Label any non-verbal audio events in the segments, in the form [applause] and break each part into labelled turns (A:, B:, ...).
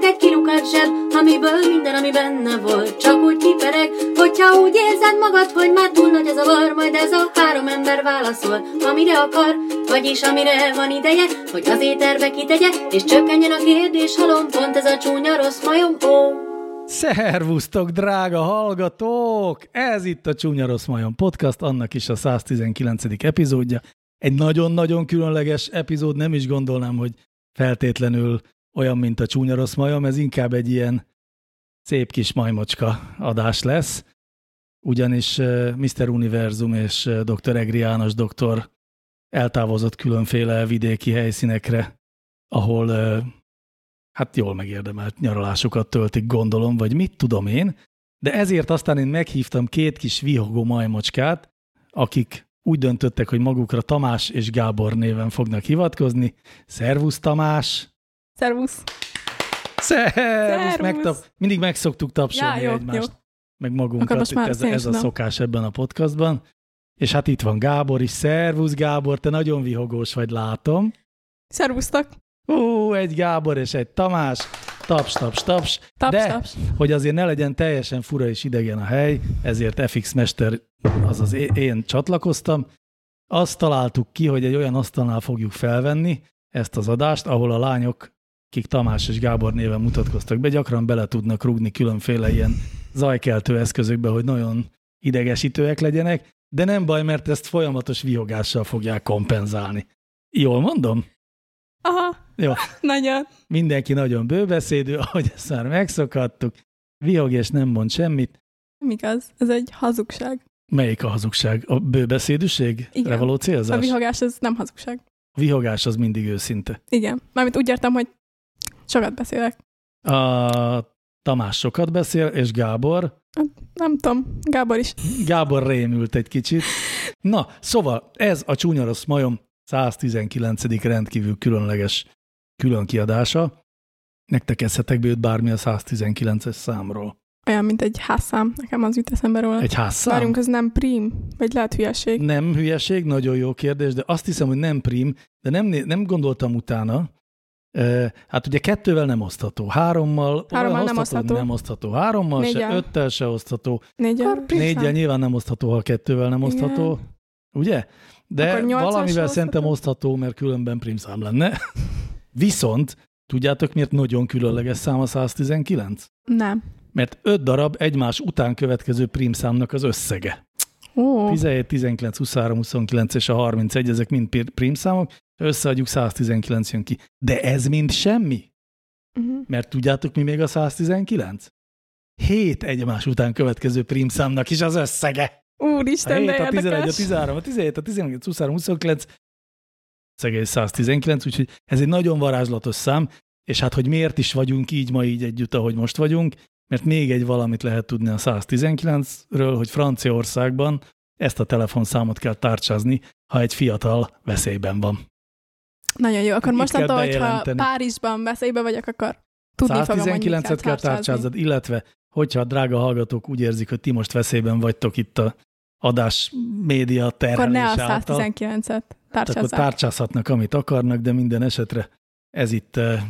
A: egy kilukat zseb, amiből minden, ami benne volt, csak úgy kipereg, hogyha úgy érzed magad, hogy már túl nagy az a var, majd ez a három ember válaszol, amire akar, vagyis amire van ideje, hogy az éterbe kitegye, és csökkenjen a kérdés halom, pont ez a csúnya rossz majom, ó.
B: Szervusztok, drága hallgatók! Ez itt a Csúnya Rossz Majom Podcast, annak is a 119. epizódja. Egy nagyon-nagyon különleges epizód, nem is gondolnám, hogy feltétlenül olyan, mint a Csúnya Rossz Majom, ez inkább egy ilyen szép kis majmocska adás lesz, ugyanis eh, Mr. Univerzum és eh, Dr. Egri János doktor eltávozott különféle vidéki helyszínekre, ahol eh, hát jól megérdemelt nyaralásukat töltik, gondolom, vagy mit tudom én, de ezért aztán én meghívtam két kis vihogó majmocskát, akik úgy döntöttek, hogy magukra Tamás és Gábor néven fognak hivatkozni. Szervusz Tamás!
C: Szervusz!
B: Szervusz!
C: Szervusz!
B: Megtap... Mindig meg szoktuk tapsolni
C: Ja, jó,
B: egymást,
C: jó.
B: meg magunkat,
C: Akkor most
B: itt
C: már
B: ez, ez a
C: szépen.
B: szokás ebben a podcastban. És hát itt van Gábor is. Szervusz Gábor, te nagyon vihogós vagy, látom.
C: Szervusztok!
B: Ú, egy Gábor és egy Tamás. Taps, taps, taps.
C: Taps,
B: De-
C: taps.
B: Hogy azért ne legyen teljesen fura és idegen a hely, ezért FX Mester, azaz é- én csatlakoztam. Azt találtuk ki, hogy egy olyan asztalnál fogjuk felvenni ezt az adást, ahol a lányok, kik Tamás és Gábor néven mutatkoztak be, gyakran bele tudnak rúgni különféle ilyen zajkeltő eszközökbe, hogy nagyon idegesítőek legyenek, de nem baj, mert ezt folyamatos vihogással fogják kompenzálni. Jól mondom?
C: Aha,
B: Jó.
C: [laughs] nagyon.
B: Mindenki nagyon bőbeszédű, ahogy ezt már megszokhattuk. Vihog és nem mond semmit.
C: Nem igaz, ez egy hazugság.
B: Melyik a hazugság? A bőbeszédűség?
C: Igen.
B: Revaló
C: A
B: célzás? A
C: vihogás, ez nem hazugság.
B: vihogás az mindig őszinte.
C: Igen. Mármint úgy értem, hogy sokat beszélek.
B: A Tamás sokat beszél, és Gábor.
C: Nem tudom, Gábor is.
B: Gábor rémült egy kicsit. Na, szóval ez a Csúnya Rossz Majom 119. rendkívül különleges külön kiadása. Nektek eszetekbe jut bármi a 119-es számról.
C: Olyan, mint egy házszám. Nekem az jut eszembe róla.
B: Egy házszám?
C: Várjunk, ez nem prim, vagy lehet hülyeség.
B: Nem hülyeség, nagyon jó kérdés, de azt hiszem, hogy nem prim, de nem, né- nem gondoltam utána. E, Hát ugye kettővel nem osztható, hárommal,
C: Hárommal
B: olyan
C: nem osztható.
B: nem osztható, hárommal se,
C: Négyen.
B: öttel se osztható,
C: Négyen.
B: négyel nyilván nem osztható, ha kettővel nem
C: Igen.
B: osztható, ugye? De
C: Akkor nyolccal se
B: valamivel szerintem
C: osztható?
B: osztható, mert különben primszám lenne. [laughs] Viszont tudjátok, miért nagyon különleges szám a 119?
C: Nem.
B: Mert öt darab egymás után következő primszámnak az összege.
C: Ó,
B: 17, 19, 23, 29 és a 31, ezek mind pir- prímszámok, összeadjuk 119 jön ki. De ez mind semmi,
C: Mhm.
B: mert tudjátok mi még a 119? Hét egymás után következő prímszámnak is az összege. A
C: Úristen,
B: 7,
C: de
B: a 11, a
C: érdekes.
B: 13, a 17, a 19, 23, 29, összege is 119, úgyhogy ez egy nagyon varázslatos szám, és hát hogy miért is vagyunk így ma így együtt, ahogy most vagyunk, mert még egy valamit lehet tudni a 119-ről, hogy Franciaországban ezt a telefonszámot kell tárcsázni, ha egy fiatal veszélyben van.
C: Nagyon jó. Akkor
B: Itt
C: mostantól,
B: kell
C: hogyha
B: bejelenteni.
C: Párizsban veszélybe vagyok, akkor tudni fogom, hogy mit
B: 119-et kell tárcsáznod, illetve hogyha a drága hallgatók úgy érzik, hogy ti most veszélyben vagytok itt a adás média
C: Akkor
B: terhelés
C: ne a
B: által,
C: 119-et
B: hát akkor
C: tárcsázzák.
B: tárcsázhatnak, amit akarnak, de minden esetre ez itt, eh,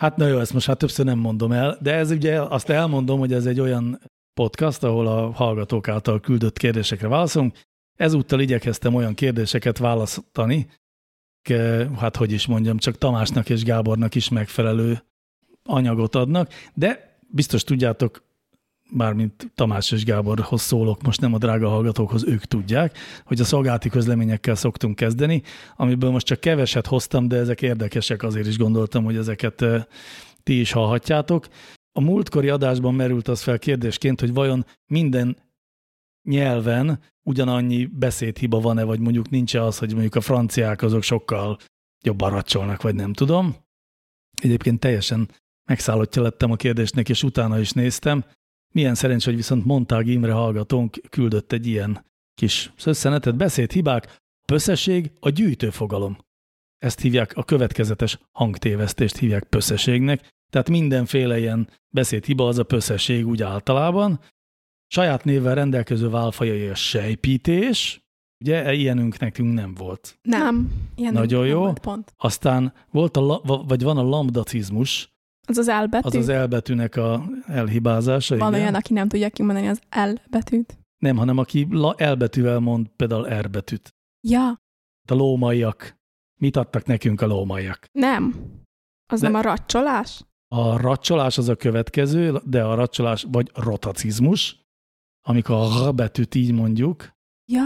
B: hát na jó, ezt most hát többször nem mondom el, de ez ugye azt elmondom, hogy ez egy olyan podcast, ahol a hallgatók által küldött kérdésekre válaszolunk. Ezúttal igyekeztem olyan kérdéseket választani, k- hát hogy is mondjam, csak Tamásnak és Gábornak is megfelelő anyagot adnak, de biztos tudjátok, mármint Tamás és Gáborhoz szólok, most nem a drága hallgatókhoz, ők tudják, hogy a szolgálati közleményekkel szoktunk kezdeni, amiből most csak keveset hoztam, de ezek érdekesek, azért is gondoltam, hogy ezeket eh, ti is hallhatjátok. A múltkori adásban merült az fel kérdésként, hogy vajon minden nyelven ugyanannyi beszédhiba van-e, vagy mondjuk nincs-e az, hogy mondjuk a franciák azok sokkal jobban racsolnak, vagy nem tudom. Egyébként teljesen megszállottja lettem a kérdésnek, és utána is néztem. Milyen szerencs, hogy viszont Montág Imre hallgatónk küldött egy ilyen kis szösszenetet, beszédhibák, pösszeség a gyűjtőfogalom. Ezt hívják, a következetes hangtévesztést hívják pösszeségnek, tehát mindenféle ilyen beszédhiba az a pösszeség úgy általában. Saját névvel rendelkező válfajai a sejpítés, ugye e ilyenünk nekünk nem volt.
C: Nem. Ilyen
B: Nagyon
C: nem
B: jó.
C: volt Pont.
B: Aztán volt a, la- va- vagy van a lambdacizmus,
C: Az az L betű?
B: Az az L betűnek a elhibázása.
C: Hát Van
B: igen.
C: olyan, aki nem tudja kimondani az L betűt.
B: Nem, hanem aki la- L betűvel mond például R betűt.
C: Ja,
B: A lómaiak. Mit adtak nekünk a lómaiak?
C: nem. Az
B: De-
C: nem a racsolás?
B: A racsolás az a következő, de a racsolás vagy rotacizmus, amikor a R betűt így mondjuk,
C: Ja,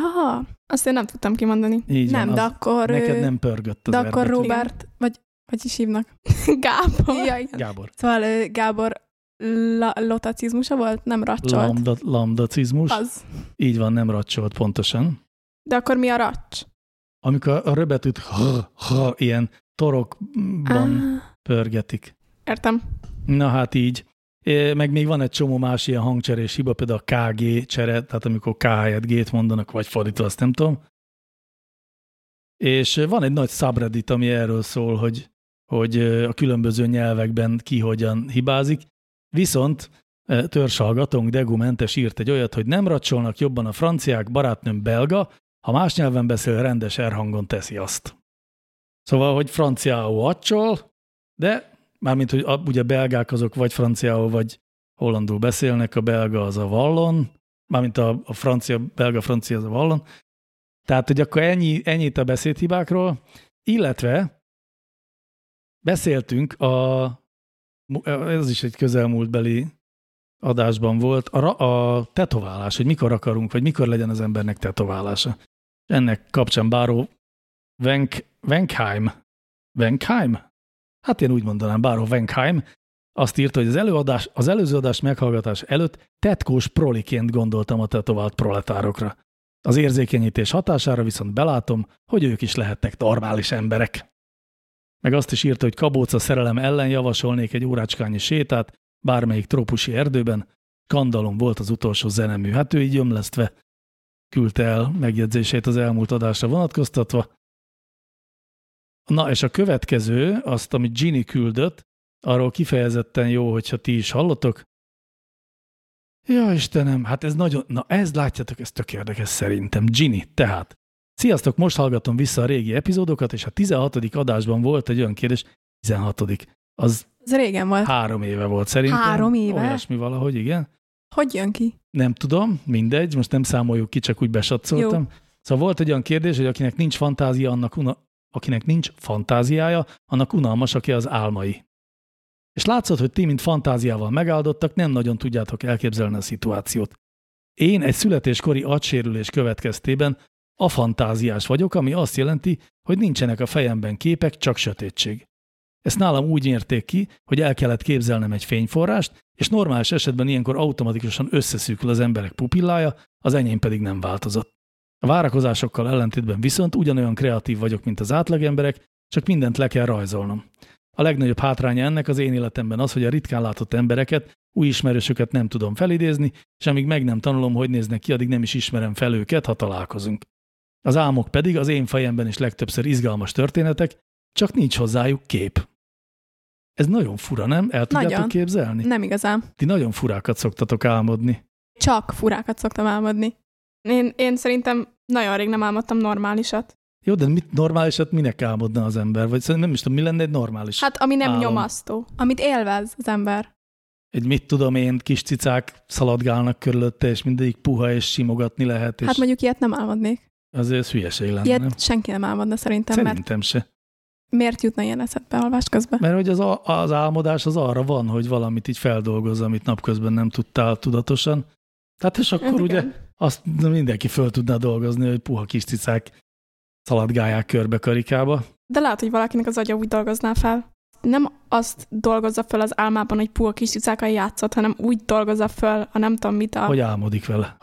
C: azt én nem tudtam kimondani.
B: Így
C: nem,
B: van,
C: de
B: az-
C: akkor,
B: neked
C: ö,
B: nem pörgött az
C: de
B: R
C: akkor
B: betű.
C: Robert, vagy hogy is hívnak? [laughs] Gábor. Ja, igen.
B: Gábor.
C: Szóval ö, Gábor la, lotacizmusa volt, nem racsolt.
B: Lambda, lambdacizmus.
C: Az.
B: Így van, nem racsolt pontosan.
C: De akkor mi a racs?
B: Amikor a röbetűt ha, ha, ilyen torokban
C: Ah,
B: pörgetik.
C: értem.
B: Na hát így. É, Meg még van egy csomó más ilyen hangcserés hiba, például a KG csere, tehát amikor K helyett G-t mondanak, vagy fordítva, azt nem tudom. És van egy nagy subreddit, ami erről szól, hogy, hogy ö, a különböző nyelvekben ki hogyan hibázik. Viszont ö, törzshallgatónk Degumentes írt egy olyat, hogy nem racsolnak jobban a franciák, barátnőm belga, ha más nyelven beszél, rendes erhangon teszi azt. Szóval, hogy franciául hacsol, de mármint, hogy a, ugye belgák azok vagy franciául, vagy hollandul beszélnek, a belga az a vallon, mármint a, a francia, belga-francia az a vallon. Tehát, hogy akkor ennyi, ennyit a beszédhibákról, illetve beszéltünk a, ez is egy közelmúltbeli adásban volt, a, ra- a tetoválás, hogy mikor akarunk, vagy mikor legyen az embernek tetoválása. Ennek kapcsán Báró Wenk, Wenkheim, Wenkheim? Hát én úgy mondanám, Báró Wenkheim azt írta, hogy az, előadás, az előző adás meghallgatás előtt tetkós proliként gondoltam a tetovált proletárokra. Az érzékenyítés hatására viszont belátom, hogy ők is lehetnek normális emberek. Meg azt is írta, hogy kabóca szerelem ellen javasolnék egy órácskányi sétát bármelyik trópusi erdőben. Kandalom volt az utolsó zenemű. Hát ő így ömlesztve küldte el megjegyzését az elmúlt adásra vonatkoztatva. Na, és a következő, azt, amit Ginny küldött, arról kifejezetten jó, hogyha ti is hallotok. Ja, Istenem, hát ez nagyon, na ez látjátok, ez tök érdekes szerintem. Ginny, tehát. Sziasztok, most hallgatom vissza a régi epizódokat, és a 16. adásban volt egy olyan kérdés, 16. az
C: Ez régen volt.
B: három éve volt szerintem.
C: Három éve?
B: Olyasmi valahogy, igen.
C: Hogy jön ki?
B: Nem tudom, mindegy, most nem számoljuk ki, csak úgy besatszoltam. Jó. Szóval volt egy olyan kérdés, hogy akinek nincs fantázia, annak una, akinek nincs fantáziája, annak unalmas, aki az álmai. És látszott, hogy ti, mint fantáziával megáldottak, nem nagyon tudjátok elképzelni a szituációt. Én egy születéskori agysérülés következtében a fantáziás vagyok, ami azt jelenti, hogy nincsenek a fejemben képek, csak sötétség. Ezt nálam úgy érték ki, hogy el kellett képzelnem egy fényforrást, és normális esetben ilyenkor automatikusan összeszűkül az emberek pupillája, az enyém pedig nem változott. A várakozásokkal ellentétben viszont ugyanolyan kreatív vagyok, mint az átlagemberek, csak mindent le kell rajzolnom. A legnagyobb hátránya ennek az én életemben az, hogy a ritkán látott embereket, új ismerősöket nem tudom felidézni, és amíg meg nem tanulom, hogy néznek ki, addig nem is ismerem fel őket, ha találkozunk. Az álmok pedig az én fejemben is legtöbbször izgalmas történetek, csak nincs hozzájuk kép. Ez nagyon fura, nem? El tudjátok
C: Nagyon.
B: képzelni?
C: Nem igazán.
B: Ti nagyon furákat szoktatok álmodni.
C: Csak furákat szoktam álmodni. Én, én szerintem nagyon rég nem álmodtam normálisat.
B: Jó, de mit normálisat minek álmodna az ember? Vagy szerintem nem is tudom, mi lenne egy normális?
C: Hát, ami nem
B: Álom.
C: nyomasztó. Amit élvez az ember.
B: Egy mit tudom én, kis cicák szaladgálnak körülötte, és mindegyik puha, és simogatni lehet, és
C: Hát
B: hát,
C: mondjuk ilyet nem álmodnék.
B: azért ez hülyeség lenne,
C: Ilyet
B: nem?
C: senki nem álmodna szerintem, mert
B: Szerintem se.
C: miért jutna ilyen eszedbe alvás közben?
B: Mert hogy az, a- az álmodás az arra van, hogy valamit így feldolgoz, amit napközben nem tudtál tudatosan. Tehát és akkor
C: Hát
B: ugye
C: igen.
B: azt mindenki föl tudná dolgozni, hogy puha kis cicák szaladgálják körbe karikába.
C: De lehet, hogy valakinek az agya úgy dolgozná fel. Nem azt dolgozza fel az álmában, hogy puha kis cicákkal játszott, hanem úgy dolgozza fel a nem tudom mit a...
B: Hogy álmodik vele?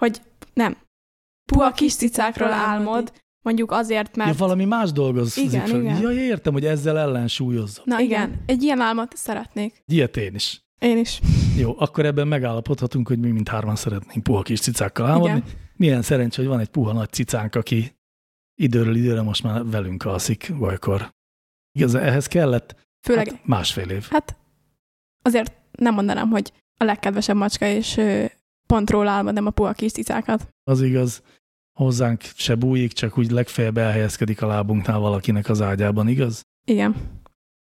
C: puha kis cicákról álmod, mondjuk azért, mert...
B: Ja, valami más dolgozik.
C: Igen,
B: föl.
C: igen.
B: Ja, értem, hogy ezzel ellensúlyozza.
C: Na igen.
A: Igen.
C: egy ilyen álmat szeretnék.
B: Ilyet én is.
C: Én is.
B: Jó, akkor ebben megállapodhatunk, hogy mi mindhárman szeretnénk puha kis cicákkal álmodni. Igen.
C: Igen.
B: Milyen szerencsé, hogy van egy puha nagy cicánk, aki időről időre most már velünk alszik olykor. Igaz, ehhez kellett
C: Főleg
B: hát másfél év.
C: Hát azért nem mondanám, hogy a legkedvesebb macska, és ö, pont róla álmodom a puha kis cicákat.
B: Az igaz, hozzánk se bújik, csak úgy legfeljebb elhelyezkedik a lábunknál valakinek az ágyában, igaz?
C: Igen.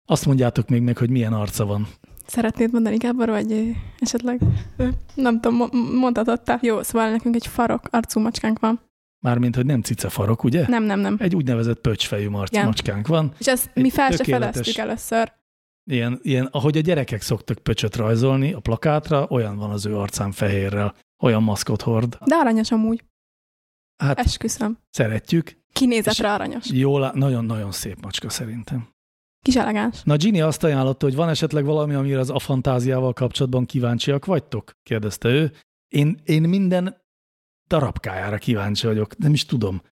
B: Azt mondjátok még meg, hogy milyen arca van.
C: Szeretnéd mondani, Gábor, vagy ö, esetleg? Ö, Nem tudom, mo- mondhatod te. Jó, szóval nekünk egy farok arcú macskánk van.
B: Mármint, hogy nem cicefarok, ugye?
C: Nem, nem, nem.
B: Egy úgynevezett pöcsfejű marc
C: Igen.
B: macskánk van.
C: És ezt
B: Egy
C: mi fel se
B: tökéletes-
C: feleztük először.
B: Ilyen, ilyen, ahogy a gyerekek szoktak pöcsöt rajzolni a plakátra, olyan van az ő arcán fehérrel. Olyan maszkot hord.
C: De aranyos amúgy,
B: Hát
C: esküszöm.
B: szeretjük.
C: Kinézetre aranyos.
B: Jól, á- nagyon-nagyon szép macska szerintem.
C: Kis elegáns.
B: Na, Ginny azt ajánlotta, hogy van esetleg valami, amire az a fantáziával kapcsolatban kíváncsiak vagytok? kérdezte ő. Én, én minden darabkájára kíváncsi vagyok, nem is tudom.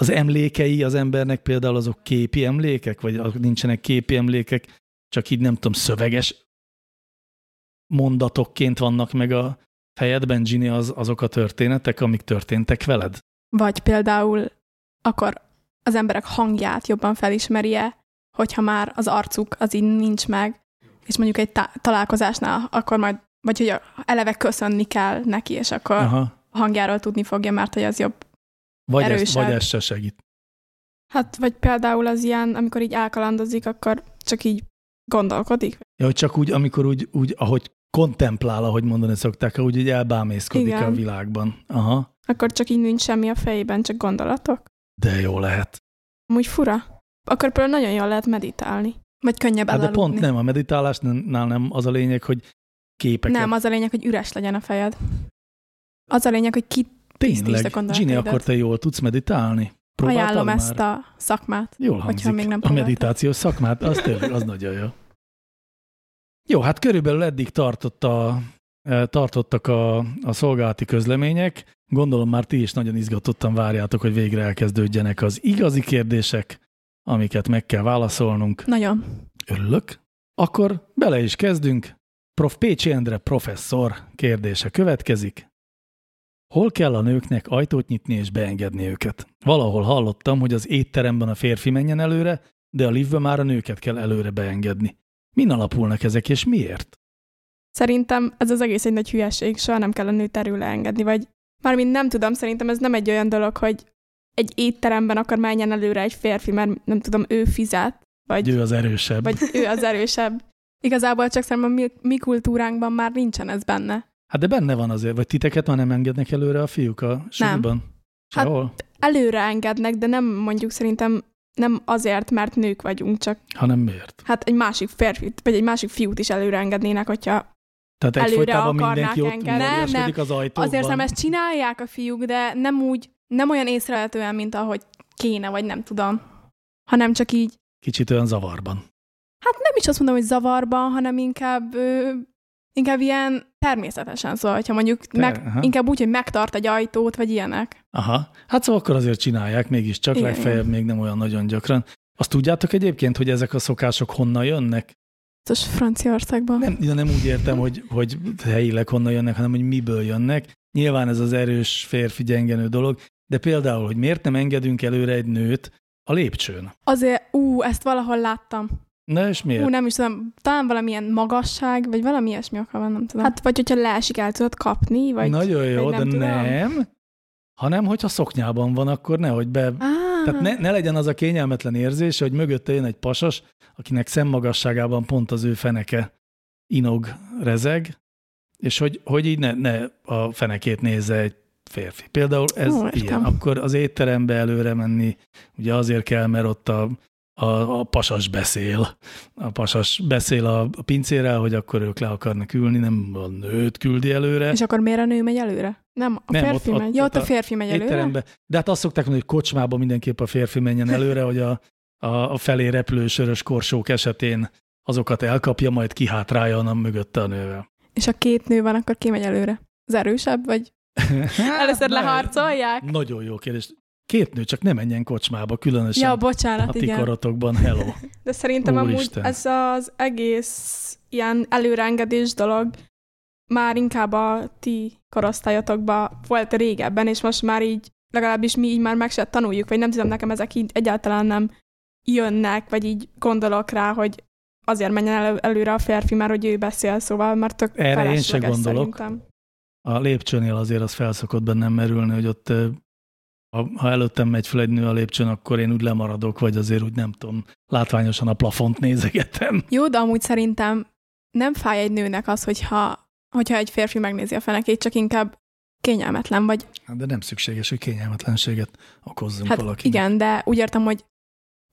B: Az emlékei az embernek például azok képi emlékek, vagy azok nincsenek képi emlékek, csak így nem tudom, szöveges mondatokként vannak meg a fejedben, Ginny, az, azok a történetek, amik történtek veled?
C: Vagy például akkor az emberek hangját jobban felismerje, hogyha már az arcuk az így nincs meg, és mondjuk egy tá- találkozásnál akkor majd, vagy hogy eleve köszönni kell neki, és akkor Aha.
B: Aha.
C: a hangjáról tudni fogja, mert hogy az jobb.
B: Vagy ez,
C: Erősebb.
B: vagy ez se segít.
C: Hát, vagy például az ilyen, amikor így elkalandozik, akkor csak így gondolkodik.
B: Ja, hogy csak úgy, amikor úgy, úgy ahogy kontemplál, ahogy mondani szokták, úgy, hogy elbámészkodik
C: Igen.
B: a világban. Aha,
C: Akkor csak így nincs semmi a fejében, csak gondolatok.
B: de jó lehet.
C: Amúgy fura. Akkor például nagyon jól lehet meditálni. Vagy könnyebb
B: Hát de
C: elaludni.
B: pont nem, a meditálásnál nem az a lényeg, hogy képeket.
C: Nem, az a lényeg, hogy üres legyen a fejed. Az a lényeg, hogy ki
B: Tényleg,
C: tiszta gondolataidat.
B: Gini, akkor te jól tudsz meditálni? Próbáltad
C: ajánlom
B: már?
C: ezt a szakmát.
B: Jól hangzik.
C: még nem
B: a
C: próbáltad.
B: meditáció szakmát, az tényleg, az nagyon jó. Jó, hát körülbelül eddig tartott a, eh, tartottak a, a szolgálati közlemények. Gondolom már ti is nagyon izgatottan várjátok, hogy végre elkezdődjenek az igazi kérdések, amiket meg kell válaszolnunk.
C: Nagyon.
B: Örülök. Akkor bele is kezdünk. Prof. Pécsi Endre professzor kérdése következik. Hol kell a nőknek ajtót nyitni és beengedni őket? Valahol hallottam, hogy az étteremben a férfi menjen előre, de a liftben már a nőket kell előre beengedni. Min alapulnak ezek és miért?
C: Szerintem ez az egész egy nagy hülyeség, soha nem kell a nőt erőle engedni, vagy mármint nem tudom, szerintem ez nem egy olyan dolog, hogy egy étteremben akar menjen előre egy férfi, mert nem tudom, ő fizet,
B: Egy
C: vagy,
B: ő az erősebb.
C: vagy ő az erősebb. Igazából csak szerintem mi, mi kultúránkban már nincsen ez benne.
B: Hát de benne van azért, vagy titeket már nem engednek előre a fiúk a suliban?
C: Hát-
B: Sehol?
C: Előre engednek, de nem mondjuk szerintem nem azért, mert nők vagyunk, csak
B: Hanem miért?
C: hát egy másik férfit, vagy egy másik fiút is előre engednének, hogyha
B: Tehát
C: Előre
B: egyfolytában
C: akarnák
B: mindenki ott
C: engedni. Nem,
B: udvariaskodik az ajtóban.
C: Azért nem ezt csinálják a fiúk, de nem úgy, nem olyan észrevehetően, mint ahogy kéne, vagy nem tudom. Hanem csak így,
B: Kicsit olyan zavarban.
C: hát nem is azt mondom, hogy zavarban, hanem inkább, ö, inkább ilyen természetesen szóval, hogyha mondjuk
B: Te-
C: meg,
B: aha.
C: inkább úgy, hogy megtart egy ajtót, vagy ilyenek.
B: Aha, hát szóval akkor azért csinálják, mégiscsak
C: Igen,
B: legfeljebb még nem olyan nagyon gyakran. Azt tudjátok egyébként, hogy ezek a szokások honnan jönnek?
C: Szóval Franciaországban.
B: Nem, ja, nem úgy értem, hogy, hogy helyileg honnan jönnek, hanem hogy miből jönnek. Nyilván ez az erős férfi gyengenő dolog, de például, hogy miért nem engedünk előre egy nőt a lépcsőn?
C: Azért, ú, ezt valahol láttam.
B: Na és miért?
C: Ú, nem is tudom, talán valamilyen magasság, vagy valami ilyesmi oka van, nem tudom. Hát, vagy hogyha leesik, el tudod kapni, vagy...
B: Nagyon jó,
C: vagy
B: de
C: nem tudom.
B: nem. Hanem, hogyha szoknyában van, akkor nehogy be
C: Á,
B: Tehát ne, ne legyen az a kényelmetlen érzés, hogy mögötte jön egy pasas, akinek szemmagasságában pont az ő feneke inog, rezeg, és hogy, hogy így ne, ne a fenekét nézze egy férfi. Például ez
C: Ó,
B: Ó,
C: értem.
B: ilyen. Akkor az étterembe előre menni, ugye azért kell, mert ott a, a, a pasas beszél. A pasas beszél a, a pincérrel, hogy akkor ők le akarnak ülni, nem a nőt küldi előre.
C: [laughs] És akkor miért a nő megy előre? Nem, a
B: Nem,
C: nem,
B: ott-
C: férfi
B: ott-
C: megy. Ja,
B: ott
C: ott
B: a
C: a férfi megy előre.
B: étterembe. De hát azt szokták mondani, hogy kocsmába mindenképp a férfi menjen előre, hogy a, a, a felé repülő sörös korsók esetén azokat elkapja, majd kihátrálja, nem mögötte a nővel.
C: És a két nő van, akkor ki megy előre? Az erősebb, vagy [laughs] először
B: Na,
C: leharcolják?
B: Nagyon jó kérdés. Két nő, csak ne menjen kocsmába, különösen
C: Ja,
B: ja,
C: bocsánat,
B: a ti
C: igen.
B: korotokban, hello.
C: De szerintem
B: Úristen.
C: amúgy ez az egész ilyen előreengedés dolog már inkább a ti korosztályotokban volt régebben, és most már így legalábbis mi így már meg se tanuljuk, vagy nem tudom, nekem ezek így egyáltalán nem jönnek, vagy így gondolok rá, hogy azért menjen elő, előre a férfi, mert hogy ő beszél, szóval már tök
B: Erre én se
C: felesleges
B: gondolok.
C: Szerintem.
B: A lépcsőnél azért az felszokott bennem merülni, hogy ott ö, ha, ha előttem megy fel egy nő a lépcsőn, akkor én úgy lemaradok, vagy azért úgy nem tudom, látványosan a plafont nézegetem.
C: Jó, de amúgy szerintem nem fáj egy nőnek az, hogyha, hogyha egy férfi megnézi a fenekét, csak inkább kényelmetlen vagy.
B: Hát de nem szükséges, hogy kényelmetlenséget okozzunk
C: Hát
B: valakinek.
C: igen, de úgy értem, hogy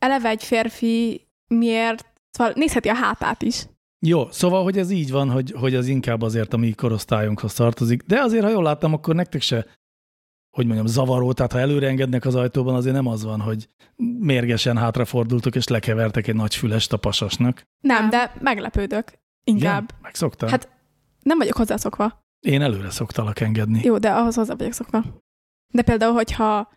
C: eleve egy férfi miért, szóval nézheti a hátát is.
B: Jó, szóval, hogy ez így van, hogy, hogy az inkább azért a mi korosztályunkhoz tartozik, de azért, ha jól láttam, akkor nektek se, hogy mondjam, zavaró, tehát ha előre engednek az ajtóban, azért nem az van, hogy mérgesen hátrafordultok és lekevertek egy nagy fülest a pasasnak.
C: Nem,
A: Nem.
C: de meglepődök. Inkább.
B: Igen? Megszoktam?
C: Hát- Nem vagyok hozzászokva.
B: Én előre szoktalak engedni.
C: Jó, de ahhoz hozzá vagyok szokva. De például, hogyha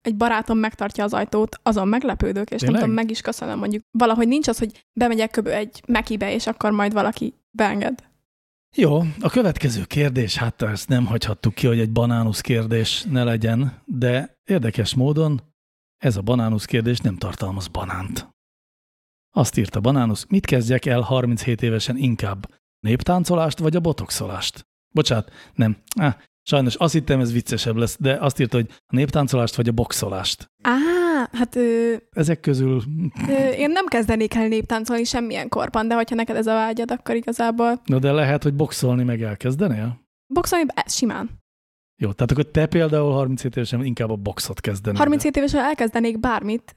C: egy barátom megtartja az ajtót, azon meglepődök, és
B: Tényleg?
C: nem tudom, meg is köszönöm mondjuk. Valahogy nincs az, hogy bemegyek köbö egy mekibe, és akkor majd valaki beenged.
B: Jó, a következő kérdés, hát ezt nem hagyhattuk ki, hogy egy banánusz kérdés ne legyen, de érdekes módon ez a banánusz kérdés nem tartalmaz banánt. Azt írta banánusz, mit kezdjek el 37 évesen inkább? Néptáncolást vagy a botoxolást? Bocsát, nem. Á, sajnos azt hittem, ez viccesebb lesz, de azt írta, hogy a néptáncolást vagy a boxolást.
C: Á, hát ö,
B: Ezek közül
C: ö, én nem kezdenék el néptáncolni semmilyen korban, de hogyha neked ez a vágyad, akkor igazából
B: Na de lehet, hogy boxolni meg elkezdenél?
C: boxolni eh, simán.
B: Jó, tehát akkor te például 37 évesen inkább a boxot kezdenél.
C: 37 évesen elkezdenék bármit,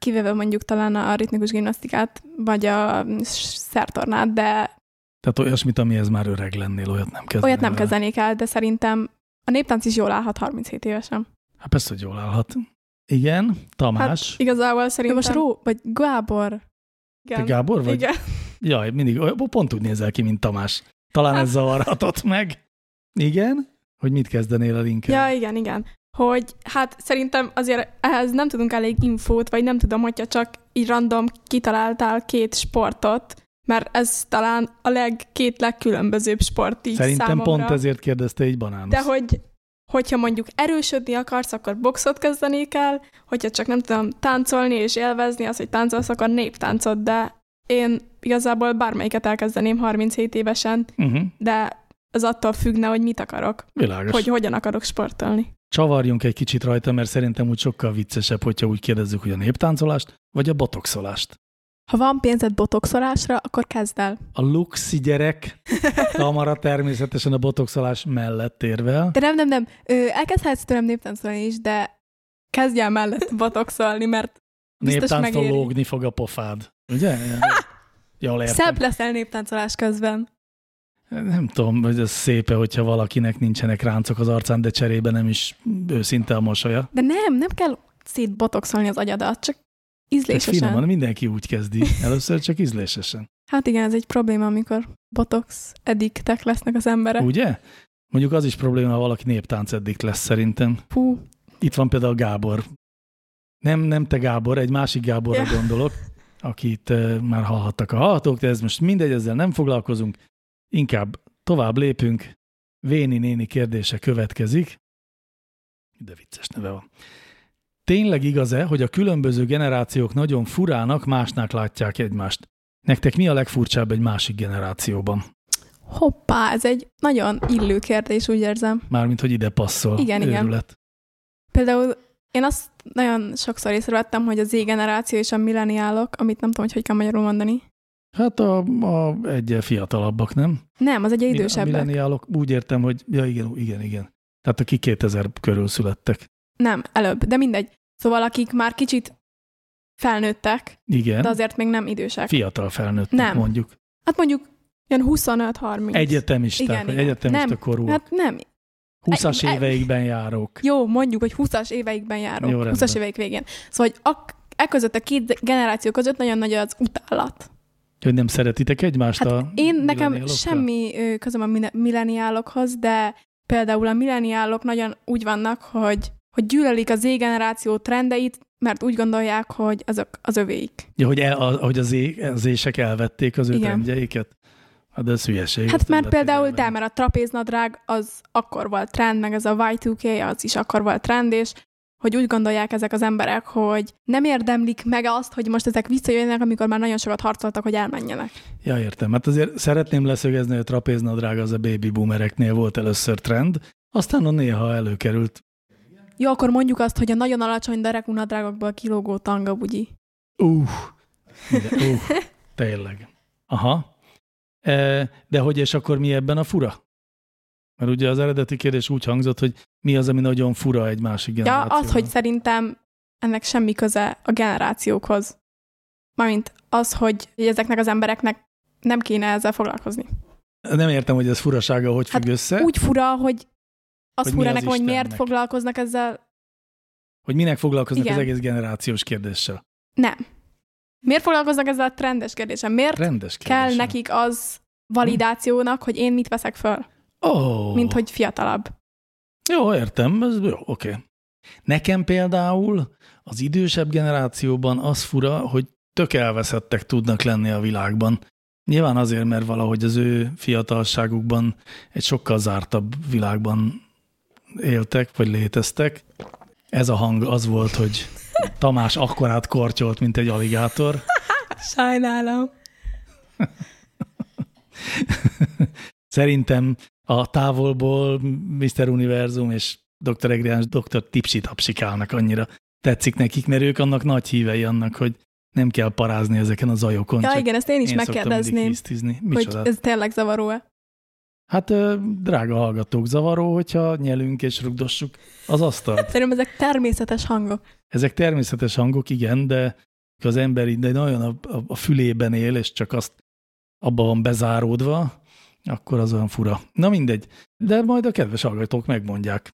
C: kivéve mondjuk talán a ritmikus gimnasztikát, vagy a mm, szertornát, de
B: Tehát olyasmit, amihez már öreg lennél, olyat nem kezdenél.
C: Olyat nem
B: el.
C: kezdenék el, de szerintem a néptánc is jól állhat 37 évesen.
B: Hát persze, hogy jól állhat. Igen,
D: Hát,
B: Tamás.
D: Igazából
C: Jó,
D: szerintem...
C: most Ró, vagy Gábor.
B: te Gábor vagy?
D: Igen.
B: Jaj, mindig olyan- pont úgy nézel ki, mint Tamás. Talán
D: [laughs]
B: ez zavarhatott meg. Igen? Hogy mit kezdenél el inkább?
C: Ja, igen, igen.
D: Hogy hát szerintem azért ehhez nem tudunk elég infót, vagy nem tudom, hogyha csak így random kitaláltál két sportot, mert ez talán a leg, két legkülönbözőbb sport így
B: Szerintem
D: számomra.
B: pont ezért kérdezte így banános.
D: De hogy, hogyha mondjuk erősödni akarsz, akkor boxot kezdeni kell, hogyha csak nem tudom táncolni és élvezni az, hogy táncolsz, akkor néptáncot, de én igazából bármelyiket elkezdeném 37 évesen,
B: Uh-huh,
D: de ez attól függne, hogy mit akarok,
B: világos.
D: hogy hogyan akarok sportolni.
B: Csavarjunk egy kicsit rajta, mert szerintem úgy sokkal viccesebb, hogyha úgy kérdezzük, hogy a néptáncolást, vagy a botoxolást.
C: Ha van pénzed botoxolásra, akkor
D: [laughs]
C: kezd el.
B: A luxi gyerek Tamara természetesen a botoxolás mellett érvel.
C: De nem, nem, nem. Ö, elkezdhetsz tőlem néptáncolni is, de
D: Kezdj el mellett botoxolni, mert Biztos
B: Néptánctól
D: megéri.
B: lógni fog a pofád. Ugye? Jól értem.
C: szebb leszel néptáncolás közben.
B: Nem tudom, hogy ez szépe, hogyha valakinek nincsenek ráncok az arcán, de cserébe nem is őszinte a mosolya.
C: De nem, nem kell szétbotoxolni az agyadat, csak
B: Tehát
C: ízlésesen.
B: finoman, mindenki úgy kezdi. Először csak
D: [laughs]
B: ízlésesen.
C: Hát igen, ez egy probléma, amikor botox ediktek lesznek az emberek.
B: Ugye? Mondjuk az is probléma, ha valaki néptánc eddig lesz szerintem.
C: Hú,
B: Itt van például Gábor. Nem, nem te Gábor, egy másik Gáborra
D: Ja.
B: gondolok, akit eh, már hallhattak a hallhatók, de ez most mindegy, ezzel nem foglalkozunk. Inkább tovább lépünk. Véni néni kérdése következik. De vicces neve van. Tényleg igaz-e, hogy a különböző generációk nagyon furának, másnak látják egymást? Nektek mi a legfurcsább egy másik generációban?
C: hoppá, ez egy nagyon illő kérdés, úgy érzem.
B: Mármint, hogy ide passzol.
C: Igen, igen.
B: Őrület.
C: Például én azt nagyon sokszor észrevettem, hogy az Z-generáció és a milleniálok, amit nem tudom, hogy hogy kell magyarul mondani.
B: Hát a, a egyel fiatalabbak, nem?
C: Nem, az egy
B: Mi- A
C: idősebbek.
B: milleniálok úgy értem, hogy ja igen, igen, igen. Tehát akik 2000 körül születtek.
C: Nem, előbb, de mindegy. Szóval akik már kicsit felnőttek,
B: Igen.
C: de azért még nem idősek.
B: Fiatal felnőtt,
C: Nem.
B: mondjuk.
C: Hát mondjuk ilyen 25-30.
B: Egyetemisták,
C: Igen,
B: igen, vagy
C: igen.
B: egyetemista
C: Nem,
B: korúak.
C: Hát nem.
B: 20-as
C: e- e-
B: éveikben járók.
C: Jó, mondjuk, hogy 20-as éveikben járok.
B: Jó, rendben.
C: 20-as éveik végén. Szóval, hogy ak- e között, a két generáció között nagyon nagy az utálat.
B: Hogy nem szeretitek egymást
C: Hát
B: a
C: én nekem
B: millenialokkal?
C: semmi ö, közöm a mine- milleniálokhoz, de például a milleniálok nagyon úgy vannak, hogy, hogy gyűlölik az Z-generáció trendeit, mert úgy gondolják, hogy azok az övéik.
B: Ja, hogy, el, a, hogy az, é, az ések elvették az ő
C: Igen.
B: trendjeiket? Hát de ez hülyeség.
C: Hát
B: ezt nem
C: mert
B: lehet
C: például
B: igénybe
C: te, mert a trapéznadrág az akkor volt trend, meg ez a Y2K az is akkor volt trend, és hogy úgy gondolják ezek az emberek, hogy nem érdemlik meg azt, hogy most ezek visszajöjjenek, amikor már nagyon sokat harcoltak, hogy elmenjenek.
B: Ja, értem. Hát azért szeretném leszögezni, hogy a trapéznadrág az a baby boomereknél volt először trend, aztán a néha előkerült.
C: Jó, akkor mondjuk azt, hogy a nagyon alacsony derekú nadrágokból kilógó tanga bugyi.
B: Uff, uh, uh, tényleg. Aha. De hogy és akkor mi ebben a fura? Mert ugye az eredeti kérdés úgy hangzott, hogy mi az, ami nagyon fura egy másik
C: Ja,
B: generációban.
C: az, hogy szerintem ennek semmi köze a generációkhoz. Mármint az, hogy ezeknek az embereknek nem kéne ezzel foglalkozni.
B: Nem értem, hogy ez furasága hogy
C: Hát
B: függ össze,
C: Úgy fura, hogy az
B: Hogy mi
C: fura
B: az
C: nekem, hogy miért
B: Istennek?
C: foglalkoznak ezzel.
B: hogy minek foglalkoznak
C: Igen.
B: az egész generációs kérdéssel.
C: Nem. Miért foglalkoznak ezzel a trendeskedéssel? Miért
B: Rendes kérdéssel.
C: kell nekik az validációnak, hogy én mit veszek föl,
B: Oh.
C: oh. mint hogy fiatalabb?
B: Jó, értem, ez jó, oké. Nekem például az idősebb generációban az fura, hogy tök elveszettek tudnak lenni a világban. Nyilván azért, mert valahogy az ő fiatalságukban egy sokkal zártabb világban éltek, vagy léteztek. Ez a hang az volt, hogy Tamás akkorát kortyolt, mint egy aligátor.
C: Sajnálom.
B: [laughs] Szerintem a távolból Mr. Univerzum és Dr. Egriáns Dr. Tipsi tapsikálnak annyira. Tetszik nekik, mert ők annak nagy hívei annak, hogy nem kell parázni ezeken a zajokon.
C: Ja,
B: csak
C: igen, ezt én is
B: én szoktam mindig
C: megkérdezném,
B: hisztizni.
C: hogy
B: Micsoda?
C: ez tényleg zavaró-e.
B: Hát ö, drága hallgatók, zavaró, hogyha nyelünk és rugdossuk az asztalt.
C: Szerintem ezek természetes hangok.
B: Ezek természetes hangok, igen, de az ember így de nagyon a, a, a fülében él, és csak azt abba van bezáródva, akkor az olyan fura. Na mindegy, de majd a kedves hallgatók megmondják.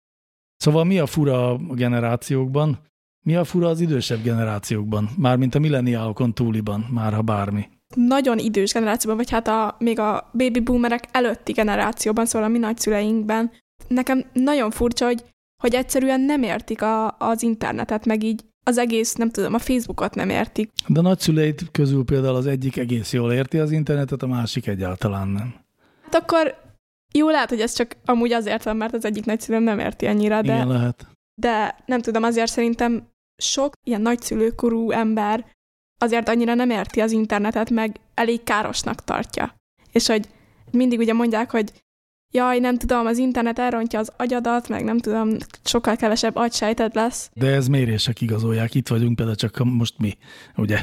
B: Szóval mi a fura a generációkban? Mi a fura az idősebb generációkban? Mármint a milleniálokon túliban, már ha bármi.
C: Nagyon idős generációban, vagy hát a, még a baby boomerek előtti generációban, szóval a mi nagyszüleinkben, nekem nagyon furcsa, hogy, hogy egyszerűen nem értik a, az internetet, meg így az egész, nem tudom, a Facebookot nem értik.
B: De a nagyszüleid közül például az egyik egész jól érti az internetet, a másik egyáltalán nem.
C: Hát akkor jó, lehet, hogy ez csak amúgy azért van, mert az egyik nagyszülőm nem érti annyira, de
B: Igen, lehet.
C: de nem tudom, azért szerintem sok ilyen nagyszülőkorú ember azért annyira nem érti az internetet, meg elég károsnak tartja. És hogy mindig ugye mondják, hogy jaj, nem tudom, az internet elrontja az agyadat, meg nem tudom, sokkal kevesebb agysejted lesz.
B: De ez mérések igazolják. Itt vagyunk például csak a- most mi, ugye?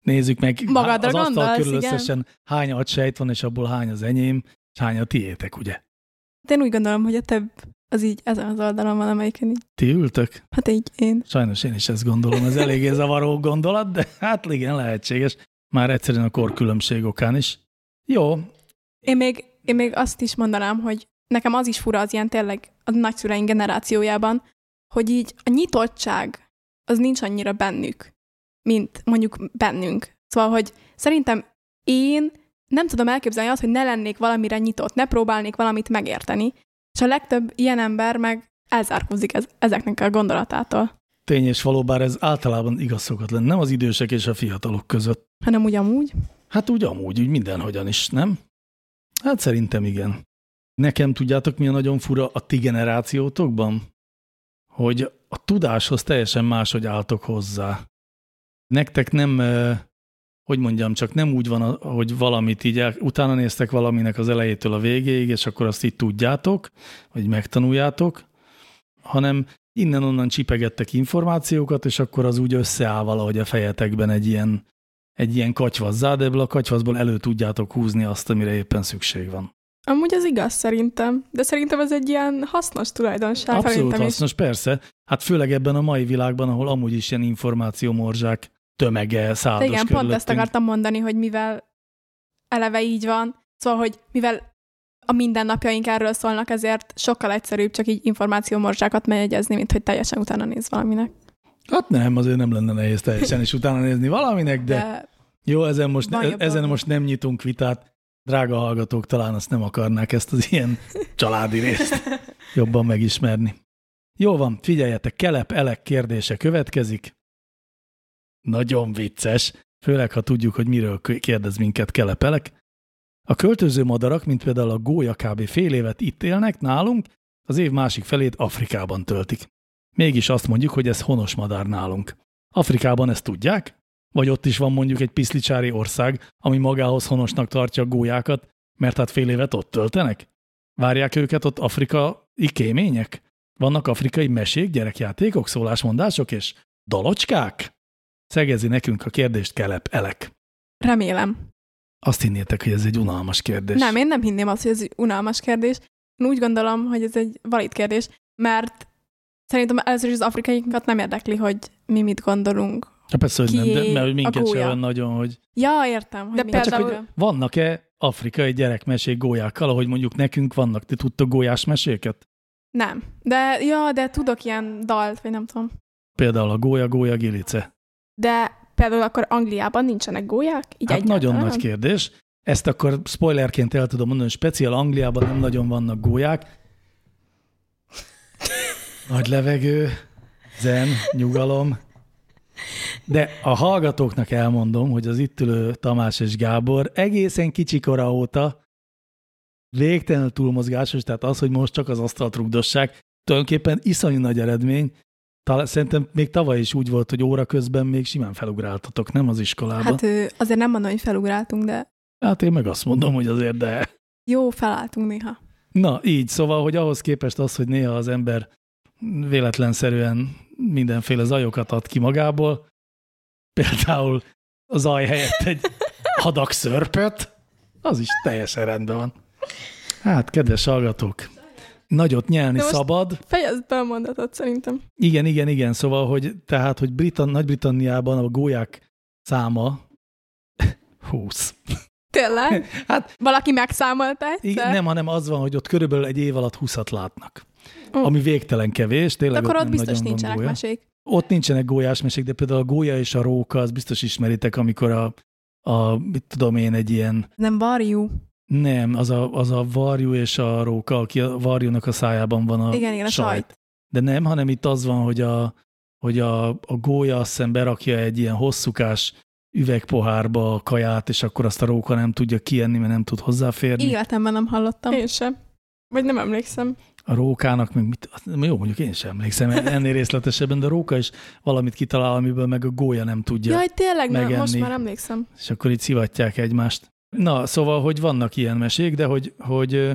B: Nézzük meg
C: Magadra
B: az asztal
C: gondolsz,
B: körül
C: igen.
B: összesen hány agysejt van, és abból hány az enyém, és hány a tiétek, ugye?
C: De Hát én úgy gondolom, hogy a több az így ezen az oldalon van, amelyiken így,
B: Ti ültök?
C: hát így én.
B: Sajnos én is ezt gondolom. Ez eléggé zavaró gondolat, de hát igen, lehetséges. Már egyszerűen a korkülönbség okán is. Jó,
C: Én még, én még azt is mondanám, hogy nekem az is fura az ilyen tényleg a nagyszüleink generációjában, hogy így a nyitottság az nincs annyira bennük, mint mondjuk bennünk. Szóval, hogy szerintem én nem tudom elképzelni azt, hogy ne lennék valamire nyitott, ne próbálnék valamit megérteni. És a legtöbb ilyen ember meg elzárkózik ez, ezeknek a gondolatától,
B: tény és való, bár ez általában igaz szokott lenni, nem az idősek és a fiatalok között.
C: hanem úgy amúgy.
B: Hát úgy amúgy, úgy mindenhogyan is, nem? Hát szerintem igen. Nekem tudjátok, mi a nagyon fura a ti generációtokban? Hogy a tudáshoz teljesen máshogy álltok hozzá. Nektek nem, eh, hogy mondjam, csak nem úgy van, a- hogy valamit így el, utána néztek valaminek az elejétől a végéig, és akkor azt így tudjátok, vagy megtanuljátok, hanem innen-onnan csipegettek információkat, és akkor az úgy összeáll valahogy a fejetekben egy ilyen egy ilyen katyvazzá, de ebből a katyvaszból elő tudjátok húzni azt, amire éppen szükség van.
C: Amúgy az igaz szerintem, de szerintem ez egy ilyen hasznos tulajdonság.
B: Abszolút
C: szerintem is.
B: hasznos, persze. Hát főleg ebben a mai világban, ahol amúgy is ilyen információmorzsák tömege
C: De
B: szálldos
C: igen, pont ezt
B: körülöttünk.
C: akartam mondani, hogy mivel eleve így van, szóval, hogy mivel a mindennapjaink erről szólnak, ezért sokkal egyszerűbb csak így információmorzsákat megjegyezni, mint hogy teljesen utána néz valaminek.
B: Hát nem, azért nem lenne nehéz teljesen is utána nézni valaminek, de, de jó, ezen most,
C: Van
B: e-
C: jobb
B: ezen
C: dolgunk.
B: most nem nyitunk vitát. Drága hallgatók talán azt nem akarnák ezt az ilyen családi részt jobban megismerni. Jó van, figyeljetek, kelep-elek kérdése következik. Nagyon vicces, főleg ha tudjuk, hogy miről k- kérdez minket kelep-elek. A költöző madarak, mint például a gólya kb. fél évet itt élnek nálunk, az év másik felét Afrikában töltik. Mégis azt mondjuk, hogy ez honos madár nálunk. Afrikában ezt tudják, vagy ott is van mondjuk egy piszlicsári ország, ami magához honosnak tartja a gólyákat, mert hát fél évet ott töltenek? Várják őket ott afrikai kémények? Vannak afrikai mesék, gyerekjátékok, szólásmondások és dalocskák? Szegezi nekünk a kérdést Kelep Elek.
C: Remélem.
B: Azt hinnétek, hogy ez egy unalmas kérdés.
C: Nem, én nem hinném azt, hogy ez egy unalmas kérdés. Én úgy gondolom, hogy ez egy valid kérdés, mert szerintem először is az afrikaiakat nem érdekli, hogy mi mit gondolunk.
B: Hát persze, hogy nem,
C: kié
B: de, mert hogy
C: a
B: minket sem
C: gólya?
B: olyan nagyon, hogy
C: Ja, értem. Hogy
D: De
C: mi-
B: Hát csak,
D: Például-
B: hogy vannak-e afrikai gyerekmesék gólyákkal, ahogy mondjuk nekünk vannak? Ti tudtok gólyás meséket?
C: Nem. De, ja, de tudok ilyen dalt, vagy nem tudom.
B: Például a gólya, gólya, gilice.
C: De például akkor Angliában nincsenek gólyák? Így
B: Hát nagyon
C: egyáltalán?
B: nagy kérdés. Ezt akkor spoilerként el tudom mondani, hogy speciál Angliában nem nagyon vannak gólyák. Nagy levegő, zen, nyugalom. De a hallgatóknak elmondom, hogy az itt ülő Tamás és Gábor egészen kicsikora óta végtelenül túlmozgásos, tehát az, hogy most csak az asztalt rugdossák, tulajdonképpen iszonyú nagy eredmény. Talán szerintem még tavaly is úgy volt, hogy óra közben még simán felugráltatok, nem az iskolában.
C: Hát
B: Hát,
C: ö, azért nem mondom, hogy felugráltunk, de
B: hát én meg azt mondom, hogy azért, de
C: jó, felálltunk néha.
B: Na, így, szóval, hogy ahhoz képest az, hogy néha az ember véletlenszerűen mindenféle zajokat ad ki magából, például a zaj helyett egy hadak szörpöt, az is teljesen rendben van. Hát, kedves hallgatók, nagyot nyelni
C: De most-
B: szabad,
C: Fejezd be a mondatot szerintem.
B: igen, igen, igen. Szóval, hogy tehát, hogy Britan, Nagy-Britanniában a gólyák száma 20.
C: Tényleg?
B: [laughs] Hát-
C: Valaki megszámolta egyszer?
B: Igen, nem, hanem az van, hogy ott körülbelül egy év alatt 20 látnak.
C: Ó.
B: Ami végtelen kevés,
C: De
B: tényleg
C: akkor ott
B: nem
C: biztos
B: nagyon van
C: nincsenek
B: gólya.
C: mesék.
B: Ott nincsenek gólyásmesék, de például a gólya és a róka, az biztos ismeritek, amikor a, a mit tudom én, egy ilyen,
C: Nem varjú.
B: nem, az a, az a varjú és a róka, aki a varjúnak a szájában van a
C: Igen, igen, a sajt.
B: De nem, hanem itt az van, hogy a, hogy a, a gólya azt hiszem berakja egy ilyen hosszúkás üvegpohárba a kaját, és akkor azt a róka nem tudja kienni, mert nem tud hozzáférni.
C: Életemben nem hallottam.
D: Én sem. Vagy nem emlékszem.
B: a rókának, meg mit, azt- jó, mondjuk én sem emlékszem e- ennél részletesebben, de a róka is valamit kitalál, amiből meg a gólya nem tudja, Jaj.
C: Jaj, tényleg,
B: Megenni.
C: nem, most már emlékszem.
B: és akkor így szivatják egymást. Na, szóval, hogy vannak ilyen mesék, de hogy, hogy ö,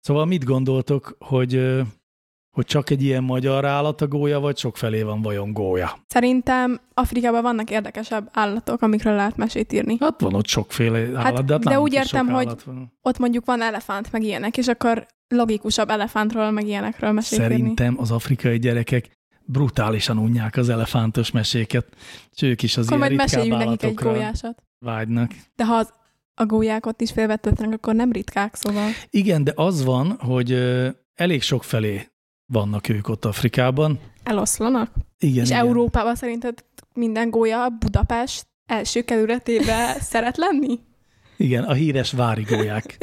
B: szóval mit gondoltok, hogy, ö, hogy csak egy ilyen magyar állat a gólya, vagy sokfelé van vajon gólya?
C: Szerintem Afrikában vannak érdekesebb állatok, amikről lehet mesét írni.
B: Hát van ott sokféle állat, hát, de, hát
C: de
B: nálunk
C: úgy
B: is sok
C: értem, hogy
B: állat van.
C: Ott mondjuk van elefánt, meg ilyenek, és akkor logikusabb elefántról, meg ilyenekről mesét írni.
B: Szerintem az afrikai gyerekek brutálisan unják az elefántos meséket, és ők is az
C: Akkor majd
B: ilyen ritkább
C: meséljünk nekik egy
B: állatokra
C: gólyásat.
B: vágynak.
C: De ha az, a gólyák ott is félvetőtlenek, akkor nem ritkák, szóval.
B: Igen, de az van, hogy ö, elég sok felé vannak ők ott Afrikában.
C: Eloszlanak?
B: Igen,
C: És
B: igen.
C: Európában szerinted minden gólya Budapest első
D: [laughs]
C: kerületébe szeret lenni?
B: Igen, a híres vári gólyák.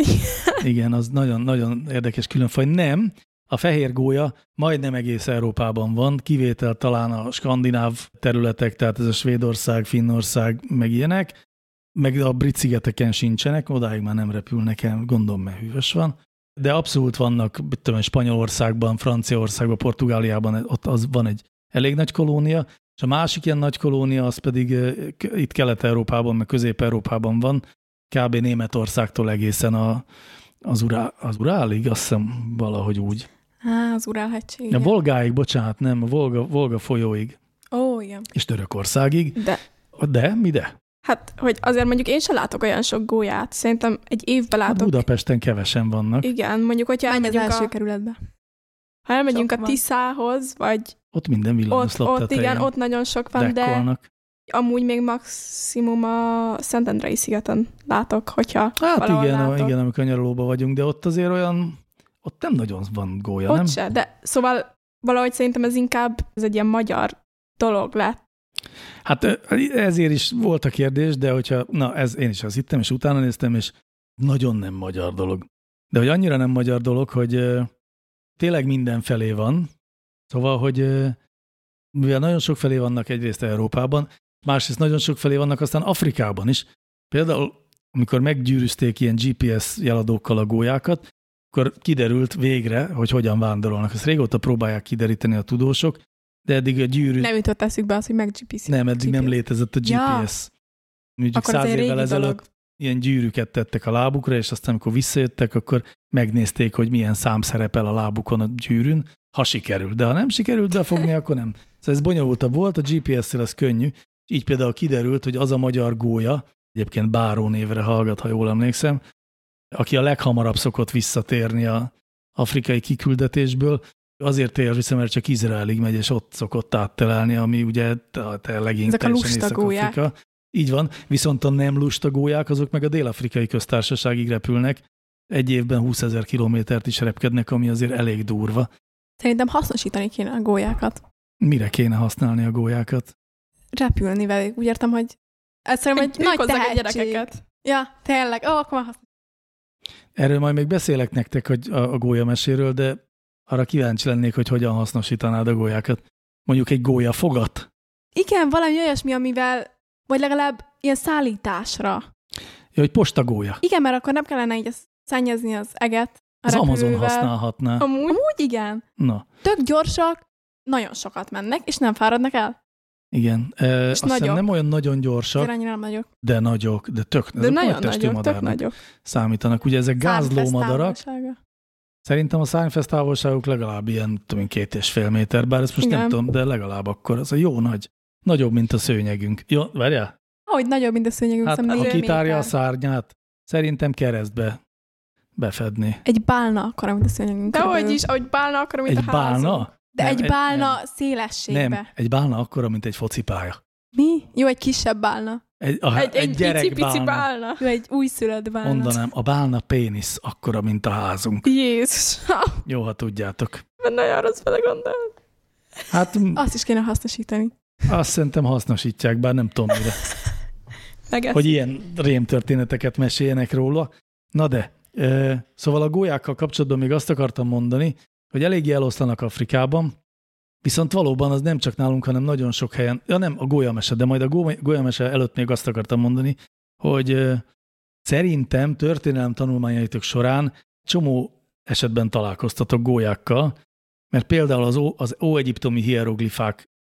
B: igen, az nagyon-nagyon érdekes különfaj. Nem, a fehér gólya majdnem egész Európában van, kivétel talán a skandináv területek, tehát ez a Svédország, Finnország, meg ilyenek, meg a brit szigeteken sincsenek, odáig már nem repülnek el, gondolom, mert hűvös van. De abszolút vannak, mit tudom, én, Spanyolországban, Franciaországban, Portugáliában, ott az van egy elég nagy kolónia, és a másik ilyen nagy kolónia az pedig eh, k- itt Kelet-Európában, meg Közép-Európában van, kb. Németországtól egészen a, az, urá, az Urálig, azt hiszem valahogy úgy.
C: Á, az Urálhegység.
B: A
C: igen.
B: Volgáig, bocsánat, nem, a Volga, Volga folyóig
C: Ó, igen.
B: és Törökországig.
C: De
B: De, mi de?
C: Hát, hogy azért mondjuk én sem látok olyan sok gólyát. Szerintem egy évben
B: Hát
C: látok.
B: Budapesten kevesen vannak.
C: Igen, mondjuk, hogyha
D: Menj az
C: elmegyünk,
D: első
C: a,
D: kerületbe.
C: ha elmegyünk
D: Sok
C: a
D: van.
C: Tiszához, vagy
B: Ott minden
C: ott,
B: villanyoszlop
C: ott igen,
B: tetején
C: ott nagyon sok van, de
B: dekkolnak.
C: amúgy még maximum a Szentendrei szigeten látok, hogyha
B: Hát
C: valahol
B: igen, a,
C: látok.
B: igen, amikor nyaralóba vagyunk, de ott azért olyan, ott nem nagyon van gólya,
C: ott
B: nem?
C: se. De szóval valahogy szerintem ez inkább ez egy ilyen magyar dolog lett.
B: Hát ö, ezért is volt a kérdés, de hogyha, na ez én is azt hittem, és utána néztem, és nagyon nem magyar dolog. De hogy annyira nem magyar dolog, hogy ö, tényleg minden felé van, szóval, hogy ö, mivel nagyon sok felé vannak egyrészt Európában, másrészt nagyon sok felé vannak aztán Afrikában is. Például, amikor meggyűrűzték ilyen GPS jeladókkal a gólyákat, akkor kiderült végre, hogy hogyan vándorolnak. Ezt régóta próbálják kideríteni a tudósok, de eddig a gyűrű...
C: Nem jutott eszükbe az, hogy meg GPC.
B: Nem, eddig nem
C: GPS.
B: létezett a GPS.
C: Ja.
B: Mondjuk
C: Akkor ez
B: száz
C: egy régi
B: évvel
C: dolog.
B: ezelőtt ilyen gyűrűket tettek a lábukra, és aztán amikor visszajöttek, akkor megnézték, hogy milyen szám szerepel a lábukon a gyűrűn, ha sikerül. De ha nem sikerült
C: [laughs]
B: befogni, akkor nem. Szóval ez bonyolultabb volt, a GPS-szel ez könnyű. Így például kiderült, hogy az a magyar gólya, egyébként Báró névre hallgat, ha jól emlékszem, aki a leghamarabb szokott visszatérni a afrikai kiküldetésből, azért tér vissza, mert csak Izraelig megy, és ott szokott áttelelni, ami ugye a legény
C: Ezek a
B: teljesen
C: lustagólyák.
B: Észak-Afrika. Így van, viszont a nem lustagólyák, azok meg a dél-afrikai köztársaságig repülnek, egy évben 20 ezer kilométert is repkednek, ami azért elég durva.
C: Szerintem hasznosítani kéne a gólyákat.
B: Mire kéne használni a gólyákat?
C: Repülni velük. Úgy értem, hogy ez szerintem egy,
E: Hogy ők
C: nagy
E: hozzák a
C: tehetség.
E: gyerekeket.
C: Ja, tényleg. Ó, akkor már hasznos.
B: Erről majd még beszélek nektek hogy a, a gólyameséről, de arra kíváncsi lennék, hogy hogyan hasznosítanád a gólyákat. Mondjuk egy gólya fogat.
C: Igen, valami olyasmi, amivel, vagy legalább ilyen szállításra.
B: Ja, hogy postagólya.
C: Igen, mert akkor nem kellene így ezt szennyezni az eget. A
B: Az Amazon
C: repülővel.
B: használhatná.
E: Amúgy
C: Amúgy igen.
B: Na,
C: Tök gyorsak, nagyon sokat mennek, és nem fáradnak el.
B: igen. E, azt hiszem
C: nagyok.
B: nem olyan nagyon
C: Azért
B: gyorsak,
C: annyira nem nagyok.
B: de nagyok, de tök,
C: De
B: ezek
C: nagyon
B: nagy testű
C: nagyok, tök
B: madárnak
C: nagyok.
B: számítanak. Ugye ezek
C: Szárnyfesz
B: gázlómadarak,
C: távolsága.
B: Szerintem a Seinfeld távolságuk legalább ilyen, nem tudom én, két és fél méter, bár ezt most Igen. nem
C: Igen.
B: tudom, de legalább akkor, ez a jó nagy. Nagyobb, mint a szőnyegünk. Jó, várjál?
C: Ahogy nagyobb, mint a szőnyegünk,
B: Hát,
C: szerintem
B: ha
C: négy
B: kitárja a
C: méter.
B: szárnyát, szerintem keresztbe befedni.
C: Egy bálna akkor, mint a szőnyegünk.
E: De
C: körülbelül.
E: hogy is, ahogy bálna, akkor mint
B: Egy
E: a házunk.
B: bálna?
C: De
B: Nem,
C: egy
B: egy-
C: bálna
B: nem.
C: szélességbe.
B: Nem, egy bálna akkora, mint egy focipálya.
C: Mi? Jó, egy kisebb bálna.
B: Egy, a,
E: Egy, egy, egy pici-pici
B: gyerekbálna.
E: bálna.
C: Jó, egy újszülött bálna.
B: Mondanám, a bálna pénisz akkora, mint a házunk.
E: Jézus,
B: Jó, ha tudjátok.
E: mert nagyon rossz vele gondolom.
B: Hát m-
C: Azt is kéne hasznosítani.
B: azt szerintem hasznosítják, bár nem tudom mire.
E: Meg
B: hogy ilyen rémtörténeteket meséljenek róla. Na de, ö, szóval a gólyákkal kapcsolatban még azt akartam mondani, hogy eléggé eloszlanak Afrikában, viszont valóban az nem csak nálunk, hanem nagyon sok helyen, ja nem, a gólyamese, de majd a gó- gólyamese előtt még azt akartam mondani, hogy ö, szerintem történelem tanulmányaitok során csomó esetben találkoztatok gólyákkal, mert például az, ó, az óegyiptomi hieroglifákban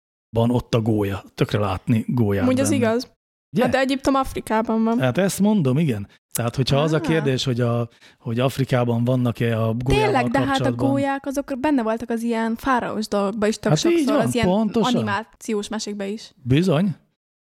B: ott a gólya, tökre látni gólyát.
E: Amúgy az
B: benne.
E: igaz.
B: Ugye?
E: Hát de Egyiptom Afrikában van.
B: Hát ezt mondom, igen. Tehát, hogyha az a
C: Á.
B: kérdés, hogy, a, hogy Afrikában vannak-e a gólyával
C: Tényleg, de hát a
B: kapcsolatban-
C: gólyák azok benne voltak az ilyen fáraós dolgokban is tök
B: Hát így
C: sokszor,
B: van,
C: az ilyen
B: pontosan.
C: animációs mesékben is.
B: Bizony,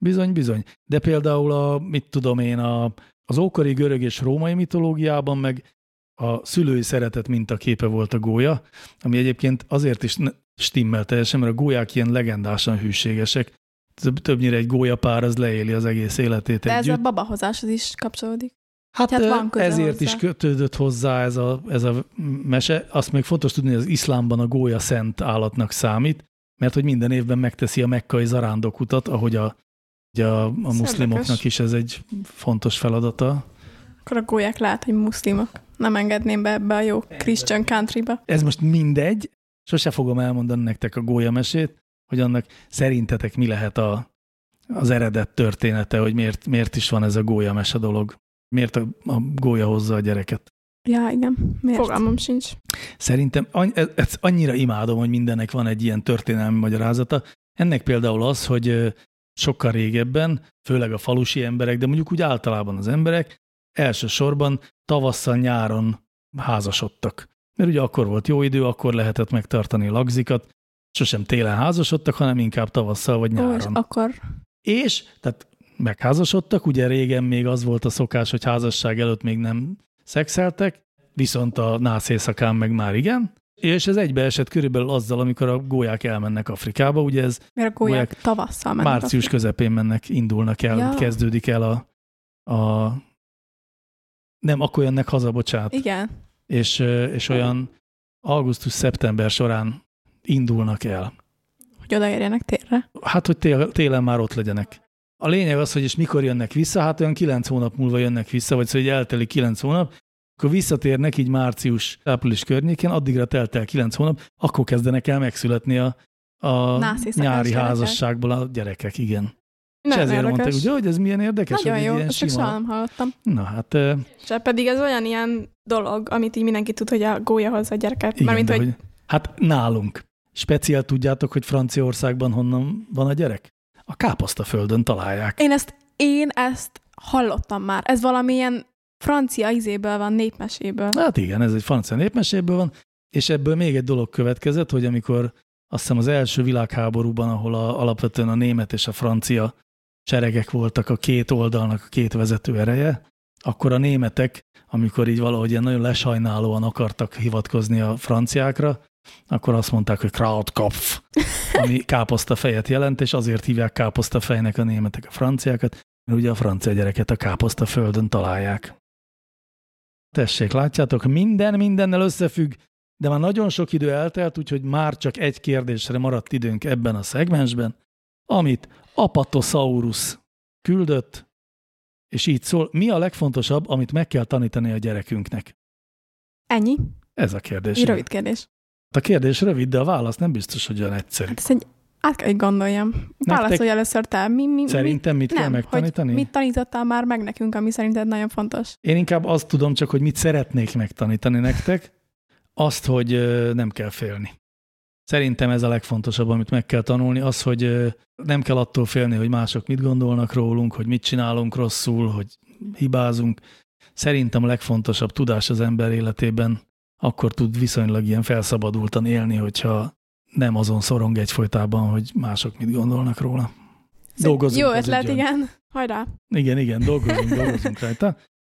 B: bizony, bizony. De például a, mit tudom én, a, az ókori görög és római mitológiában meg a szülői szeretet mintaképe volt a gólya, ami egyébként azért is ne- stimmel teljesen, mert a gólyák ilyen legendásan hűségesek. Több, többnyire egy gólyapár az leéli az egész életét
C: De
B: együtt.
C: ez a babahozáshoz is kapcsolódik.
B: Hát,
C: Hát
B: ö,
C: van köze
B: ezért
C: hozzá.
B: is kötődött hozzá ez a, ez a mese. Azt még fontos tudni, hogy az iszlámban a gólya szent állatnak számít, mert hogy minden évben megteszi a mekkai zarándokutat, ahogy a, ugye a, a muszlimoknak is ez egy fontos feladata.
C: Akkor a gólyák lehet, hogy muszlimok. Nem engedném be ebbe a jó Christian countrybe.
B: Ez most mindegy, sose fogom elmondani nektek a gólya mesét, hogy annak szerintetek mi lehet a, az eredet története, hogy miért, miért is van ez a gólya mese dolog. Miért a, a gólya hozza a gyereket.
C: Ja, igen. Miért?
E: Fogalmam sincs.
B: Szerintem any- e- ezt annyira imádom, hogy mindennek van egy ilyen történelmi magyarázata. Ennek például az, hogy ö, sokkal régebben, főleg a falusi emberek, de mondjuk úgy általában az emberek elsősorban tavasszal-nyáron házasodtak. Mert ugye akkor volt jó idő, akkor lehetett megtartani lagzikat, sosem télen házasodtak, hanem inkább tavasszal vagy
C: Ó, és
B: nyáron.
C: akkor
B: És, tehát megházasodtak, ugye régen még az volt a szokás, hogy házasság előtt még nem szexeltek, viszont a nász éjszakán meg már igen, és ez egybeesett körülbelül azzal, amikor a gólyák elmennek Afrikába, ugye ez
C: miért a gólyák,
B: Gólyák
C: tavasszal mennek?
B: március
C: Afrikába?
B: közepén mennek, indulnak el,
C: Ja.
B: ja. kezdődik el a, a nem, akkor jönnek haza, bocsánat,
C: Igen.
B: és, ö, és olyan augusztus-szeptember során indulnak el.
C: Hogy odaérjenek térre.
B: Hát, hogy tél- télen már ott legyenek. A lényeg az, hogy és mikor jönnek vissza, hát olyan kilenc hónap múlva jönnek vissza, vagy szóval hogy eltelik kilenc hónap, akkor visszatérnek így március-április környékén, addigra telt el kilenc hónap, akkor kezdenek el megszületni a, a
C: Nász éjszakás
B: nyári
C: gyerekek.
B: házasságból a gyerekek, igen. és
E: Nem
B: ezért mondták,
E: érdekes.
B: ugye, hogy ez milyen érdekes,
C: Nagyon
B: hogy így
C: jó,
B: ilyen
C: ezt még soha
B: sima.
C: nem hallottam.
B: Na hát, ö,
E: És pedig ez olyan ilyen dolog, amit így mindenki tud, hogy a gólya hozza a gyereket.
B: igen,
E: Mármint,
B: de
E: hogy,
B: hogy... hát nálunk. Speciál tudjátok, hogy Franciaországban honnan van a gyerek? A káposztaföldön találják.
C: Én ezt, én ezt hallottam már. Ez valamilyen francia izéből van, népmeséből.
B: Hát igen, ez egy francia népmeséből van, és ebből még egy dolog következett, hogy amikor azt hiszem az első világháborúban, ahol a, alapvetően a német és a francia seregek voltak a két oldalnak a két vezető ereje, akkor a németek, amikor így valahogy ilyen nagyon lesajnálóan akartak hivatkozni a franciákra, akkor azt mondták, hogy Krautkopf, ami káposzta fejet jelent, és azért hívják káposzta fejnek a németek a franciákat, mert ugye a francia gyereket a káposzta földön találják. Tessék, látjátok, minden mindennel összefügg, de már nagyon sok idő eltelt, úgyhogy már csak egy kérdésre maradt időnk ebben a szegmensben, amit Apatosaurus küldött, és így szól, mi a legfontosabb, amit meg kell tanítani a gyerekünknek?
C: Ennyi?
B: Ez a kérdés. Hát
C: Rövid kérdés.
B: A kérdés rövid, de a válasz nem biztos, hogy olyan egyszerű.
C: Hát ezt egy, át kell, hogy gondoljam. Válaszolj először te. Mi, mi, mi,
B: Szerintem mit kell
C: nem,
B: megtanítani?
C: hogy mit tanítottál már meg nekünk, ami szerinted nagyon fontos?
B: Én inkább azt tudom csak, hogy mit szeretnék megtanítani nektek, azt, hogy ö, nem kell félni. Szerintem ez a legfontosabb, amit meg kell tanulni, az, hogy ö, nem kell attól félni, hogy mások mit gondolnak rólunk, hogy mit csinálunk rosszul, hogy hibázunk. Szerintem a legfontosabb tudás az ember életében akkor tud viszonylag ilyen felszabadultan élni, hogyha nem azon szorong egyfolytában, hogy mások mit gondolnak róla. Dolgozunk
C: Jó
B: az
C: ötlet,
B: ügyön.
C: igen. Hajrá.
B: Igen, igen, dolgozunk, dolgozunk rajta.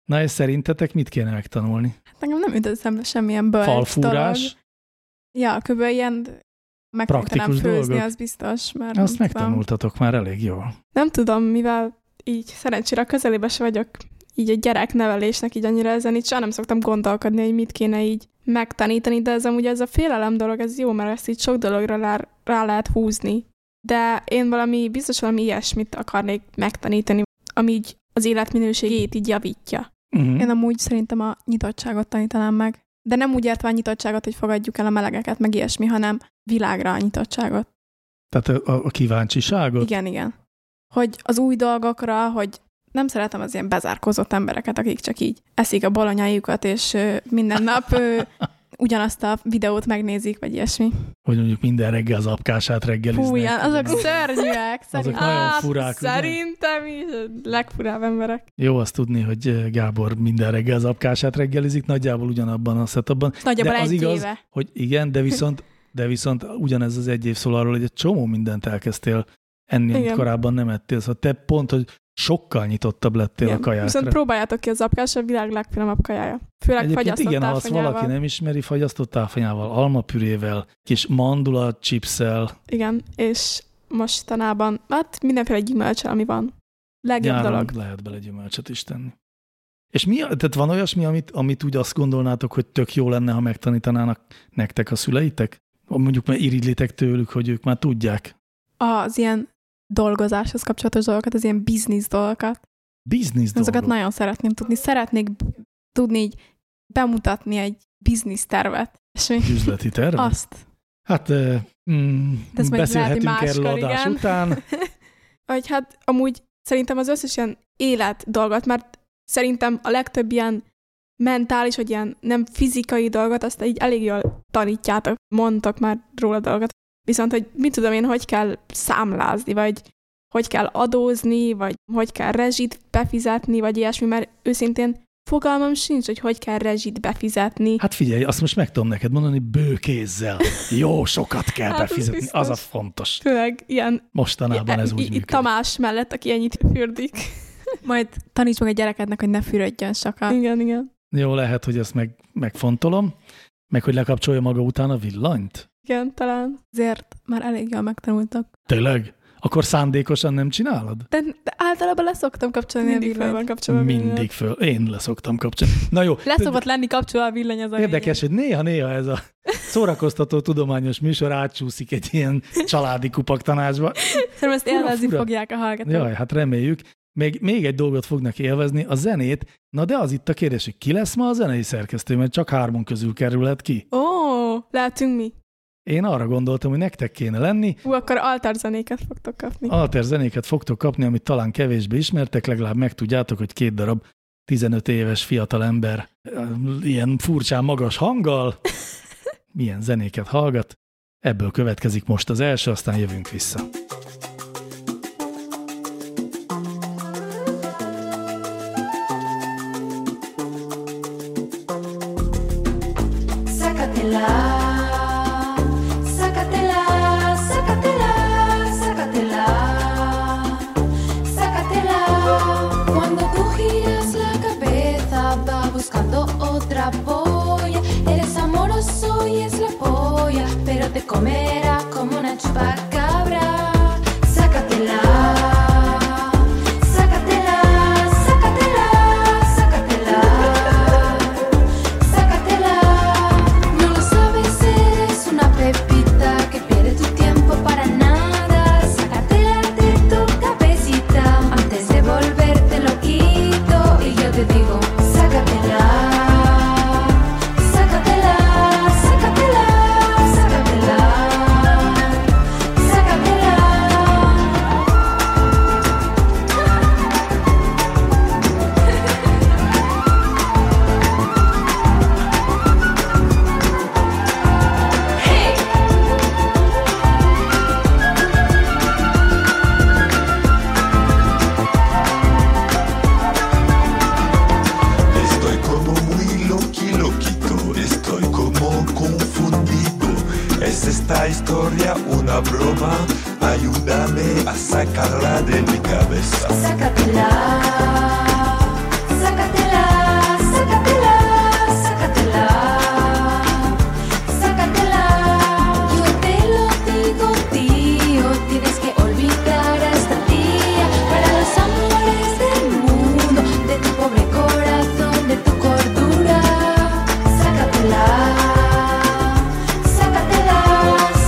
B: Na és szerintetek mit kéne megtanulni?
C: Hát nekem nem jutott eszembe semmilyen bölcs
B: Falfúrás?
C: dolog. Ja, kb. ilyen meg tudtam
B: Praktikus
C: főzni,
B: dolgok?
C: az biztos, mert
B: Azt
C: nem tudom.
B: megtanultatok már elég jól.
C: Nem tudom, mivel így szerencsére közelébe se vagyok így a gyereknevelésnek így annyira ezen így soha nem szoktam gondolkodni, hogy mit kéne így megtanítani, de ez amúgy ez a félelem dolog, ez jó, mert ezt így sok dologra rá, rá lehet húzni. De én valami, biztos valami ilyesmit akarnék megtanítani, ami így az életminőségét így javítja.
B: Uh-huh.
C: Én amúgy szerintem a nyitottságot tanítanám meg. De nem úgy értve a nyitottságot, hogy fogadjuk el a melegeket, meg ilyesmi, hanem világra a nyitottságot.
B: Tehát a, a kíváncsiságot?
C: Igen, igen. Hogy az új dolgokra, hogy nem szeretem az ilyen bezárkózott embereket, akik csak így eszik a bolonyájukat, és ö, minden nap
B: [laughs]
C: ö, ugyanazt a videót megnézik, vagy ilyesmi.
B: Hogy mondjuk minden reggel az apkását reggeliznek.
C: Hú, ilyen, azok
B: Ugye?
C: szörnyűek. Szerint...
B: nagyon
C: Á,
B: furák, ugye?
C: Szerintem is a legfurább emberek.
B: Jó azt tudni, hogy Gábor minden reggel az apkását reggelizik, nagyjából ugyanabban a setupban,
C: Nagyjából
B: De az
C: egy
B: igaz-
C: éve.
B: hogy igen, de
C: [laughs]
B: viszont, de viszont ugyanez az egy év szól arról, hogy egy csomó mindent elkezdtél enni, amit
C: Igen.
B: korábban nem ettél. Szóval te pont, hogy sokkal nyitottabb lettél a kajákra.
C: Viszont próbáljátok ki az apkás, a világ legfinomabb kajája. Főleg
B: Egyébként
C: fagyasztott
B: igen, ha azt
C: tárfonyával.
B: valaki nem ismeri, fagyasztott táfanyával, almapürével, kis mandula chipszel,
C: Igen, és mostanában, hát mindenféle gyümölcsel, ami van. Legjobb
B: nyáron
C: dolog.
B: lehet bele gyümölcsöt is tenni. És mi, a- tehát van olyasmi, amit, amit úgy azt gondolnátok, hogy tök jó lenne, ha megtanítanának nektek a szüleitek? Mondjuk már iridlitek tőlük, hogy ők már tudják.
C: Az ilyen dolgozáshoz kapcsolatos dolgokat, az ilyen biznisz dolgokat.
B: Biznisz
C: Azokat
B: dolgok.
C: nagyon szeretném tudni. Szeretnék b- tudni így bemutatni egy biznisz tervet. És mi?
B: Üzleti terv?
C: Azt.
B: Hát eh, mm,
C: De ezt majd
B: beszélhetünk
C: lehet, hogy
B: erről
C: máskor,
B: adás
C: igen. [laughs]
B: után.
C: Vagy hát amúgy szerintem az összes ilyen élet dolgot, mert szerintem a legtöbb ilyen mentális, vagy ilyen nem fizikai dolgot, azt így elég jól tanítjátok, mondtak már róla dolgot. Viszont, hogy mit tudom én, hogy kell számlázni, vagy hogy kell adózni, vagy hogy kell rezsit befizetni, vagy ilyesmi, mert őszintén fogalmam sincs, hogy hogy kell rezsit befizetni.
B: Hát figyelj, azt most meg tudom neked mondani, bőkézzel. Jó sokat kell
C: Hát, az
B: befizetni, az,
C: biztos.
B: a fontos.
C: Főleg ilyen
B: Mostanában ez úgy
C: i- i-
B: működik.
C: Tamás mellett, aki ennyit fürdik.
E: [laughs] Majd taníts meg a gyerekednek, hogy ne fürödjön sokat.
C: igen, igen.
B: Jó, lehet, hogy ezt meg, megfontolom, meg hogy lekapcsolja maga után a villanyt.
C: Igen, talán.
E: Azért már elég jól megtanultak.
B: Tényleg? Akkor szándékosan nem csinálod?
E: De, de általában leszoktam kapcsolni
C: Mindig
E: a
C: fel
E: villanyt.
C: van kapcsolva. a villany.
B: Mindig föl. Én leszoktam kapcsolni. Na jó.
E: Leszokott lenni kapcsolva a villany az a
B: Érdekes, hogy néha-néha ez a szórakoztató tudományos műsor átsúszik egy ilyen családi kupak tanácsba.
E: lényeg. Szerintem ezt
B: Fura,
E: élvezni
B: fura.
E: fogják a hallgatók.
B: Jaj, hát reméljük. Még, még egy dolgot fognak élvezni, a zenét. Na de az itt a kérdés, hogy ki lesz ma a zenei szerkesztő, mert csak hármon közül kerülhet ki.
C: Ó, lehetünk mi.
B: Én arra gondoltam, hogy nektek kéne lenni,
C: Ú, akkor altárzenéket fogtok kapni.
B: Alter zenéket fogtok kapni, amit talán kevésbé ismertek, legalább megtudjátok, hogy két darab 15 éves fiatal ember eh, ilyen furcsán magas hanggal milyen zenéket hallgat. Ebből következik most az első, aztán jövünk vissza.
F: Sácatela, sácatela, sácatela, sácatela, sácatela, sácatela, otra polla. Eres amoroso y es la polla, pero te comerá como una chupacabra. Sácatela. sácatela, sácatela, sácatela, sácatela. No lo sabes, eres una pepita que pierde tu tiempo para nada. Sácatela de tu cabecita antes de volverte loquito. Y yo te digo, sácatela, sácatela, sácatela, sácatela, sácatela.
G: Estoy como muy loqui loquito, estoy como confundido. ¿Es esta historia una broma? Ayúdame a sacarla de mi cabeza.
F: Sácatela, sácatela, sácatela, sácatela, sácatela. Yo te lo digo, tío, tienes que olvidar a esta tía. Para los amores del mundo, de tu pobre corazón, de tu cordura. Sácatela, sácatela,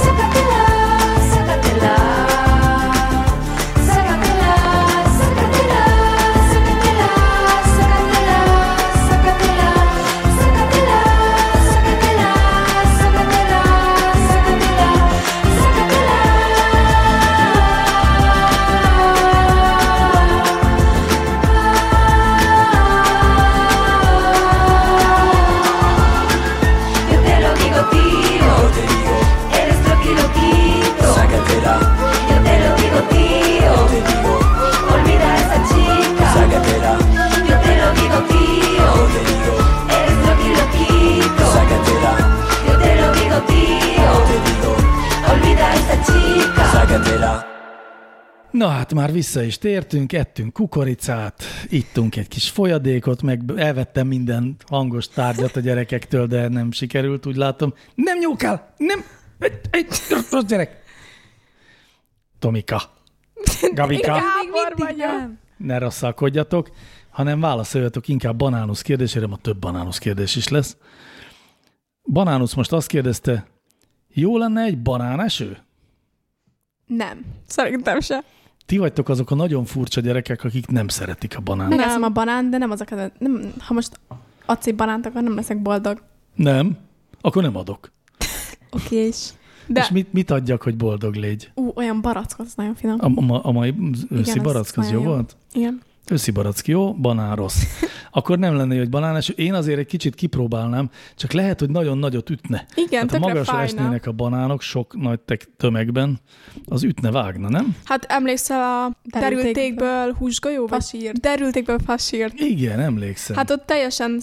F: sácatela, sácatela. Sácatela, sácatela, sácatela, sácatela, sácatela, sácatela, sácatela, sácatela, sácatela, Ah. sácatela. Yo te lo digo, tío. Eres troqui loquito. Yo te lo digo, tío. Olvida a esa chica. Yo te lo digo, tío. Eres loqui loquito. Yo te lo digo, tío. Olvida a esa chica.
B: Na hát már vissza is tértünk, ettünk kukoricát, ittunk egy kis folyadékot, meg elvettem minden hangos tárgyat a gyerekektől, de nem sikerült, úgy látom. Nem nyúkál! Nem! Egy, egy rossz gyerek! Tomika. Gabika.
C: Gábor vagyok.
B: Ne rasszakodjatok, hanem válaszoljatok inkább banánusz kérdésére, ma több banánusz kérdés is lesz. Banánusz most azt kérdezte, jó lenne egy banáneső?
E: Nem.
C: Szerintem se.
B: Ti vagytok azok a nagyon furcsa gyerekek, akik nem szeretik a banánt.
E: Megeszem a banán, de nem az a kedvenc. Nem, ha most adsz egy banánt, akkor nem leszek boldog.
B: Nem? Akkor nem adok.
E: Oké is.
B: De...
C: De-
B: És mit, mit adjak, hogy boldog légy?
E: Ú, olyan barackot, az nagyon finom.
B: A, a, ma- a mai őszi
E: az
B: barack az
E: nagyon
B: jó
E: jó.
B: volt?
E: Igen.
B: Őszi barack jó, banán
C: [laughs]
B: rossz. Akkor nem lenne, hogy banán eső. Én azért egy kicsit kipróbálnám, csak lehet, hogy nagyon nagyot ütne.
C: Igen,
B: hát ha
C: tökre
B: magasra
C: fájna.
B: esnének a banánok sok nagy tek- tömegben, az ütne, vágna, nem?
C: Hát emlékszel a derültékből húsgolyó? vagy-
E: Fasírt.
C: Derültékből fasírt.
B: Igen, emlékszem.
C: Hát ott teljesen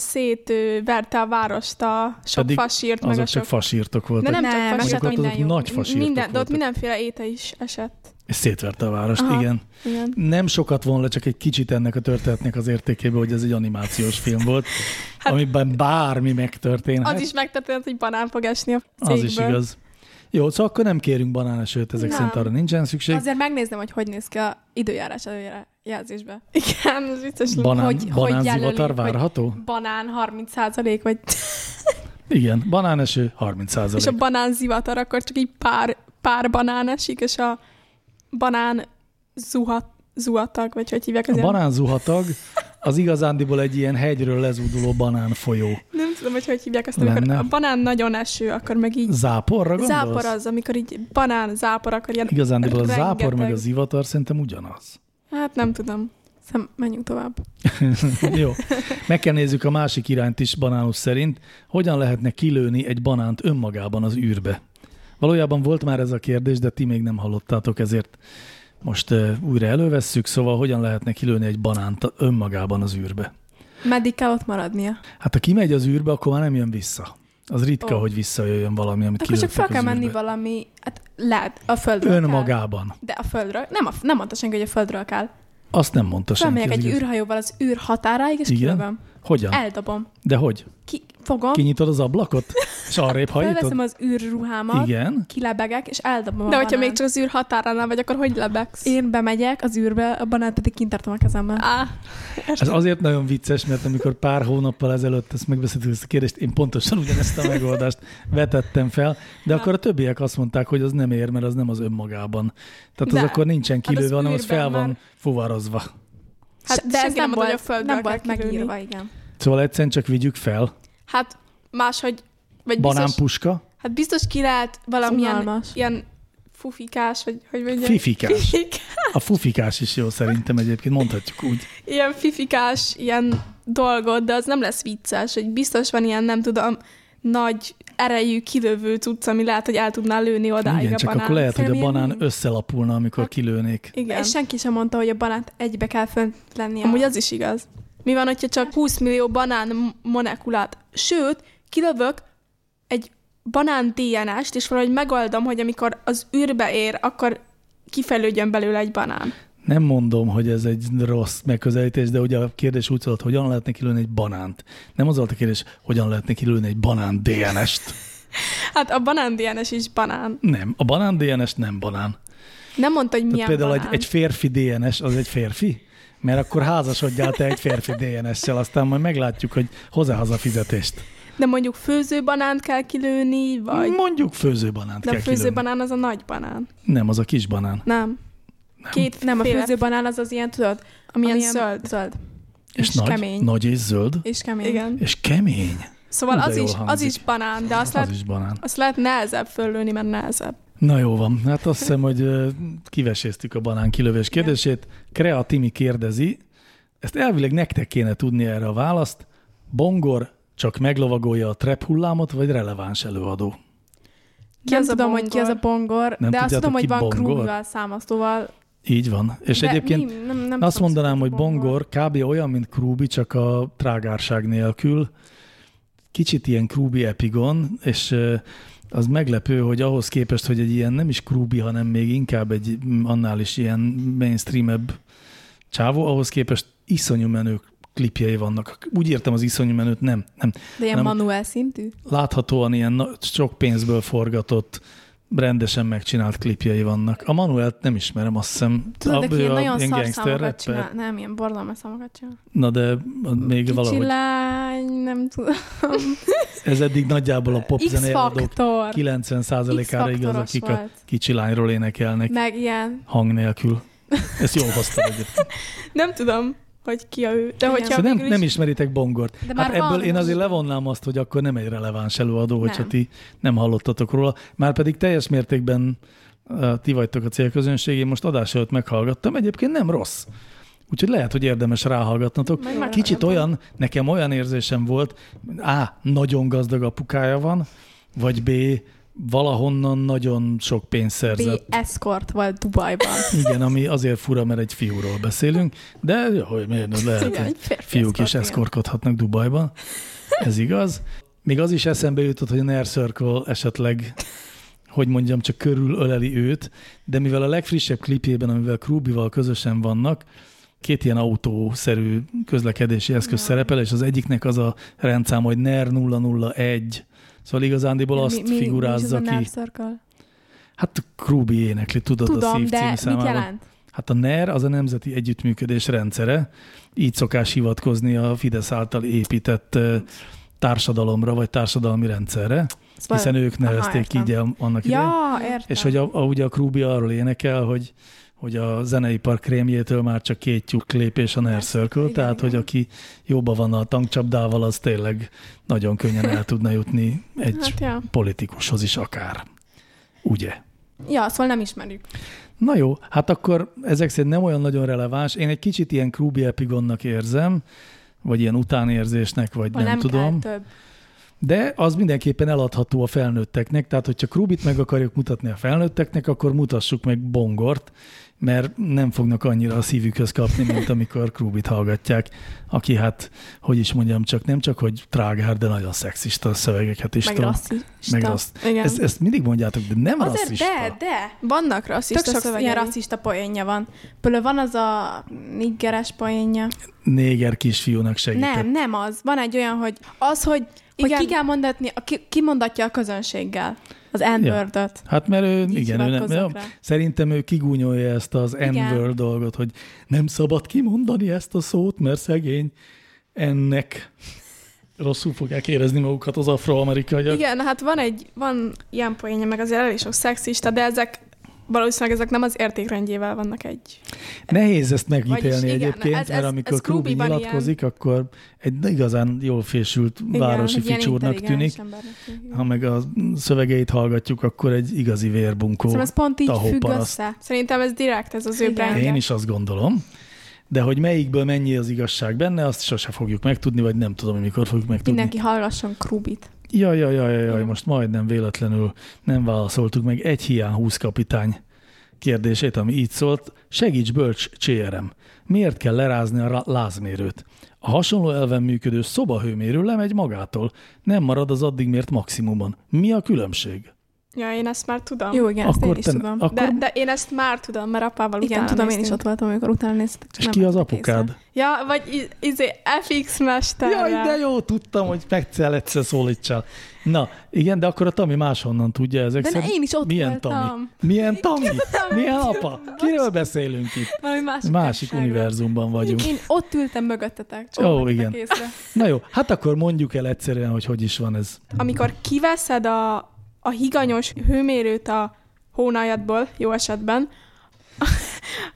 C: szétverte a várost a sok
B: Pedig
C: fasírt, meg
B: Azok
C: a
B: csak
C: sok...
B: fasírtok voltak.
C: de nem,
E: Nem,
C: csak
E: mondjuk
C: fasírt,
B: ott
C: minden
B: azok
C: jó.
B: nagy fasírtok
C: minden, de ott
B: voltak.
C: mindenféle éte is esett.
B: És szétverte a várost, Aha.
C: Aha.
B: igen.
C: Igen.
B: Nem sokat von le, csak egy kicsit ennek a történetnek az értékében, hogy ez egy animációs film volt, hát, amiben bármi megtörténhet.
C: Az is megtörtént, hogy banán fog esni a cégből.
B: Hát- az is igaz. Jó, szóval akkor nem kérünk banánesőt, ezek
E: Nem.
B: szerint arra nincsen szükség.
E: Azért megnézem, hogy hogy néz ki a időjárás előre jelzésbe.
C: [laughs] Igen, az biztos.
B: Banán,
E: hogy- hogy
B: banán
E: jelölik,
B: zivatar
E: hogy-
B: várható?
E: Banán 30 százalék, vagy...
B: Igen, banáneső 30 százalék.
C: És a banán zivatar, akkor csak így pár, pár banán esik, és a banán zuhat, zuhatag, vagy hogy hívják az
B: A
C: ilyen-
B: banán zuhatag az igazándiból egy ilyen hegyről lezúduló banán folyó.
C: Nem tudom, hogy hogy hívják azt, amikor
B: Lenne.
C: a banán nagyon eső, akkor meg így
B: Záporra gondolsz?
C: zápor az, amikor így banán zápor, akkor ilyen...
B: Igazándiból a zápor meg
C: rengeteg-
B: a zivatar szerintem ugyanaz.
C: Hát nem tudom.
E: Szem, menjünk tovább.
B: [laughs] Jó. Meg kell nézzük a másik irányt is banánus szerint. Hogyan lehetne kilőni egy banánt önmagában az űrbe? Valójában volt már ez a kérdés, de ti még nem hallottátok, ezért most uh, újra elővesszük, szóval hogyan lehetne kilőni egy banánt önmagában az űrbe?
E: Meddig kell ott maradnia?
B: Hát ha kimegy az űrbe, akkor már nem jön vissza. Az ritka,
E: Ó.
B: hogy visszajöjjön valami, amit
E: Akkor csak
B: kilőttek
E: fel kell
B: az
E: menni
B: űrbe.
E: valami... Hát lehet, a földről kell.
B: Önmagában.
E: De a földről? Nem, a, nem mondta senki, hogy a földről kell.
B: Azt nem mondta senki.
E: Felmegyek
B: ez
E: egy
B: igaz.
E: űrhajóval az űr határáig, és
B: Igen?
E: kilövöm.
B: Hogyan?
C: Eldobom.
B: De hogy?
C: Ki, fogom,
B: Kinyitod az ablakot? És arrébb
C: felveszem
B: hajítod?
C: az űrruhámat,
B: Igen.
C: kilebegek, és eldobom
E: De
C: a
E: hogyha még
C: banánt.
E: csak az űr határánál vagy, akkor hogy lebegsz?
C: Én bemegyek az űrbe, a banánt pedig kint tartom a kezemben.
E: Á,
B: Ez azért nagyon vicces, mert amikor pár hónappal ezelőtt ezt megbeszéltük ezt a kérdést, én pontosan ugyanezt a megoldást vetettem fel, de akkor a többiek azt mondták, hogy az nem ér, mert az nem az önmagában. Tehát az
E: De,
B: akkor nincsen
E: hát az
B: kilőve, hanem az
E: űrben
B: fel van
E: már.
B: fuvarozva.
E: hát
C: Se-
E: de ez nem volt, hogy a földből
C: nem volt
E: kell kilőni.
C: megírva, igen.
B: Szóval egyszerűen csak vigyük fel.
E: Hát máshogy, vagy biztos,
B: Banánpuska,
E: hát biztos ki lehet valamilyen
C: Unalmas.
E: ilyen fufikás, vagy hogy mondjam.
B: fifikás.
E: Fifik-
B: A fufikás is jó szerintem egyébként, mondhatjuk úgy.
E: [laughs] ilyen fifikás, ilyen dolgot, de az nem lesz vicces, hogy biztos van ilyen, nem tudom, nagy erejű kilövő cucc, ami lehet, hogy el tudná lőni odáig
B: Igen,
E: a
B: csak
E: banán.
B: akkor lehet, hogy a
C: Szerintem
B: banán
C: ilyen-
B: összelapulna, amikor kilőnék.
E: Igen.
C: És senki sem mondta, hogy a banánt egybe kell fönt lennie.
E: Amúgy az is igaz. Mi van, hogyha csak 20 millió banán m- molekulát, sőt, kilövök egy banán DNS-t, és valahogy megoldom, hogy amikor az űrbe ér, akkor kifejlődjön belőle egy banán.
B: Nem mondom, hogy ez egy rossz megközelítés, de ugye a kérdés úgy szólt, hogyan lehetne kilőni egy banánt. Nem az volt a kérdés, hogyan lehetne kilőni egy banán DNS-t.
E: Hát a banán DNS is banán.
B: Nem, a banán DNS nem banán.
E: Nem mondta, hogy
B: Tehát
E: milyen
B: például egy,
E: banán.
B: egy férfi DNS az egy férfi, mert akkor házasodjál te egy férfi DNS-sel, aztán majd meglátjuk, hogy hozzá haza fizetést.
E: De mondjuk főző banánt kell kilőni, vagy...
B: Mondjuk főzőbanánt
E: De a
B: Mm. kell
E: főző
B: kilőni.
E: banán az a nagy banán.
B: Nem, az a kis banán.
E: Nem. Két
C: Nem, a
E: féle-
C: főző banán az az ilyen, tudod?
E: Amilyen
C: amilyen
E: zöld.
C: Zöld.
B: És,
C: És
B: nagy,
C: kemény.
B: nagy és zöld,
C: És kemény.
E: Igen.
B: és kemény.
E: Szóval
B: Ú, de
E: az
B: jól
E: is, az
B: hangzik.
E: is banán, de azt,
B: Az
E: lehet,
B: is banán.
E: azt lehet nehezebb föllőni, mert nehezebb.
B: Na jó van, hát azt hiszem, hogy ö, kiveséztük a banán kilövés kérdését. Krea Timi kérdezi, ezt elvileg nektek kéne tudni erre a választ. Bongor csak meglovagolja a trap hullámot, vagy releváns előadó?
E: Ki
C: Nem
E: az a
C: tudom, hogy ki az a bongor,
B: Nem
C: de azt
B: tudjátok,
C: tudom,
B: ki
C: hogy van
B: bongor?
C: krúgval, számasztóval.
B: Így van. És
C: de
B: egyébként
C: mi? nem, nem
B: azt
C: tudom,
B: mondanám, hogy
C: hogy
B: bongor kb. olyan, mint Krúbi, csak a trágárság nélkül. Kicsit ilyen Krúbi epigon, és ö, az meglepő, hogy ahhoz képest, hogy egy ilyen nem is Krúbi, hanem még inkább egy mm, annál is ilyen mainstreamebb csávó, ahhoz képest iszonyú menő klipjei vannak. Úgy értem az iszonyú menőt, nem, nem.
C: De ilyen
B: nem-
C: manuel szintű?
B: Láthatóan ilyen na- sok pénzből forgatott, rendesen megcsinált klipjei vannak. A Manuelt nem ismerem, azt hiszem.
C: Tudod,
B: ő
C: aki ilyen
B: a-
C: nagyon
B: ilyen
C: szar
B: gangster
C: számokat
B: rapper.
C: csinál. Nem, ilyen borzalmas számokat csinál.
B: Na de még
C: Kicsi
B: valahogy.
C: lány, nem tudom.
B: Ez eddig nagyjából a popzeneadók
C: X-faktor.
B: 90%-ára igaz,
C: X-faktoros
B: akik a
C: volt.
B: kicsi lányról énekelnek
C: Meg ilyen.
B: hang nélkül. Ezt jól hoztam egyébként.
E: Nem tudom, hogy ki a ő. De hogyha
B: Szóval nem,
E: végül is-
B: nem ismeritek Bongort.
C: De
B: Hát
C: már
B: ebből
C: van.
B: én azért levonnám azt, hogy akkor nem egy releváns előadó, hogyha
C: Nem.
B: ti nem hallottatok róla. Márpedig teljes mértékben ö, ti vagytok a célközönség, én most adás előtt meghallgattam, egyébként nem rossz. Úgyhogy lehet, hogy érdemes ráhallgatnatok.
C: Meg-
B: Kicsit olyan, nekem olyan érzésem volt, A. nagyon gazdag apukája van, vagy B. valahonnan nagyon sok pénzt
C: B.
B: szerzett.
C: Escort volt
B: [laughs]
C: Dubajban.
B: Igen, ami azért fura, mert egy fiúról beszélünk, de jó, hogy miért nem lehet, hogy fiúk is eszkorkodhatnak Dubajban. Ez igaz. Még az is eszembe jutott, hogy a Nair Circle esetleg, hogy mondjam, csak körülöleli őt, de mivel a legfrissebb klipjében, amivel Krúbival közösen vannak, két ilyen autószerű közlekedési eszköz szerepel, és az egyiknek az a rendszám, hogy NER 001. Szóval igazándiból azt
C: Mi- mi- mi is az
B: figurázza
C: a
B: ki.
C: Nerve Circle?
B: Hát Krúbi énekli, tudod a
C: Tudom,
B: szív
C: de
B: című
C: mit
B: számában.
C: jelent?
B: Hát a NER az a Nemzeti Együttműködés Rendszere, így szokás hivatkozni a Fidesz által épített ö, társadalomra vagy társadalmi rendszerre,
C: Szóval-
B: hiszen ők nevezték
C: értem.
B: így el annak idején.
C: Ja, értem.
B: És hogy a, a, ugye a Krúbi arról énekel, hogy hogy a zeneipar krémjétől már csak két tyúk lépés a NER Circle,
C: Igen,
B: tehát
C: igen.
B: hogy aki jobban van a tankcsapdával, az tényleg nagyon könnyen el tudna jutni egy
C: Hát, ja.
B: politikushoz is akár. Ugye?
C: ja, szóval nem ismerjük.
B: Na jó, hát akkor ezek szerint nem olyan nagyon releváns. Én egy kicsit ilyen Krúbi Epigonnak érzem, vagy ilyen utánérzésnek, vagy
C: Ha
B: nem,
C: nem
B: tudom.
C: Kell több.
B: De az mindenképpen eladható a felnőtteknek, tehát hogyha Krubit meg akarjuk mutatni a felnőtteknek, akkor mutassuk meg Bongort, mert nem fognak annyira a szívükhöz kapni, mint amikor Krubit hallgatják, aki hát, hogy is mondjam, csak nem csak, hogy trágár, de nagyon szexista szövegeket is
E: Meg
B: tud.
E: rasszista.
B: Meg raszt.
E: Igen.
B: Ezt, ezt mindig mondjátok, de nem
E: Azért,
B: rasszista.
E: de, de.
D: Vannak rasszista
E: Tök sok ilyen
D: szövegei.
E: rasszista poénja van. Például van az a niggeres poénja.
B: Néger kisfiúnak segített.
E: Nem, nem az. Van egy olyan, hogy az, hogy,
D: Igen.
E: hogy ki kell mondatni, a- ki, ki mondatja a közönséggel az n
B: Ja.
E: ja.
B: Hát mert ő,
E: Így
B: igen, ő nem,
E: hivatkoznak
B: nem,
E: rá.
B: szerintem ő kigúnyolja ezt az
E: Igen.
B: n dolgot, hogy nem szabad kimondani ezt a szót, mert szegény ennek rosszul fogják érezni magukat az afroamerikaiak.
D: Igen, hát van egy, van ilyen poénja, meg azért elég sok szexista, de ezek valószínűleg ezek nem az értékrendjével vannak egy.
B: Nehéz ezt megítélni
D: Vagyis igen,
B: egyébként,
D: ez-
B: mert
D: ez-
B: amikor
D: ez
B: Krubi
D: Krúbiban
B: nyilatkozik, akkor egy igazán jól fésült városi ficsúrnak tűnik. Ha meg a szövegeit hallgatjuk, akkor egy igazi vérbunkó.
E: Szóval ez pont így
B: Tahó
E: függ
B: paraszt.
E: össze.
D: Szerintem ez direkt, ez az ő
E: Igen.
D: brandje.
B: Én is azt gondolom. De hogy melyikből mennyi az igazság benne, azt sose fogjuk megtudni, vagy nem tudom, hogy mikor fogjuk megtudni.
E: Mindenki hallgasson Krubit.
B: Jaj, jaj, jaj, jaj, jaj, most majdnem véletlenül nem válaszoltuk meg egy hiány 20 kapitány kérdését, ami így szólt. Segíts bölcs, CRM. Miért kell lerázni a ra- lázmérőt? A hasonló elven működő szobahőmérő lemegy magától, nem marad az addig mért maximumon. Mi a különbség?
D: Ja, én ezt már tudom.
E: Jó, igen, ezt én
B: Akkor
E: is
B: te-
E: tudom.
B: ak-
D: De,
B: Akkor-
D: de én ezt már tudom, mert apával
E: Igen,
D: utána
E: tudom, én is
D: néztünk.
E: ott voltam, amikor utána néztem.
B: És ki az apukád?
D: Ja, vagy i- izé FX mesterrel.
B: Jaj, de jó, tudtam, hogy megcel egyszer szólítsál. Na, igen, de akkor a Tami máshonnan tudja ezek
E: De ne,
B: szerint.
E: én is ott
B: Milyen Tami?
E: voltam.
B: Milyen Tami? Milyen apa? Kiről beszélünk itt?
E: Valami másik,
B: Másik
E: tagságról.
B: univerzumban vagyunk.
E: Én ott ültem mögöttetek, csak
B: Ó,
E: nem vettek
B: igen.
E: észre.
B: Na jó, hát akkor mondjuk el egyszerűen, hogy hogy is van ez.
D: Amikor kiveszed a, a higanyos hőmérőt a hónajadból, jó esetben, [laughs]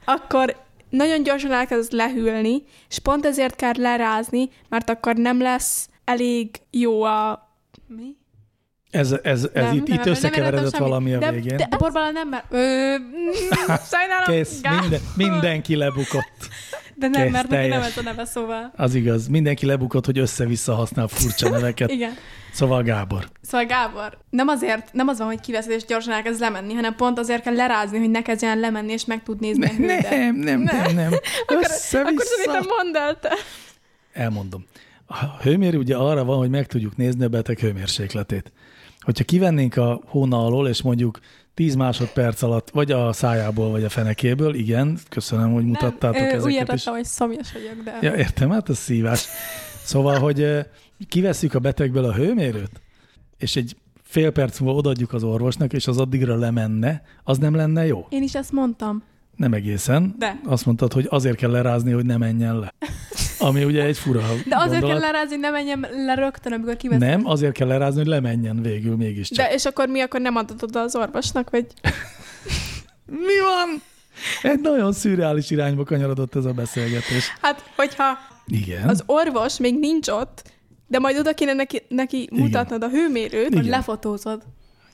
D: akkor nagyon gyorsan elkezd lehűlni, és pont ezért kell lerázni, mert akkor nem lesz elég jó a... Mi?
B: Ez, ez, ez
D: Nem,
B: itt,
D: nem,
B: itt összekeveredett
E: semmit.
B: valami a
E: De-
B: végén.
E: De borbala nem, mert... Ö,
D: [laughs] Sajnálom,
B: Kész,
D: Gál.
B: minden, mindenki lebukott.
E: de nem,
B: Kész,
E: mert neki nem
B: teljes.
E: ez a neve, szóval...
B: Az igaz, mindenki lebukott, hogy össze-vissza használ furcsa neveket.
E: Igen.
B: Szóval Gábor.
E: Szóval Gábor, nem azért, nem az van, hogy kiveszed és gyorsan elkezd lemenni, hanem pont azért kell lerázni, hogy ne kezdjen el lemenni, és meg tud
D: [laughs]
E: nézni a hődet.
B: Nem, nem, nem, nem.
D: Akkor
B: Össze-vissza.
D: szerintem
E: Szóval-
D: mondd el te.
B: Elmondom. A hőmérő ugye arra van, hogy meg tudjuk nézni a beteg hőmérsékletét. Hogyha kivennénk a hóna alól, és mondjuk 10 másodperc alatt, vagy a szájából, vagy a fenekéből, igen, köszönöm, hogy mutattátok
E: Ö, Úgy
B: ezeket is.
E: értettem, hogy szomjas vagyok, de...
B: Ja, értem, hát ez szívás. Szóval, hogy ö, kivesszük a betegből a hőmérőt, és egy fél perc múlva odaadjuk az orvosnak, és az addigra lemenne, az nem lenne jó?
E: Én is ezt mondtam.
B: Nem egészen.
E: De.
B: Azt mondtad, hogy azért kell lerázni, hogy ne menjen le. Ami ugye egy fura
E: De azért
B: gondolat.
E: kell lerázni, hogy ne menjem le rögtön, amikor kiveszed.
B: Nem, azért kell lerázni, hogy lemenjen végül mégiscsak.
D: De és akkor mi, akkor nem adod oda az orvosnak, vagy...
B: Mi van? Egy nagyon szürreális irányba kanyarodott ez a beszélgetés.
D: Hát, hogyha
B: Igen.
D: az orvos még nincs ott, de majd oda kéne neki, neki mutatnod a hőmérőt,
B: Igen.
E: Hogy lefotózod.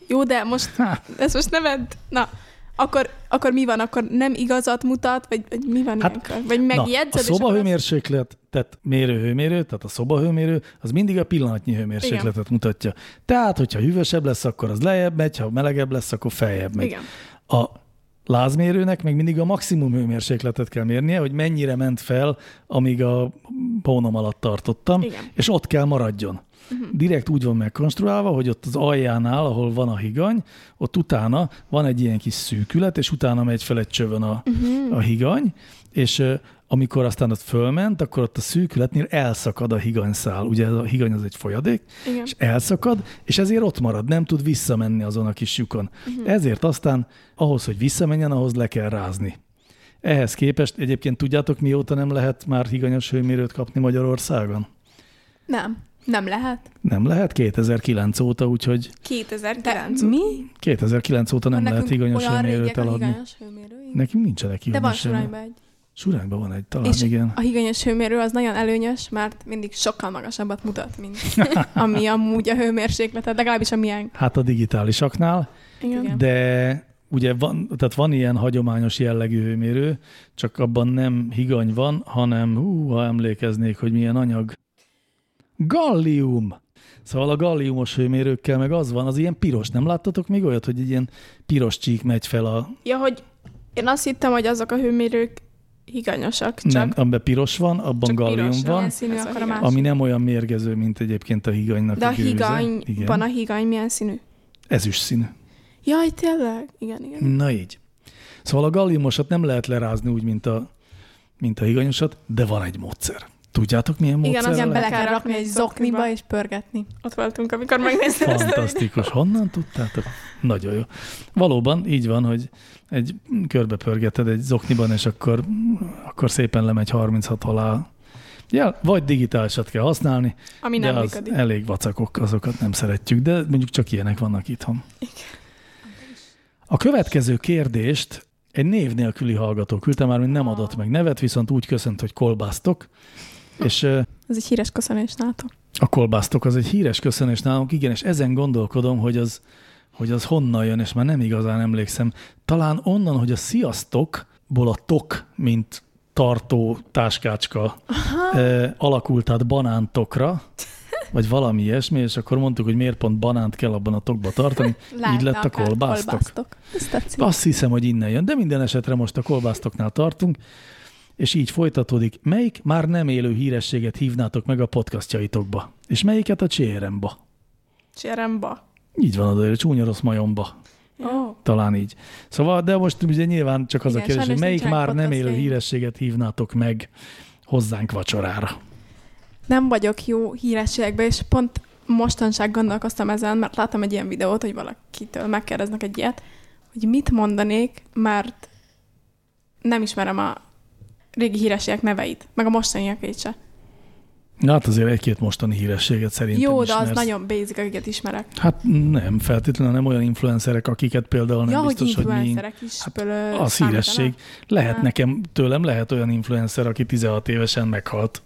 D: Jó, de most
B: Há,
D: ezt most nem edd. Na, akkor, akkor mi van? Akkor nem igazat mutat? Vagy, vagy mi van
B: Hát,
D: hát, ilyenkor? Vagy
B: Na, a
D: megjegyzed?
B: szobahőmérséklet, tehát mérőhőmérő, tehát a szobahőmérő, az mindig a pillanatnyi hőmérsékletet mutatja. Tehát, hogyha hűvösebb lesz, akkor az lejjebb megy, ha melegebb lesz, akkor feljebb megy.
D: Igen.
B: A lázmérőnek még mindig a maximum hőmérsékletet kell mérnie, hogy mennyire ment fel, amíg a pónom alatt tartottam,
D: Igen. Mhm.
B: és ott kell maradjon. Direkt úgy van megkonstruálva, hogy ott az aljánál, ahol van a higany, ott utána van egy ilyen kis szűkület, és utána megy fel egy csövön a,
D: Mhm.
B: a higany, és ö, amikor aztán ott fölment, akkor ott a szűkületnél elszakad a higanyszál. Ugye ez a higany az egy folyadék,
D: Igen.
B: és elszakad, és ezért ott marad, nem tud visszamenni azon a kis lyukon.
E: Mhm.
B: Ezért aztán ahhoz, hogy visszamenjen, ahhoz le kell rázni. Ehhez képest egyébként tudjátok, mióta nem lehet már higanyos hőmérőt kapni Magyarországon?
E: Nem. Nem lehet.
B: Nem lehet 2009 óta, úgyhogy
D: 2009.
E: Mi?
B: 2009 óta nem
E: Van
B: lehet
E: nekünk
B: higanyos
E: olyan
B: hőmérőt
E: régek a
B: eladni.
E: higanyos hőmérő, igen.
B: Nekünk nincsenek
E: De van
B: higanyos hőmérő.
E: sorányban egy.
B: Surányban van egy, talán
E: És
B: igen.
E: a higanyos hőmérő az nagyon előnyös, mert mindig sokkal magasabbat mutat,
B: [laughs]
E: mint ami amúgy a hőmérsékletet, legalábbis a miénk.
B: Hát a digitálisaknál,
E: Igen. Igen.
B: de ugye van, tehát van ilyen hagyományos jellegű hőmérő, csak abban nem higany van, hanem hú, ha emlékeznék, hogy milyen anyag. Gallium! Szóval a galliumos hőmérőkkel meg az van, az ilyen piros. Nem láttatok még olyat, hogy egy ilyen piros csík megy fel a...
E: Ja, hogy én azt hittem, hogy azok a hőmérők higanyosak, csak
B: Nem, amiben piros van, abban
E: Csak piros,
B: gallium
E: nem?
B: van,
C: Milyen színű,
E: Ez a
C: akkor a
E: higany.
C: másik.
B: ami nem olyan mérgező, mint egyébként a higanynak
E: de a
B: gőze.
E: higanyban
B: Igen.
E: a higany milyen színű?
B: Ezüst színű.
E: Jaj, tényleg? Igen, igen.
B: Na így. Szóval a galliumosat nem lehet lerázni úgy, mint a, mint a higanyosat, de van egy módszer. Tudjátok, milyen
E: Igen,
B: módszer?
E: az ilyen
B: lehet?
C: Bele kell rakni egy zokniba és pörgetni.
E: Ott voltunk, amikor megnéztem ezt.
B: Fantasztikus. Honnan tudtátok? Nagyon jó. Valóban így van, hogy egy körbe pörgeted egy zokniban, és akkor, akkor szépen lemegy 36 alá. Ja, vagy digitálisat kell használni,
E: Ami
B: de
E: nem
B: az
E: működik.
B: elég vacakok, azokat nem szeretjük, de mondjuk csak ilyenek vannak itthon. Igen. A következő kérdést egy név nélküli hallgató küldte, már mint nem adott meg nevet, viszont úgy köszönt, hogy kolbásztok, és ö,
C: Ez egy híres köszönés nátok.
B: a kolbásztok az egy híres köszönés nálunk, igen, és ezen gondolkodom, hogy az, hogy az honnan jön, és már nem igazán emlékszem. Talán onnan, hogy a sziasztokból a tok, mint tartó táskácska eh, alakult át banántokra, vagy valami ilyesmi, és akkor mondtuk, hogy miért pont banánt kell abban a tokba tartani. Így lett a
C: akár
B: kolbásztok.
C: hát kolbásztok. Ez tetszik.
B: Azt hiszem, hogy innen jön, de minden esetre most a kolbásztoknál tartunk, és így folytatódik. Melyik már nem élő hírességet hívnátok meg a podcastjaitokba? És melyiket a CRM-ba?
E: Cseremba.
B: Így van oda, a csúnya rossz majomba.
E: Ó,
B: Talán így. Szóval, de most ugye nyilván csak az
C: Igen,
B: a kérdés, hogy
C: sajnos
B: melyik
C: nincsenek
B: már nem élő
C: podcastjaink.
B: hírességet hívnátok meg hozzánk vacsorára.
C: Nem vagyok jó hírességekben, és pont mostanság gondolkoztam ezen, mert láttam egy ilyen videót, hogy valakitől megkérdeznek egy ilyet, hogy mit mondanék, mert nem ismerem a régi hírességek neveit, meg a mostaniakét se.
B: Na hát azért egy-két mostani hírességet szerintem
C: Jó, de
B: ismersz.
C: az nagyon basic, akiket ismerek.
B: Hát nem, feltétlenül nem olyan influencerek, akiket például nem
C: ja,
B: biztos,
C: hogy
B: hogy mi
C: influencerek is.
B: Hát
C: ből,
B: Az
C: számítanak.
B: híresség. Lehet
C: Hát.
B: nekem, tőlem lehet olyan influencer, aki 16 évesen meghalt.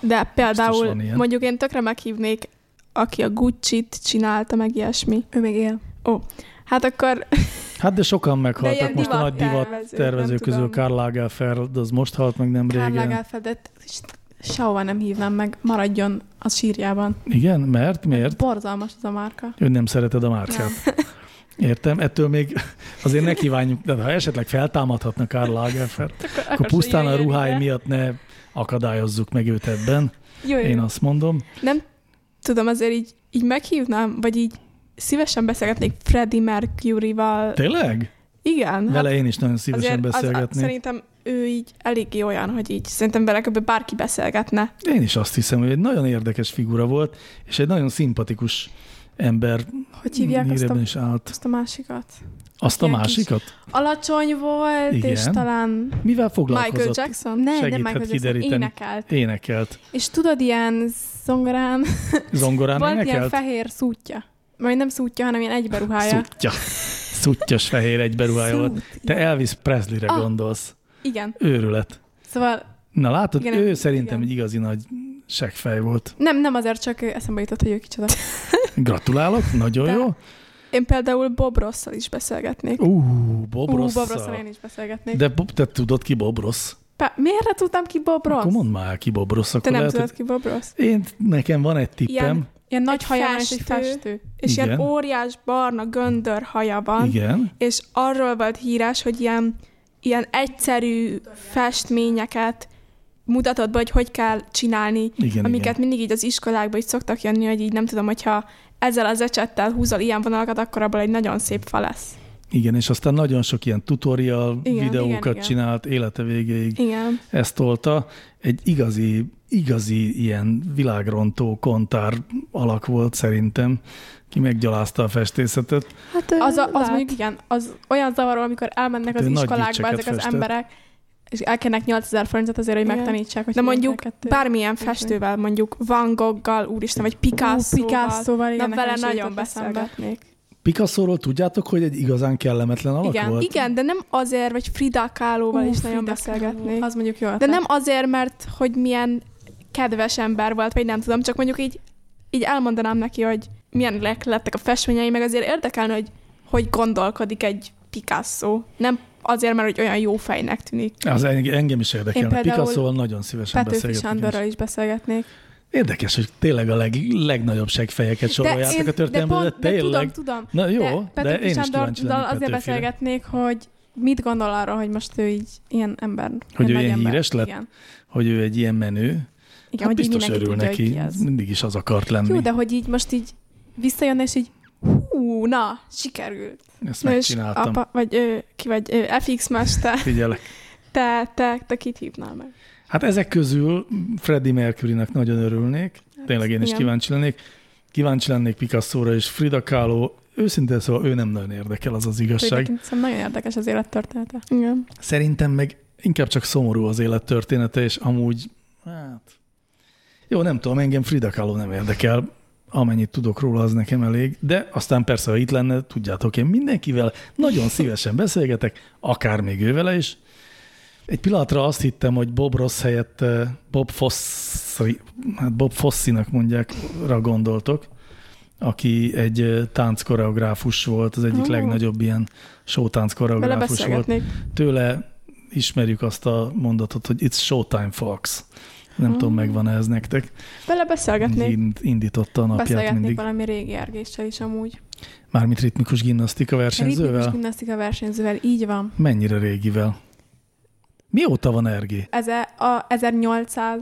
E: De
B: van
E: például
B: ilyen.
E: mondjuk én tökre meghívnék, aki a Gucci-t csinálta meg ilyesmi.
C: Ő még él.
E: Hát akkor
B: Hát de sokan meghaltak.
E: ilyen
B: most a nagy divat
E: divattervezők,
B: tervezők
E: nem
B: közül
E: tudom.
B: Karl Lagerfeld, az most halt meg nem
C: Kár
B: régen.
C: Lagerfeldet sehova nem hívnám meg, maradjon a sírjában.
B: Igen, mert miért?
C: Borzalmas az a márka.
B: Ő nem szereted a
E: [laughs]
B: márkát. Értem, ettől még azért ne kívánjuk, de ha esetleg feltámadhatna Karl Lagerfeld, akkor pusztán a ruhái miatt ne akadályozzuk meg őt ebben.
C: Jó, jó.
B: Én azt mondom.
E: tudom, azért így, így meghívnám, vagy így szívesen beszélgetnék Freddie Mercury-val.
B: Tényleg?
E: Igen. hát
B: Vele én is nagyon szívesen
E: azért az- az-
B: beszélgetnék.
E: Szerintem ő így eléggé olyan, hogy így szerintem vele kb. bárki beszélgetne.
B: Én is azt hiszem, hogy egy nagyon érdekes figura volt, és egy nagyon szimpatikus ember
C: Hogy hívják azt a,
B: híreben is állt.
C: azt a másikat?
B: Azt a
C: Ilyen kis-
B: másikat?
C: Alacsony volt,
B: Igen.
C: és talán...
B: Mivel
C: Michael
B: foglalkozott?
C: Jackson? Ne, nem
B: Segíthet
C: Michael Jackson,
B: kideríteni.
C: énekelt.
B: Énekelt.
C: És tudod, ilyen zongorán
B: Zongorán
C: volt ilyen
B: énekelt?
C: fehér szútja. Vagy nem szútja, hanem ilyen egyberuhája.
B: Szuttya. Szuttyas fehér egyberuhája volt. Te Elvis Presley-re
C: Ah.
B: gondolsz.
C: Igen.
B: Őrület.
C: Szóval
B: Na látod,
C: Igen,
B: ő
C: igen.
B: szerintem egy igazi nagy seggfej volt.
C: nem, nem azért csak eszembe jutott, hogy ő kicsoda.
B: Gratulálok, nagyon
C: De-
B: jó.
E: Én például Bob Rosszal is beszélgetnék.
B: Ú, Bob
C: Ú,
B: Rosszal.
C: Bob Rosszal én is beszélgetnék. De...
B: De Bob, te tudod ki Bob Rossz?
C: miért ne tudtam ki Bob Ross?
B: Akkor mondd már ki Bob Rossz,
E: Te
B: akkor
E: nem
B: lehet,
E: tudod
B: hogy...
E: ki Bob Ross?
B: Én, nekem van egy tippem.
C: Ilyen- Ilyen nagy
E: Egy
C: haja van, és egy
E: festő.
C: festő.
E: És ilyen
B: Igen.
E: óriás barna göndör haja van.
B: Igen.
E: és arról volt híres, hogy ilyen, ilyen egyszerű festményeket mutatott be, hogy hogy kell csinálni,
B: Igen,
E: amiket
B: igen.
E: mindig így az iskolákba így szoktak jönni, hogy így nem tudom, hogyha ezzel az ecsettel húzol ilyen vonalakat, akkor abból egy nagyon szép fa lesz.
B: Igen, és aztán nagyon sok ilyen tutorial igen,
C: Igen,
B: videókat igen,
C: igen,
B: igen.
C: igen.
B: csinált élete végéig.
E: Igen.
B: Ezt tolta. Egy igazi, igazi ilyen világrontó kontár alak volt szerintem, ki meggyalázta a festészetet.
E: Hát
C: Az, a, az mondjuk igen, az olyan zavaró, amikor elmennek az
B: Hát Nagy
C: iskolákba
B: gicseket
C: ezek az
B: festett.
C: emberek, és elkérnek 8000 forintot azért, hogy
E: Igen.
C: megtanítsák. Hogy
E: de
C: hogy
E: mondjuk
C: ezeket-
E: bármilyen
C: Úgyhogy-
E: festővel, mondjuk Van Goggal, úristen, vagy
C: Picasso.
E: Picasso-val.
C: Picasso-val,
E: Na,
C: igen, nekem
E: vele
C: is
E: nagyon
C: jutott eszembe.
E: beszélgetnék.
B: Picasso-ról tudjátok, hogy egy igazán kellemetlen alak
C: Igen,
B: volt?
E: Igen, de nem azért, vagy Frida Kahlo-val
C: Ú,
E: is nagyon
C: Frida Kahlo.
E: beszélgetnék.
C: Az mondjuk jó.
E: De nem azért, mert hogy milyen kedves ember volt, vagy nem tudom, csak mondjuk így, így elmondanám neki, hogy milyen lek- lettek a festményei, meg azért érdekelne, hogy hogy gondolkodik egy Picasso. Nem azért, mert hogy olyan jó fejnek tűnik.
B: Az en- engem is
C: Én
B: érdekelne.
C: például
B: Picasso-val nagyon szívesen
C: Petőfi
B: beszélgetnék. én is.
C: Sándorral is beszélgetnék.
B: Érdekes, hogy tényleg a leg, legnagyobb segfejeket soroljátok a történelmben, de,
E: de, pont, de
B: tényleg.
E: tudom, tudom.
B: Na jó,
E: de,
B: de,
E: Petőfi
B: én is
E: Sándor-
B: kíváncsi
E: dal
B: lennék
E: azért
B: Petőfire.
E: beszélgetnék, hogy mit gondol arra, hogy most ő így ilyen ember.
B: Hogy ő
E: nagy
B: ilyen
E: ember.
B: híres lett?
E: Igen,
B: Hogy ő egy ilyen menő. Hát
E: Igen hogy így
B: biztos
E: mindenki
B: örül
E: tudja, hogy
B: neki.
E: ki az.
B: Mindig is az akart lenni.
E: Jó, de hogy így most így visszajönne, és így hú, na, sikerült.
B: Ezt
C: Na és
B: megcsináltam.
C: apa, vagy ő, ki vagy ő, FX mester,
B: Figyelek.
C: te, te, te kit hívnál meg?
B: Hát ezek közül Freddie Mercurynek nagyon örülnék,
E: Hát,
B: tényleg én is
C: igen.
B: kíváncsi lennék. Kíváncsi lennék Picasso-ra és Frida Kahlo, őszintén szóval ő nem nagyon érdekel az az igazság.
E: Tulajdonképpen Szerintem nagyon érdekes az élettörténete.
C: Igen.
B: Szerintem meg inkább csak szomorú az élet története, és amúgy, hát... Jó, nem tudom, engem Frida Kahlo nem érdekel, amennyit tudok róla, az nekem elég, de aztán persze, ha itt lenne, tudjátok, én mindenkivel nagyon szívesen beszélgetek, akár még ővele is. Egy pillanatra azt hittem, hogy Bob Ross helyett eh, Bob Fossi, hát Bob Fossinak mondják, ra gondoltok, aki egy eh, tánckoreográfus volt, az egyik
C: Ó.
B: legnagyobb ilyen showtánc
C: Vele
B: koreográfus volt
C: beszélgetnék.
B: tőle ismerjük azt a mondatot, hogy it's showtime, Fox. Nem
E: Hmm.
B: tudom, megvan-e ez nektek.
C: Vele
B: Így
C: beszélgetnék.
B: ind- indította a napját
E: Beszélgetnék
B: mindig.
E: valami régi ergéssel is amúgy.
B: Mármint ritmikus gimnasztika
E: Ritmikus
B: versenyzővel?
E: gimnasztika versenyzővel, így van.
B: Mennyire régivel? Mióta van Ergi?
E: Ez a 1800,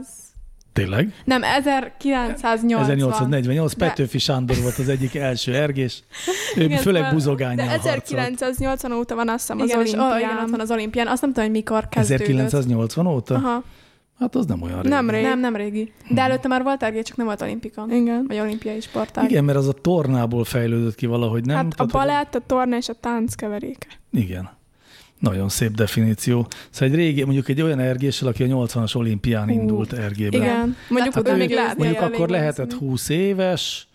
B: Tényleg?
E: nem, 1980.
B: 1848,
E: De-
B: Petőfi Sándor volt az egyik első ergés. Ő
E: [laughs] Igen,
B: főleg
E: szóval-
B: buzogányjal
C: De
B: harcolt.
C: 1980 óta van azt hiszem az
E: Igen, és ó, igen, ott
C: olimpián.
E: van az olimpián. Azt nem tudom, hogy mikor kezdődött.
B: 1980 óta?
E: Aha.
B: Hát az nem olyan régi.
C: Nem rég.
E: Nem, nem régi. De előtte már volt ergé, csak nem volt olimpikon.
C: Igen.
E: Vagy olimpiai sportág.
B: Igen, mert az a tornából fejlődött ki valahogy, nem?
C: Hát a
B: Tehát, hogy-
C: balett, a torna és a tánc keveréke.
B: Igen. Nagyon szép definíció. Szóval egy régi, mondjuk egy olyan ergéssel, aki a 80-as olimpián indult ergébe.
C: Igen. Mondjuk
E: Hát
C: oda
E: ő-
C: még
E: mondjuk
C: látni.
B: Mondjuk
C: kell
B: akkor
C: még
B: lehetett 20 éves,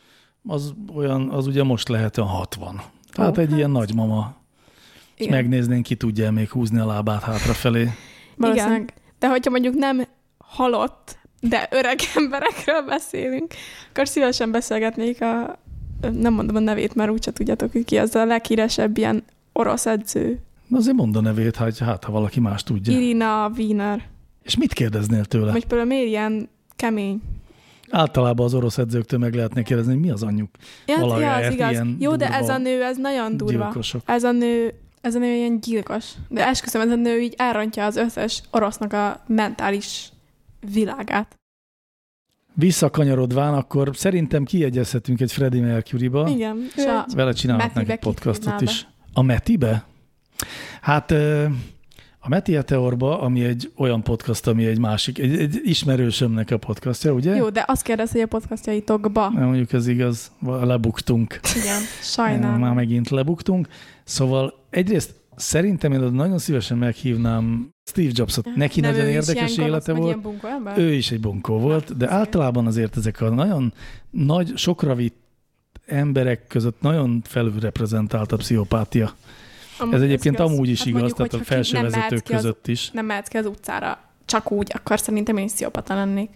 B: az olyan, az ugye most lehet olyan 60. Tehát egy ilyen
C: hát
B: nagymama. És
E: Igen.
B: megnéznénk, ki tudja még húzni a lábát hátrafelé.
E: Valószínűleg.
C: De hogyha mondjuk nem halott, de öreg [laughs] emberekről beszélünk, akkor szívesen beszélgetnék a, nem mondom a nevét, mert úgyse tudjátok, hogy ki az a leghíresebb ilyen orosz edző.
B: Na azért mond a nevét, hát, hát ha valaki más tudja.
C: Irina Wiener.
B: És mit kérdeznél tőle?
C: Hogy például miért ilyen kemény?
B: Általában az orosz edzőktől meg lehetne kérdezni, hogy mi az anyjuk
C: Ja,
B: Valahogy
C: ja,
B: lehet
C: az igaz.
B: ilyen
C: Jó, de
B: durva
C: ez a nő, ez nagyon durva.
B: gyilkosok.
C: Ez a nő,
E: Ez a nő ilyen gyilkos. De esküszöm, ez a nő így elrontja az összes orosznak a mentális világát.
B: Visszakanyarodván, akkor szerintem kiegyezhetünk egy Freddie Mercury-ba.
C: igen.
E: És a
B: Vele csinálhatnánk
E: Metibe
B: egy
E: kit hívnál
B: podcastot
E: be?
B: is. A Metibe? Hát ö, a Meti Eteorba, ami egy olyan podcast, ami egy másik, egy, egy ismerősömnek a podcastja, ugye?
E: Jó, de azt kérdez, hogy a podcastjaitokba.
B: Nem mondjuk ez igaz, va- lebuktunk. [laughs]
E: Igen,
B: Már
E: sajnálom.
B: megint lebuktunk. Szóval egyrészt szerintem én nagyon szívesen meghívnám Steve Jobsot. Neki
E: Nem,
B: nagyon
E: ő is
B: érdekes
E: ilyen
B: élete
E: gonosz,
B: volt.
E: Meg ilyen bunkó ember?
B: Ő is egy bunkó volt, de általában azért ezek a nagyon nagy, sokra vitt emberek között nagyon felülreprezentált a pszichopátia.
E: Amúgy
B: Ez egyébként
E: igaz.
B: amúgy is
E: Hát
B: igaz,
E: mondjuk,
B: tehát a
E: hogyha ki
B: felső
E: nem mehet
B: vezetők
E: ki az-
B: között is.
E: Nem mehetsz ki az utcára csak úgy, akkor szerintem én is sziopata lennék.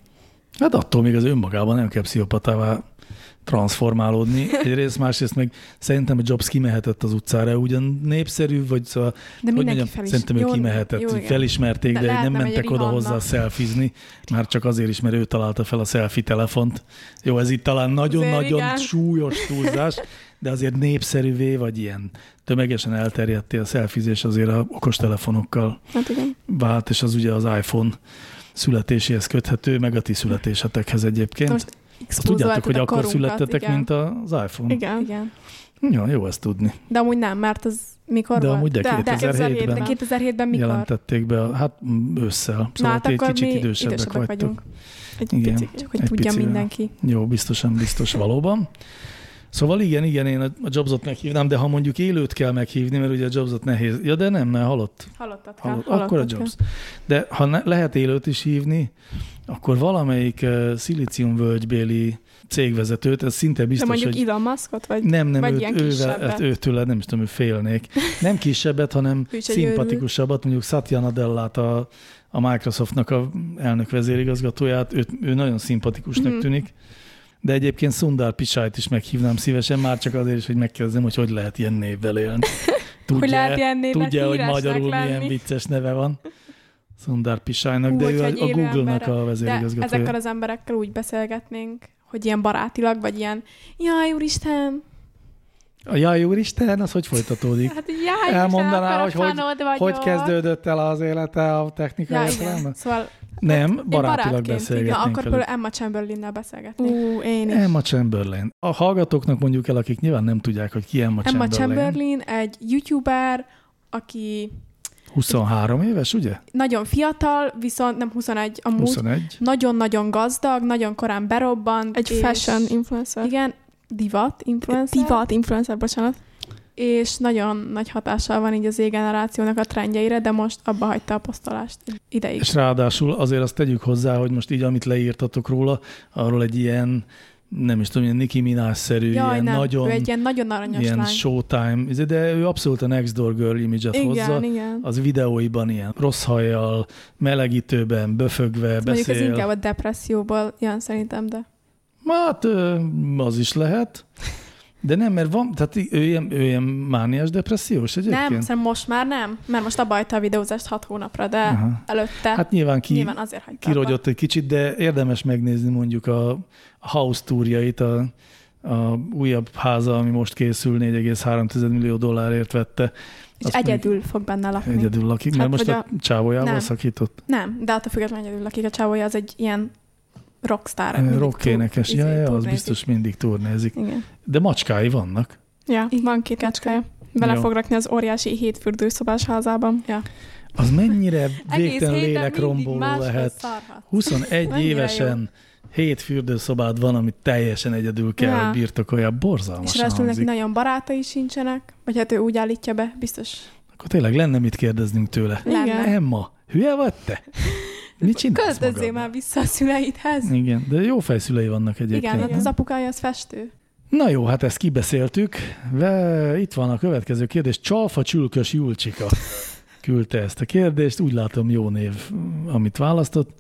B: Hát attól még az önmagában nem kell pszichopatává transformálódni. Egyrészt, másrészt meg szerintem a Jobs kimehetett az utcára, ugyan népszerű, vagy szóval,
E: De
B: hogy
E: mindenki
B: mondjam,
E: felis-
B: szerintem ő
E: Jó,
B: kimehetett,
E: jó,
B: hogy
E: igen.
B: felismerték, de,
E: De
B: de
E: lehet,
B: nem
E: nem egy
B: mentek oda
E: Rihanna.
B: hozzá szelfizni, már csak azért is, mert ő találta fel a selfie telefont. Jó, ez itt talán nagyon-nagyon
E: igen.
B: súlyos túlzás, de azért népszerűvé, vagy ilyen tömegesen elterjedté a szelfizés azért a okostelefonokkal
C: Hát igen.
B: vált, és az ugye az iPhone születéséhez köthető, meg a ti születésetekhez egyébként.
E: Most
B: Azt tudjátok, hogy
E: a
B: akkor
E: korunkat,
B: születtetek,
E: igen.
B: mint az iPhone?
C: Igen.
E: Igen.
B: Ja, jó ezt tudni.
E: De amúgy nem, mert az mikor
B: de
E: volt?
B: amúgy de,
E: de,
B: 2007-ben
E: de 2007-ben mikor?
B: jelentették be, a, hát m, ősszel.
E: Na,
B: Szóval
E: hát
B: ti egy
E: akkor mi
B: kicsit idősebbek,
E: idősebbek
B: vagytok.
E: vagyunk. Egy
B: Igen.
E: picit, csak hogy
B: Egy
E: tudja
B: picivel.
E: mindenki.
B: Jó, biztosan biztos valóban. Szóval igen, igen, én a a Jobsot meghívnám, de ha mondjuk élőt kell meghívni, mert ugye a Jobsot nehéz. Ja, de nem, mert halott.
E: Hallottad kell.
B: halott. Akkor a
E: hallottad
B: Jobs. De ha ne, lehet élőt is hívni, akkor valamelyik uh, szilíciumvölgybéli cégvezetőt, ez szinte
C: De
B: biztos,
C: mondjuk
B: hogy
C: Elon Muskot, vagy
B: Nem, nem,
C: Vagy
B: őt,
C: ilyen
B: ővel,
C: kisebbet.
B: hát őtőle, nem is tudom, ő félnék. Nem kisebbet,
C: [laughs]
B: hanem
E: Ő is egy
B: szimpatikusabbat, mondjuk Satya Nadellát, a, a Microsoftnak a elnök vezérigazgatóját, őt, ő nagyon szimpatikusnak
C: Mhm.
B: tűnik. De egyébként Sundar Pichait is meghívnám szívesen, már csak azért is, hogy megkérdezzem, hogy hogy lehet ilyen
C: [laughs]
B: névvel élni. Tudja,
E: lehet ilyen névvel
B: tudja hogy
E: híresnek
B: magyarul
E: lenni?
B: milyen vicces neve van. Sundar Pisájnak, de
C: Hú,
B: ő a,
C: hogyha egy
B: a
C: élő
B: Google-nak
C: embere-
B: a
C: De
B: vezérigazgatója.
C: ezekkel az emberekkel úgy beszélgetnénk, hogy ilyen barátilag, vagy ilyen, jaj, úristen,
B: A jaj, úristen, az hogy folytatódik?
C: hát jaj,
B: Elmondaná,
C: úristen,
B: hogy hogy,
C: vagyok.
B: hogy kezdődött el az élete a technikai
C: Ja, igen.
B: értelemben?
C: Szóval
B: Nem, barátilag
C: barátként, igen,
B: beszélgetnénk.
C: akkor
B: velük.
C: például Emma Chamberlain-nel beszélgetnék.
E: Ú, én is.
B: Emma Chamberlain. A hallgatóknak mondjuk el, akik nyilván nem tudják, hogy ki Emma,
C: Emma
B: Chamberlain.
C: Chamberlain egy youtuber, aki
B: 23 éves, ugye?
C: nagyon fiatal, viszont nem 21 amúgy,
B: 21.
C: nagyon-nagyon gazdag, nagyon korán berobbant.
E: Egy
C: és-
E: fashion influencer.
C: Igen, divat influencer.
E: Divat influencer, bocsánat.
C: És nagyon nagy hatással van így az Z-generációnak a trendjeire, de most abba hagyta a posztolást egy ideig.
B: És ráadásul azért azt tegyük hozzá, hogy most így, amit leírtatok róla, arról egy ilyen, nem is tudom, ilyen Nicki Minaj-szerű,
C: Jaj,
B: ilyen
C: nem,
B: nagyon,
C: ő egy ilyen nagyon aranyos
B: ilyen
C: lány.
B: showtime, izé, de ő abszolút a next door girl image-et
C: igen,
B: hozza.
C: igen.
B: Az videóiban ilyen rossz hajjal, melegítőben, böfögve
C: Mondjuk ez
B: beszél.
C: inkább a depresszióból jön szerintem, de
B: Hát ö, az is lehet. De nem, mert van, tehát í- ő ilyen, ő ilyen mániás depressziós
C: nem,
B: egyébként?
C: szerintem most már nem, mert most abba hagyta a videózást hat hónapra, de
B: Aha.
C: előtte hát,
B: Hát nyilván ki,
C: nyilván azért hagyta abba.
B: kirogyott egy kicsit, de érdemes megnézni mondjuk a a house túrjait, a, a újabb háza, ami most készül, 4,3 millió dollárért vette.
C: És
B: Azt mondjuk-
C: egyedül fog benne lakni.
B: Egyedül lakik,
C: Hát
B: mert most
C: vagy
B: a,
C: a-
B: csávójával
C: nem.
B: szakított.
C: Nem, de attól függetlenül egyedül lakik a csávója, az egy ilyen rockstar. Hát mindig
B: Rock énekes,
C: túl-
B: ja,
C: izé,
B: ja, az
C: turnézik.
B: biztos mindig turnézik.
C: Igen.
B: De macskái vannak.
E: Ja,
C: Igen,
E: van két
C: kettő.
E: kecskája. Bele
B: Jó.
E: fog rakni az óriási hétfürdőszobás házában.
B: Az mennyire
C: [laughs] Egész
B: végtelen
C: héten
B: lélekromboló
C: mindig máshoz
B: lehet.
C: szarhat.
B: 21
C: Mennyire
B: évesen hét fürdőszobád van, amit teljesen egyedül kell,
C: Ja.
B: hogy birtokolja,
C: És
B: borzalmasan
C: ráadásul neki
B: hangzik.
C: nagyon barátai sincsenek, vagy hát ő úgy állítja be, biztos
B: Akkor tényleg lenne mit kérdeznünk tőle.
C: lenne.
B: Emma, hüye vagy te?
C: [laughs]
B: Mit csinálsz
C: Költözzél már
B: magadnak?
C: vissza a szüleidhez.
B: Igen, de jó fejszülei vannak egyébként.
C: Igen, hát az apukája az festő.
B: Na jó, hát ezt kibeszéltük. Ve, itt van a következő kérdés. Csalfa csülkös
C: [laughs]
B: Julcsika küldte ezt a kérdést. Úgy látom jó név, amit választott.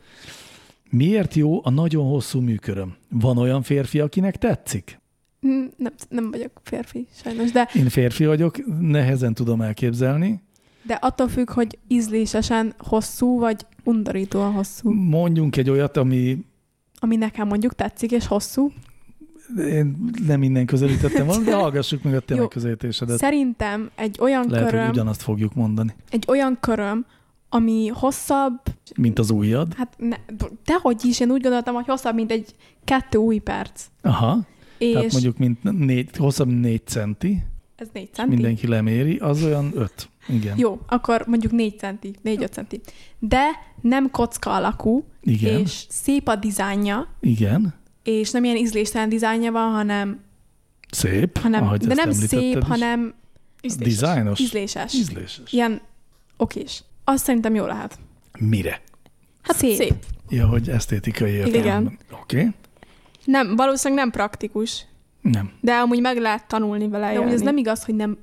B: Miért jó a nagyon hosszú műköröm? Van olyan férfi, akinek tetszik?
C: Hm, Nem, nem vagyok férfi, sajnos, de,
B: Én férfi vagyok, nehezen tudom elképzelni.
C: de attól függ, hogy ízlésesen hosszú, vagy undorítóan hosszú.
B: Mondjunk egy olyat, ami
C: Ami nekem mondjuk tetszik, és hosszú.
B: én nem innen közelítettem volna, de hallgassuk meg a te
C: Jó.
B: megközelítésedet.
C: Szerintem egy olyan
B: Lehet, hogy
C: köröm,
B: ugyanazt fogjuk mondani,
C: egy olyan köröm, ami hosszabb,
B: mint az ujjad.
C: hát ne, dehogy is, én úgy gondoltam, hogy hosszabb, mint egy kettő új perc.
B: Aha,
C: És
B: tehát mondjuk mint négy, hosszabb, mint négy centi.
C: ez négy
B: És
C: centi.
B: mindenki leméri, az olyan öt. Igen.
C: Jó, akkor mondjuk 4 centi, 4-5 centi. De nem kocka alakú,
B: Igen.
C: és szép a dizájnja,
B: Igen.
C: és nem ilyen ízléstelen dizájnja van, hanem,
B: Szép.
C: hanem
B: ahogy
C: de
B: ezt
C: nem
B: említetted
C: szép,
B: is.
C: hanem ízléses.
B: Dizájnos.
C: Ízléses.
B: Ízléses.
C: Ilyen okés. Azt szerintem jó lehet.
B: Mire?
C: Hát szép. szép.
B: Ja, hogy esztétikai értelemben. Oké. Okay.
E: Nem, valószínűleg nem praktikus,
B: Nem.
E: de amúgy meg lehet tanulni vele
C: De
E: jönni.
C: ugye ez nem igaz, hogy nem...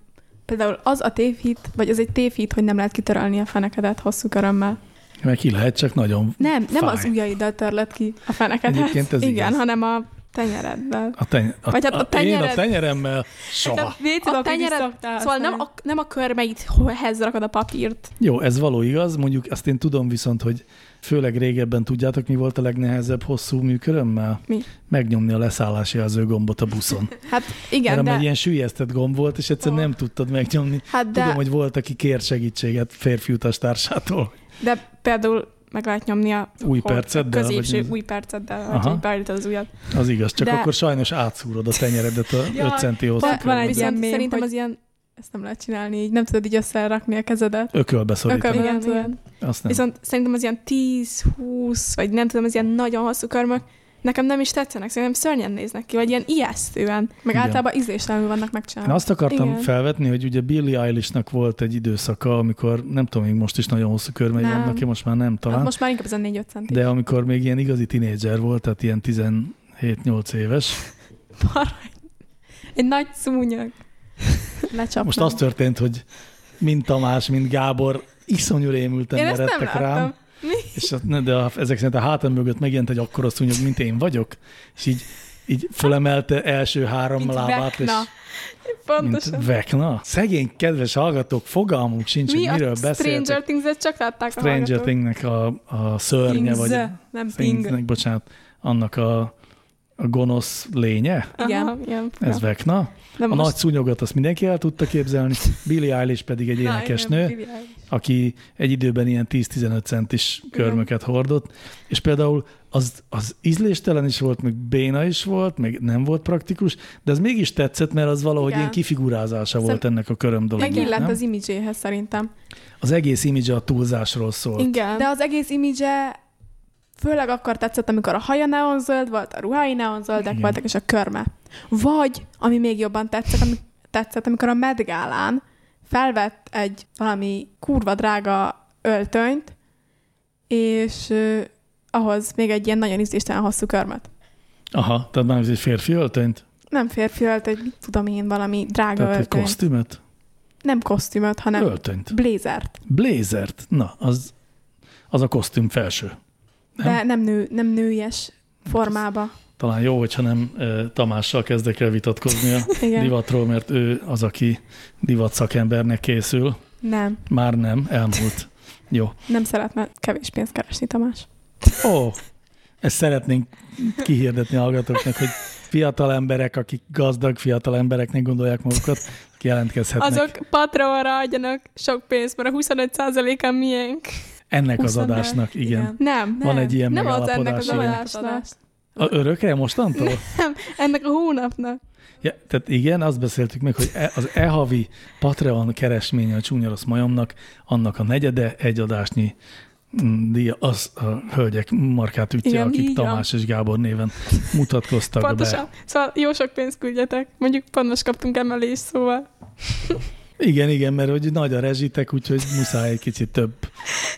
C: Például az a tévhit, vagy az egy tévhit, hogy nem lehet kitörölni a fenekedet hosszú körömmel.
B: Mert ki lehet, csak nagyon
C: Nem, nem
B: fáj.
C: az ujjaiddal törlöd ki a fenekedet.
B: Egyébként ez
E: Igen,
B: igaz.
E: hanem a tenyereddel.
B: A, teny- a,
E: Vagy hát a
B: Én a
E: tenyered-
B: tenyeremmel
C: hát
B: soha.
E: A tenyered- Szóval nem a, nem a körmeidhez rakod a papírt.
B: Jó, ez való igaz. Mondjuk azt én tudom viszont, hogy főleg régebben tudjátok, mi volt a legnehezebb hosszú műkörömmel?
E: Mi?
B: Megnyomni a leszállási jelző gombot a buszon.
E: Hát igen,
B: Mert de... egy
E: de,
B: ilyen sűjesztett gomb volt, és egyszerűen
E: Ó.
B: nem tudtad megnyomni.
E: hát
B: De... Tudom,
E: de,
B: hogy volt, aki kért segítséget férfi utastársától.
E: de például meg lehet nyomni a
B: Új
E: hol-
B: perceddel?
E: középső
B: Vagy...
E: új perceddel,
B: Aha.
E: hogy beállítod az ujjat.
B: Az igaz, csak
E: De-
B: akkor sajnos átszúrod a tenyeredet a 5 centi hosszú
C: Pont van
B: körben.
C: egy ilyen mém, Szerintem
E: hogy-
C: az ilyen... Ezt nem lehet csinálni így, nem tudod így összerakni a kezedet.
B: Ökölbe szorítani.
C: Ökölbe.
B: Ököl.
C: Igen,
E: Igen,
C: tudod.
E: igen.
B: Azt nem.
E: Viszont szerintem az ilyen 10-20, vagy nem tudom, az ilyen nagyon hosszú körmök, nekem nem is tetszenek, szerintem szörnyen néznek ki, vagy ilyen ijesztően.
C: Meg
B: Igen.
C: általában ízléstelenül vannak
B: Én
C: megcsinálva.
B: azt akartam igen.
E: Igen.
B: felvetni, hogy ugye Billie Eilishnak volt egy időszaka, amikor nem tudom, még most is nagyon hosszú körmei
C: Nem.
B: vannak, én most már nem talán,
C: Hát
B: most
C: most már inkább ez a 4-5 centi.
B: de amikor még ilyen igazi tinédzser volt, tehát ilyen 17-8 éves.
C: Egy nagy
B: [laughs]
C: szúnyog. Lecsapnám.
B: Most az történt, hogy mind Tamás, mind Gábor iszonyú rémülten
C: Én ezt nem
B: meredtek
C: láttam.
B: rám. És a, ne, de a, ezek szerint a hátam mögött megjelent egy akkora szúnyog, mint én vagyok, és így így fölemelte első három
E: Mint
B: lábát,
E: Vecna.
B: és
E: Pontosan.
B: mint vekna. Szegény kedves hallgatók, fogalmunk sincs,
E: Mi
B: hogy miről
E: a
B: beszéltek.
E: Stranger Things-et csak látták a
B: Stranger
E: hallgatók.
B: Thingnek a, a szörnye,
E: Things,
B: vagy
E: nem Thing.
B: Thingsnek, bocsánat, annak a, a gonosz lénye,
E: Aha, igen.
B: ez ja. Vekna.
E: De
B: A nagy szúnyogat azt mindenki el tudta
C: [laughs]
B: képzelni, Billie Eilish pedig egy énekesnő, aki egy időben ilyen 10-15 centis körmöket hordott, és például az, az ízléstelen is volt, meg béna is volt, meg nem volt praktikus, de ez mégis tetszett, mert az valahogy
C: Igen.
B: ilyen kifigurázása volt
C: Szerint-
B: ennek a köröm dolognak,
C: Megillett
B: nem?
C: az imidzséhez szerintem.
B: Az egész image a túlzásról szól.
C: De
E: Igen. De
C: az egész imidzse főleg akkor tetszett, amikor a haja neonzöld volt, a ruhái neonzöldek
B: Igen.
C: voltak, és a körme. Vagy, ami még jobban tetszett, ami, tetszett amikor a Met Gálán felvett egy valami kurva drága öltönyt, és ö, ahhoz még egy ilyen nagyon ízléstelen hosszú körmet.
B: Aha, tehát már egy férfi öltönyt?
C: Nem férfi öltöny, mit tudom én, valami drága
B: Tehát egy
C: öltöny.
B: kosztümöt?
C: Nem kosztümöt, hanem
B: Öltönyt.
C: blézert.
B: Blézert. Na, az, az a kosztüm felső. Nem?
C: De nem, nő, nem nőies formába.
B: Talán jó, hogyha nem eh, Tamással kezdek el vitatkozni a
C: Igen.
B: divatról, mert ő az, aki divat szakembernek készül.
C: Nem.
B: Már nem, elmúlt. Jó.
C: Nem szeretne kevés pénzt keresni, Tamás.
B: Ó, ezt szeretnénk kihirdetni a hallgatóknak, hogy fiatal emberek, akik gazdag fiatal embereknek gondolják magukat, akik jelentkezhetnek.
E: azok Patreonra adjanak sok pénzt, mert a 25%-a miénk.
B: Ennek az
C: 20 ember.
B: adásnak, igen. igen.
E: Nem.
B: Van egy ilyen
E: Nem az ennek
B: megállapodás.
E: az
B: igen.
E: adásnak.
B: A örökre mostantól?
E: Ennek a hónapnak.
B: Ja, tehát igen, azt beszéltük meg, hogy e, az e-havi Patreon keresménye a csúnya rossz majomnak, annak a negyede egy adásnyi mm, díja, az a hölgyek markát ütje,
E: Igen,
B: akik
E: így van.
B: Tamás és Gábor néven mutatkoztak be.
E: Pontosan. Szóval jó sok pénzt küldjetek. Mondjuk pont most kaptunk emelést, szóval.
B: Igen, igen, mert hogy nagy a rezsitek, úgyhogy muszáj egy kicsit több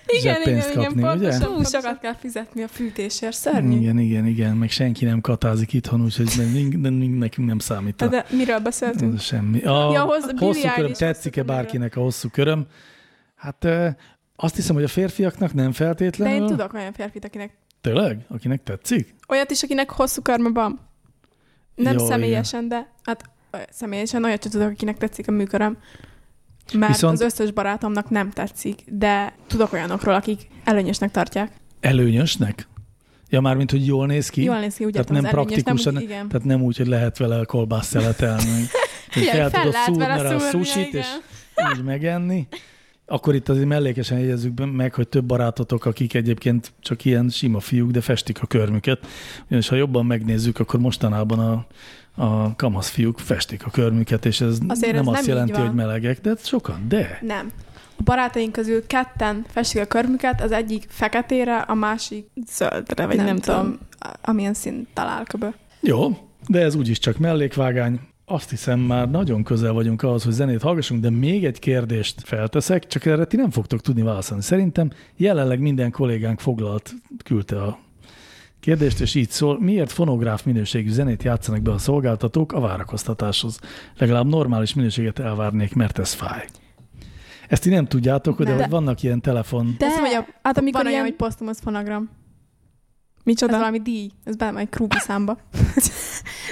E: Igen, igen,
B: zseppénzt
E: igen,
B: kapni, ugye?
E: pontosan.
C: Túl sokat kell fizetni a fűtésért, szörnyű.
B: Igen, igen, igen, meg senki nem katázik itthon, úgyhogy ne- ne- ne- nekünk nem számít.
E: De,
B: a-
E: de miről beszéltünk?
B: Ez semmi. A
E: Ja,
B: ja,
E: hozz-
B: hossz,
E: Billie
B: hosszú köröm,
E: Eilish
B: tetszik-e
E: hosszú körömről.
B: bárkinek a hosszú köröm? Hát ö, azt hiszem, hogy a férfiaknak nem
C: De
B: feltétlenül.
C: én tudok olyan férfit, akinek
B: Tényleg? Akinek tetszik?
E: Olyat is, akinek hosszú körme van.
B: Jó,
E: Nem
B: igen.
E: személyesen, de
C: hát, ö, személyesen olyat sem tudok, akinek tetszik a műköröm. Mert
B: Viszont-
C: Viszont... az összes barátomnak nem tetszik, de tudok olyanokról, akik előnyösnek tartják.
B: Előnyösnek? Ja, mármint, hogy jól néz ki?
C: Jól néz ki, ugye?
B: Tehát nem
C: az előnyös,
B: praktikusan,
C: nem, úgy- igen.
B: Tehát nem úgy, hogy lehet vele kolbászt szeletelni. hogy
E: Figyelj,
B: fel tudod
E: fellát
B: szúrni
E: vele
B: rá a
E: szúrni,
B: susit,
E: igen.
B: és így megenni. Akkor itt azért mellékesen jegyezzük be- meg, hogy több barátotok, akik egyébként csak ilyen sima fiúk, de festik a körmüket. Ugyanis ha jobban megnézzük, akkor mostanában a, a kamasz fiúk festik a körmüket, és ez
C: Azért
B: nem
C: ez
B: azt
C: nem így
B: jelenti,
C: van.
B: hogy melegek, de sokan, de.
C: nem. A barátaink közül ketten festik a körmüket, az egyik feketére, a másik
E: zöldre,
C: vagy nem, nem tudom, a- amilyen szín talál köböl.
B: Jó, de ez úgyis csak mellékvágány. Azt hiszem már nagyon közel vagyunk ahhoz, hogy zenét hallgassunk, de még egy kérdést felteszek, csak erre ti nem fogtok tudni válaszolni. Szerintem jelenleg minden kollégánk foglalt, küldte a kérdést, és így szól, miért fonográf minőségű zenét játszanak be a szolgáltatók a várakoztatáshoz? Legalább normális minőséget elvárnék, mert ez fáj. Ezt ti nem tudjátok, hogy de,
C: Nem.
B: hogy vannak ilyen telefon...
C: De,
E: De-
C: Azt mondja, hát amikor
E: van
C: van
E: olyan,
C: ilyen, olyan,
E: hogy
C: hogy posztomos fonagram. Ez
E: Micsoda?
C: valami díj, ez bele egy krúbi számba.
E: [laughs]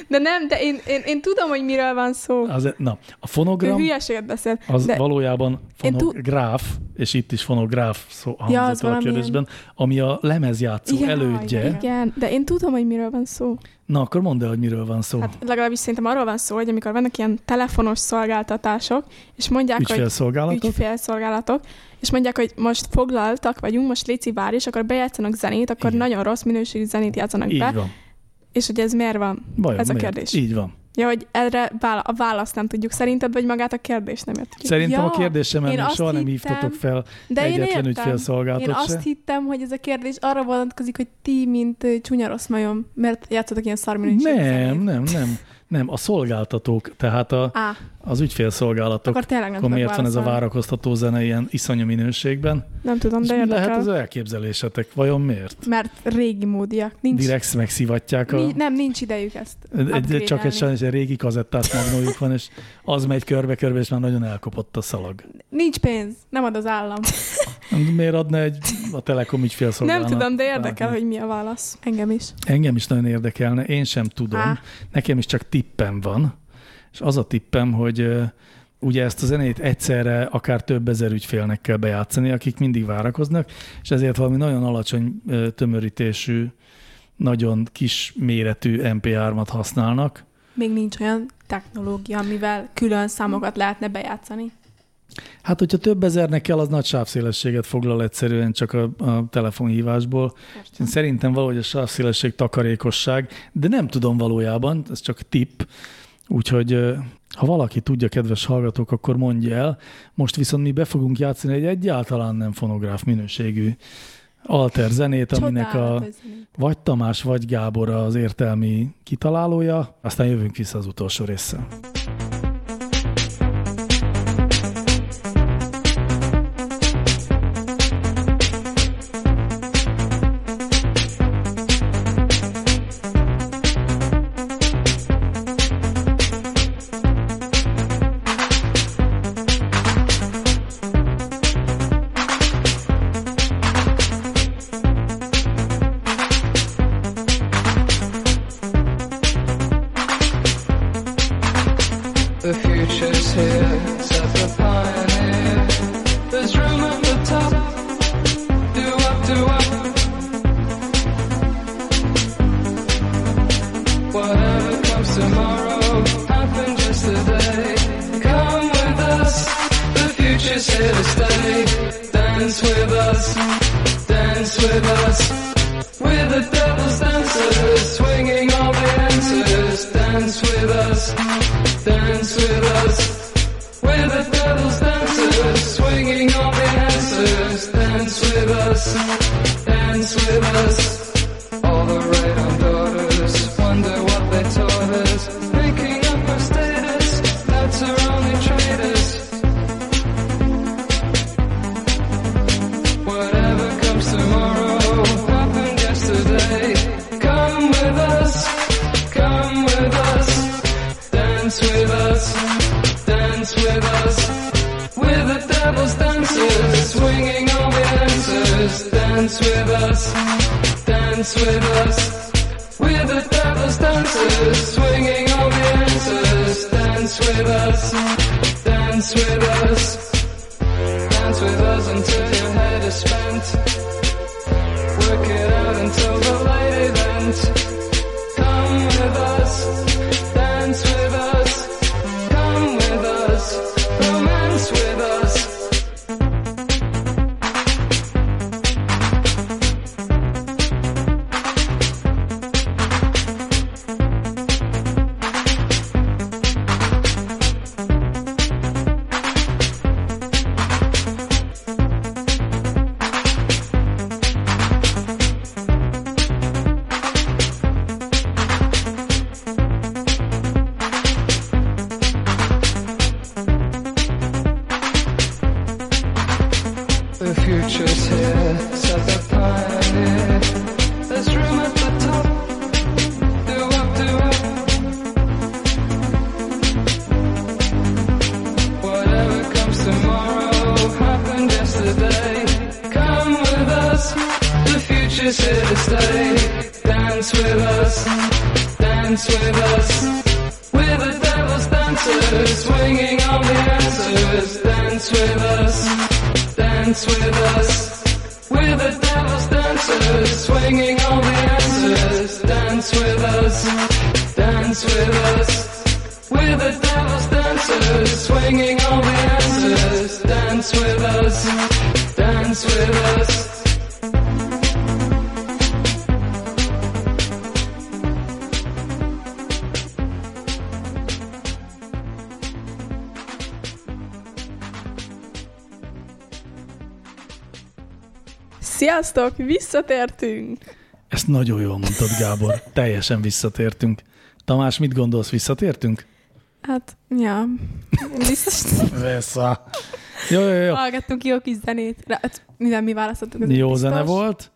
E: De nem, de én, én, én tudom, hogy miről van szó.
B: Az, na, a
E: Ő
B: fonogram...
E: hülyeséget beszél.
B: Az
E: De-
B: valójában
E: Én tú-
B: fonográf, és itt is fonográf szó hangzott ja, a
C: valamilyen-
B: kérdésben, ami a lemezjátszó
E: Jaj,
B: elődje.
C: igen.
E: Igen, de én tudom, hogy miről van szó.
B: Na, akkor mondd el, hogy miről van szó. Hát,
E: Hát legalábbis szerintem arról van szó, hogy amikor vannak ilyen telefonos szolgáltatások, és mondják, hogy
B: Ügyfélszolgálatok?
E: ügyfélszolgálatok, és mondják, hogy most foglaltak vagyunk, most léci vár, és akkor bejátszanak zenét, akkor
B: Igen.
E: nagyon rossz minőségű zenét játszanak
B: Így
E: be,
B: van.
E: és hogy ez miért van?
B: Vajon
E: Ez a
B: miért?
E: kérdés.
B: Így van.
E: Ja, hogy erre vála- a választ nem tudjuk szerinted, vagy magát a kérdést nem értjük.
B: Szerintem a
C: Ja,
B: kérdésem
C: én
B: ennél
C: azt
B: soha nem
C: hittem-
B: hívtatok fel
C: De én
B: egyetlen
C: értem. Én
B: ügyfélszolgálatot se.
C: azt hittem, hogy ez a kérdés arra vonatkozik, hogy ti, mint ö, csúnya rossz majom, mert játszotok ilyen szarminőségű
B: Nem,
C: zenét.
B: nem, nem. Nem, a szolgáltatók, tehát a,
C: Á,
B: az ügyfélszolgálatok.
C: Hát, akkor
B: Akkor,
C: tényleg nem
B: akkor
C: tudok
B: miért van ez a
C: válaszolni.
B: várakoztató zene ilyen iszonyú minőségben?
E: Nem tudom,
B: És
E: de
B: mi lehet
E: érdekel.
B: az elképzelésetek? Vajon miért?
C: Mert régi módiak. Nincs,
B: Direkt megszivatják a...
C: nincs, nem, nincs idejük ezt.
B: Egy, csak
C: upgrade-elni.
B: egy sajnos egy régi kazettás magnójuk van, és az megy körbe-körbe, és már nagyon elkopott a szalag.
C: Nincs pénz, nem ad az állam.
B: Miért adna egy, a Telekom
D: Nem
B: ügyfélszolgálat?
D: tudom, de érdekel, hogy mi a válasz.
E: Engem is.
B: Engem is nagyon érdekelne, én sem tudom.
E: Á.
B: Nekem is csak tippem van, és az a tippem, hogy ö, ugye ezt a zenét egyszerre akár több ezer ügyfélnek kell bejátszani, akik mindig várakoznak, és ezért valami nagyon alacsony ö, tömörítésű, nagyon kis méretű MP3-at használnak.
E: Még nincs olyan technológia, amivel külön számokat lehetne bejátszani.
B: Hát, hogyha több ezernek kell, az nagy sávszélességet foglal egyszerűen csak a, a telefonhívásból. Én szerintem valahogy a sávszélesség takarékosság, de nem tudom valójában, ez csak tipp. Úgyhogy ö, ha valaki tudja, kedves hallgatók, akkor mondja el. Most viszont mi be fogunk játszani egy egyáltalán nem fonográf minőségű alter zenét, aminek a
E: Csodálatos zenét.
B: vagy Tamás, vagy Gábor az értelmi kitalálója. Aztán jövünk vissza az utolsó résszel.
H: The future's here, says the pioneer. There's room at the top. Do up, do up. Whatever comes tomorrow, happened just today. Come with us, the future's here to stay. Dance with us, dance with us. We're the devil's dancers, swinging all the answers. Dance with us dance with us. We're the devil's dancers, swinging all the answers. Dance with us, dance with us. All the right-armed daughters wonder what they taught us. Making up our status, that's our only traitors. Whatever comes tomorrow happened yesterday. Come with us, come with us, dance with us, dance with us. We're the devil's dancers, swinging all the answers. Dance with us, dance with us. We're the devil's dancers, swinging all the answers. Dance with us, dance with us. Dance with us until your head is spent. Work it out until the light event. Come with us, dance with us, come with us, romance with us. The future's here, said the pioneer. There's room at the top. Do up, do up. Whatever comes tomorrow happened yesterday. Come with us, the future's here to stay. Dance with us, dance with us. We're the devil's dancers, swinging on the answers. Dance with us, dance with us. We're the devil's dancers, swinging on the answers. Dance with us, dance with us. We're the devil's dancers, swinging on the answers. Dance with us, dance with us.
D: Sziasztok, visszatértünk!
B: Ezt nagyon jól mondtad, Gábor. Teljesen visszatértünk. Tamás, mit gondolsz, visszatértünk?
E: Hát, ja. Biztos
B: Vesza. Jó, [laughs] jó, jó.
E: hallgattunk ki a kis zenét. Rá, hát, mivel mi választottuk az
B: Jó
E: biztos.
B: zene volt.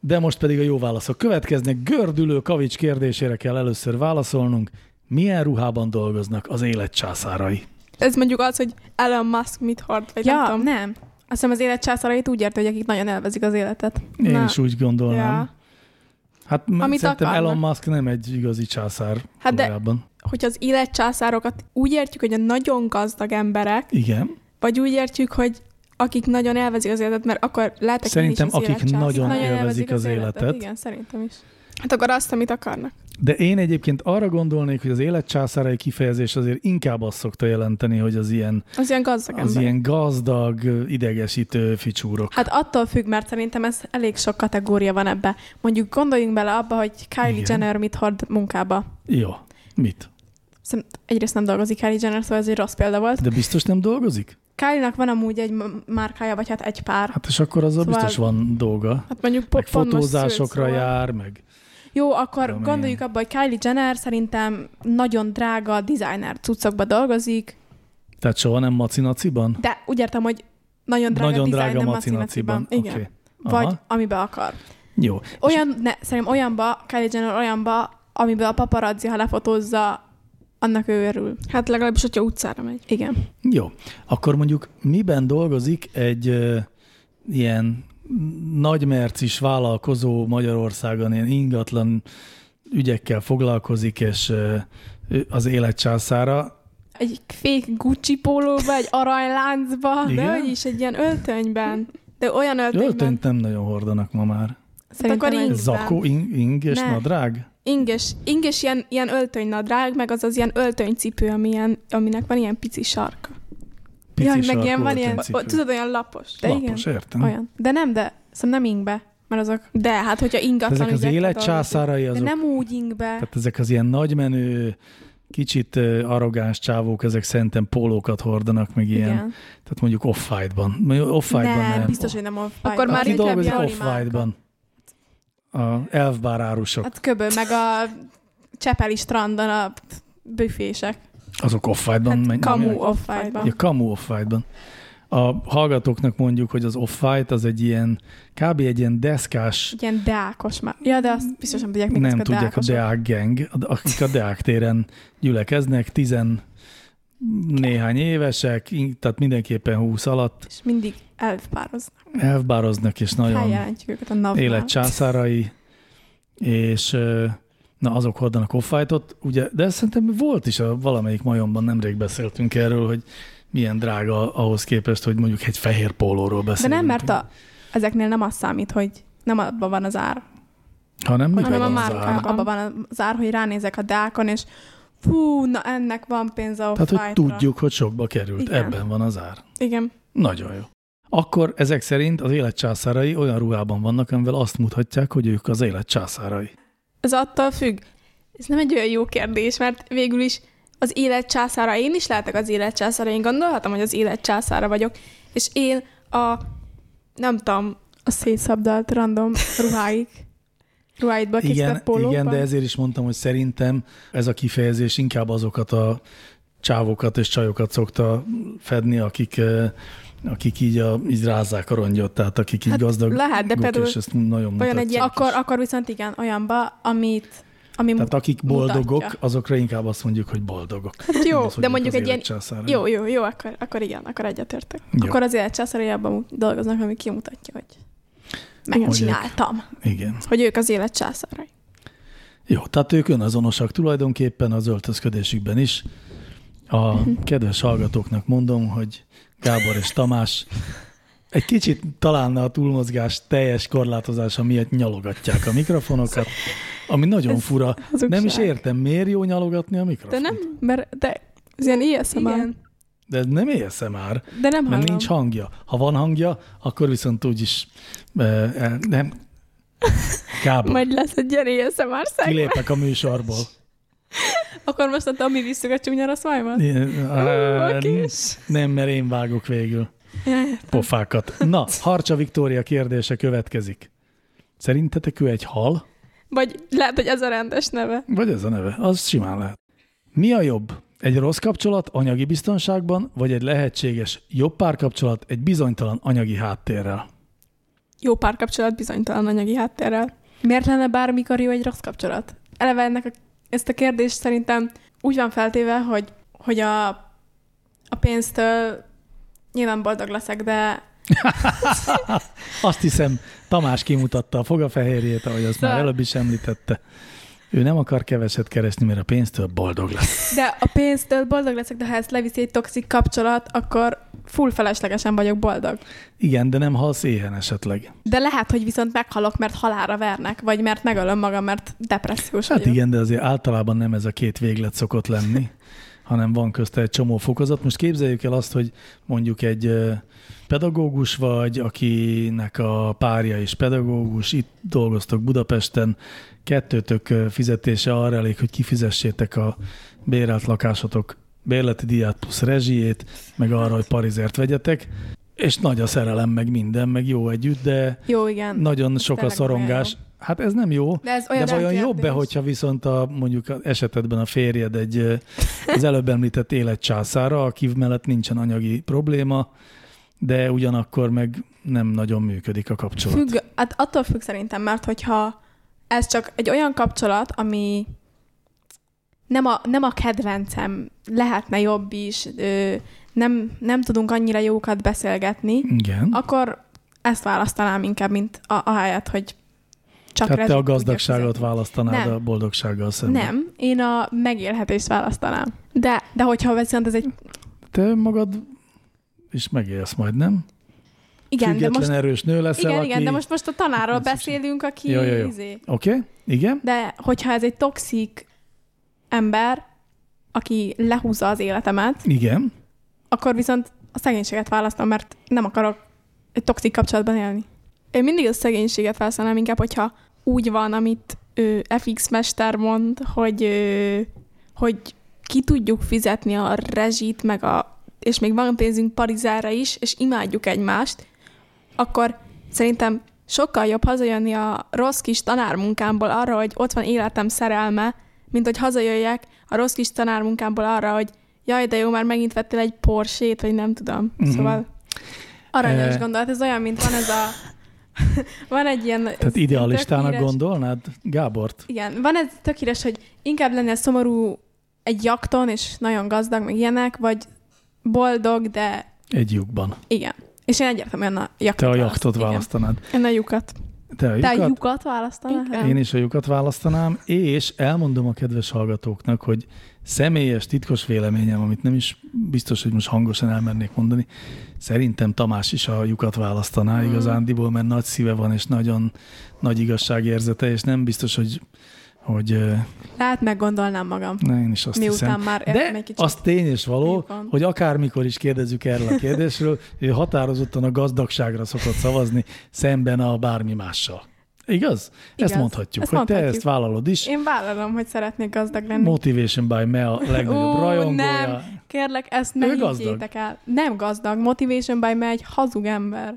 B: De most pedig a jó válaszok következnek. Gördülő kavics kérdésére kell először válaszolnunk. Milyen ruhában dolgoznak az élet császárai?
D: Ez mondjuk az, hogy Elon Musk mit hord, vagy
E: Ja,
D: nem tudom.
E: nem. Azt hiszem az élet császárait úgy érte, hogy akik nagyon elvezik az életet.
B: Én Na. is úgy gondolnám. Ja.
E: Ja.
B: Hát m-
E: Amit
B: szerintem
E: akarnak.
B: Elon Musk nem egy igazi császár
E: Hát de-
B: valójában.
E: Hogy az életcsászárokat
D: Úgy értjük, hogy a nagyon gazdag emberek,
B: Igen.
D: vagy úgy értjük, hogy akik nagyon elvezik az életet, mert akkor lehetek én is
B: Szerintem
D: az
B: akik
D: életcsászár.
B: nagyon
E: nagyon
B: élvezik az életet.
E: Igen, szerintem is.
D: Hát akkor azt, amit akarnak.
B: De én egyébként arra gondolnék, hogy az életcsászárai kifejezés azért inkább azt szokta jelenteni, hogy az ilyen,
D: Az ilyen gazdag
B: az
D: ember.
B: ilyen gazdag, idegesítő ficsúrok.
E: Hát attól függ, mert szerintem ez elég sok kategória van ebbe. Mondjuk gondoljunk bele abba, hogy Kylie
B: Igen.
E: Igen. Jenner mit hord munkába.
B: Jó. Mit?
E: Szerintem egyrészt nem dolgozik Kylie Jenner, szóval ez egy rossz példa volt.
B: De biztos nem dolgozik?
E: Kylie-nak van amúgy egy m- márkája, vagy hát egy pár.
B: Hát és akkor azzal
E: Szóval-
B: biztos van dolga.
E: Hát mondjuk
B: Meg
E: pop pont most
B: fotózásokra
E: szült, szóval-
B: jár, meg
E: Jó, akkor
B: Tudom én.
E: gondoljuk abba, hogy Kylie Jenner szerintem nagyon drága designer cuccokba dolgozik,
B: tehát soha nem macinaciban?
E: de úgy értem, hogy nagyon drága
B: Nagyon
E: design,
B: drága
E: nem
B: macinaciban.
E: Igen.
B: Oké. Aha.
E: Vagy amibe akar.
B: Jó.
E: Olyan, ne, szerintem olyanba, Kylie Jenner olyanba, amiben a paparazzi, ha lefotózza, annak ő örül.
D: Hát legalábbis, hogyha utcára megy.
E: Igen.
B: Jó. Akkor mondjuk miben dolgozik egy ö, ilyen nagymercis vállalkozó Magyarországon, ilyen ingatlan ügyekkel foglalkozik, és ö, ő az életcsászára.
E: Egy fék Gucci pólóba, egy aranyláncba,
B: Igen?
E: de
D: De hogy is egy ilyen öltönyben. De olyan öltönyben.
B: Öltönyt nem nagyon hordanak ma már.
C: Hát
E: szerintem
D: akkor
E: ez-
D: így-
B: Zakó, ing, ing és
D: Ne.
B: nadrág?
D: Inges, inges ilyen, ilyen öltönynadrág, meg az az ilyen öltönycipő, ami ilyen, aminek van ilyen pici sarka.
B: Pici
E: Jaj, meg
B: sarkú
E: ilyen van ilyen,
B: öltönycipő.
D: Tudod, olyan lapos.
E: de igen.
B: Lapos, értem.
E: Olyan. De nem, de szerintem nem ingbe, mert azok...
D: Hm? De hát, hogyha
B: De
D: ingatlan
B: ezek az
D: ügyekkel
B: élet
D: dolgozik.
B: császárai
E: De
B: azok,
E: nem úgy ingbe.
B: tehát ezek az ilyen nagymenő, kicsit ö, arrogáns csávók, ezek szerintem pólókat hordanak, meg ilyen,
E: Igen.
B: tehát mondjuk off-white-ban. Mondjuk Off-white-ban
E: Nem,
B: nem.
E: biztos, hogy nem off
D: Akkor már
B: Aki
D: inkább
B: dolgozik
D: ilyen
B: off-white-ban. A elfbár árusok,
E: Hát köböl, meg a Csepeli strandon a büfések.
B: azok off-white-ban
E: Hát
B: menj-
E: kamu
B: nyomják.
E: off
B: Ja, kamu off-white-ban. A hallgatóknak mondjuk, hogy az off-white az egy ilyen, kb. egy ilyen deszkás,
E: Ilyen deákos már. Ja, de azt biztos nem tudják, mik
B: nem
E: ezek a
B: tudják, a
E: deákosok.
B: Deák gang, akik a Deák téren gyülekeznek, tizen néhány évesek, in- tehát mindenképpen 20 alatt
E: És mindig elfpároznak.
B: elfbároznak, és nagyon
E: Feljelentjük őket a navnál.
B: élet császárai, és ö, na azok hordanak off ugye, de szerintem volt is a valamelyik majomban, nemrég beszéltünk erről, hogy milyen drága ahhoz képest, hogy mondjuk egy fehér pólóról
E: De
B: beszélünk.
E: nem, mert a, ezeknek nem az számít, hogy nem abban van az ár,
B: Hanem mi
E: hanem a
B: van az ár?
E: márkában. Abban van az ár, hogy ránézek a dákon, és fú, na ennek van pénz a
B: Tehát, hogy
E: off-white-ra.
B: tudjuk, hogy sokba került.
E: Igen.
B: Ebben van az ár.
E: Igen.
B: Nagyon jó. Akkor ezek szerint az élet császárai olyan ruhában vannak, amivel azt mutatják, hogy ők az élet császárai.
D: Ez attól függ. Ez nem egy olyan jó kérdés, mert végül is az élet császára, én is lehetek az élet császára, én gondolhatom, hogy az élet császára vagyok, és én a, nem tudom,
E: A szétszabdalt random ruháik. Ruháidba
B: Igen,
E: készített pólókban.
B: igen, de ezért is mondtam, hogy szerintem ez a kifejezés inkább azokat a csávokat és csajokat szokta fedni, akik, eh, akik így, a, így rázzák a rongyot, tehát akik így hát gazdag
E: lehet, de például
B: és ezt nagyon
E: Olyan egy ilyen,
B: mutatják
E: akkor,
B: is.
E: akkor viszont igen, olyanba, amit, ami
B: Tehát akik boldogok,
E: mutatja.
B: azokra inkább azt mondjuk, hogy boldogok.
D: hát jó,
B: Igaz, hogy
D: de
B: ők
D: mondjuk
B: az
D: egy ilyen,
B: életcsászárai.
D: jó, jó, jó, akkor, akkor igen, akkor egyetértek.
B: Jó,
E: Akkor az életcsászárai abban dolgoznak, ami kimutatja, hogy megcsináltam.
B: Igen.
D: Hogy ők az élet császárai.
B: Jó, tehát ők önazonosak tulajdonképpen az öltözködésükben is. A
D: Mhm.
B: kedves hallgatóknak mondom, hogy Gábor és Tamás egy kicsit talán a túlmozgás teljes korlátozása miatt nyalogatják a mikrofonokat, ami nagyon Ez fura.
E: hazugság.
B: Nem is értem, miért jó nyalogatni a
D: De
B: mikrofont.
D: nem,
E: Mert de ez ilyen
D: Igen.
E: ASMR.
B: De ez nem élsz már,
E: De nem hallom.
B: mert nincs hangja. Ha van hangja, akkor viszont úgyis eh, eh, nem. Gábor,
D: majd lesz egy ilyen ASMR szeg.
B: kilépek a műsorból.
E: Akkor most attól mi visszük a csúnya rossz
B: Eh,
D: oké is.
B: Nem, mert én vágok végül. Pofákat. Na, Harcsa Viktória kérdése következik. Szerintetek ő egy hal?
D: Vagy lehet, hogy ez a rendes neve.
B: Vagy ez a neve? Az simán lehet. Mi a jobb? Egy rossz kapcsolat anyagi biztonságban, vagy egy lehetséges jobb párkapcsolat egy bizonytalan anyagi háttérrel?
D: Jó párkapcsolat bizonytalan anyagi háttérrel.
E: Miért lenne bármikor jó egy rossz kapcsolat? Eleve ennek a, ezt a kérdést szerintem úgy van feltéve, hogy, hogy a, a pénztől nyilván boldog leszek, de
B: Azt hiszem, Tamás kimutatta a fogafehérjét, ahogy azt már előbb is említette. Ő nem akar keveset keresni, mert a pénztől boldog lesz.
E: De a pénztől boldog leszek, de ha ezt leviszi egy toxik kapcsolat, akkor full feleslegesen vagyok boldog.
B: Igen, de nem halsz éhen esetleg.
E: De lehet, hogy viszont meghalok, mert halára vernek, vagy mert megölöm magam, mert depressziós
B: Hát
E: vagyok.
B: igen, de azért általában nem ez a két véglet szokott
E: [laughs]
B: lenni, hanem van közte egy csomó fokozat. Most képzeljük el azt, hogy mondjuk egy ö, pedagógus vagy, akinek a párja is pedagógus, itt dolgoztok Budapesten, kettőtök ö, fizetése arra elég, hogy kifizessétek a bérelt lakásotok bérleti díját plusz rezsijét, meg arra, hogy parizert vegyetek, és nagy a szerelem, meg minden, meg jó együtt, de
E: Jó, igen.
B: nagyon sok a
E: Tényleg olyan
B: szorongás.
E: jó.
B: Hát ez nem jó.
E: De ez
B: De
E: olyan
B: vajon
E: rendkérdés.
B: jobb-e, hogyha viszont a, mondjuk az esetedben a férjed egy ö, az előbb említett életcsászára, aki mellett nincsen anyagi probléma, de ugyanakkor meg nem nagyon működik a kapcsolat.
E: Függ, hát attól függ szerintem, mert hogyha ez csak egy olyan kapcsolat, ami nem a, nem a kedvencem, lehetne jobb is, ö, nem, nem tudunk annyira jókat beszélgetni,
B: Igen.
E: akkor ezt választanám inkább, mint a, a helyet, hogy csak
B: Tehát Hát te
E: rezsit
B: a
E: tudjak
B: gazdagságot
E: fizetni.
B: választanád
E: Nem.
B: a boldogsággal szemben.
E: Nem, én a megélhetést választanám. De, de hogyha viszont ez egy...
B: Te magad is megélsz majd, nem?
E: Igen, de
B: Független
E: most,
B: erős nő leszel,
E: igen,
B: aki...
E: igen, de most, most a tanárról
B: Nem szükség.
E: beszélünk, aki...
B: Jó, jó, jó.
E: Izé,
B: Oké, okay? igen?
E: De hogyha ez egy toxik ember, aki lehúzza az életemet,
B: Igen.
E: akkor viszont a szegénységet választom, mert nem akarok egy toxik kapcsolatban élni.
D: Én mindig a szegénységet felszállnám inkább, hogyha úgy van, amit ö, FX mester mond, hogy, ö, hogy ki tudjuk fizetni a rezsit, meg a, és még van pénzünk Parizára is, és imádjuk egymást, akkor szerintem sokkal jobb hazajönni a rossz kis tanármunkámból arra, hogy ott van életem szerelme, mint hogy hazajöjjek a rossz kis tanármunkámból arra, hogy jaj, de jó, már megint vettél egy porsét, vagy nem tudom.
B: Mhm.
D: Mm-hmm. Szóval
E: Aranyos
B: Eh.
E: gondolat, ez olyan, mint van ez
B: [laughs]
E: a... van egy ilyen... ez
B: Tehát idealistának
E: tök híres-
B: gondolnád Gábort?
E: Igen, van ez tök híres, hogy inkább lenne szomorú egy jakton, és nagyon gazdag, meg ilyenek, vagy boldog, de
B: Egy lyukban.
E: igen. És én egyértelműen a jaktot
B: Te a
E: választom,
B: jaktot
E: igen.
B: választanád.
D: én a lyukat.
B: Te a
E: Te a
B: lyukat?
E: lyukat választanál?
B: Én is a lyukat választanám, és elmondom a kedves hallgatóknak, hogy személyes, titkos véleményem, amit nem is biztos, hogy most hangosan elmennék mondani, szerintem Tamás is a lyukat választaná mm. igazándiból, mert nagy szíve van, és nagyon nagy igazságérzete, és nem biztos, hogy hogy ö,
E: Lehet Hát meggondolnám magam.
B: na, én is azt
E: Miután
B: hiszem.
E: már
B: De
E: értem egy kicsit.
B: az tény és való,
E: mi van.
B: hogy akármikor is kérdezzük erről a kérdésről, ő határozottan a gazdagságra szokott szavazni szemben a bármi mással. Igaz? Igaz. Ezt
E: Igaz.
B: mondhatjuk,
E: Ezt
B: hogy te
E: mondhatjuk.
B: ezt vállalod is.
E: Én vállalom, hogy szeretnék gazdag lenni.
B: Motivation by Me a legnagyobb
E: Ú,
B: rajongója.
E: nem, kérlek, ezt
B: Ő
E: ne
B: gazdag.
E: higgyétek el. Nem gazdag, Motivation by Me egy hazug ember.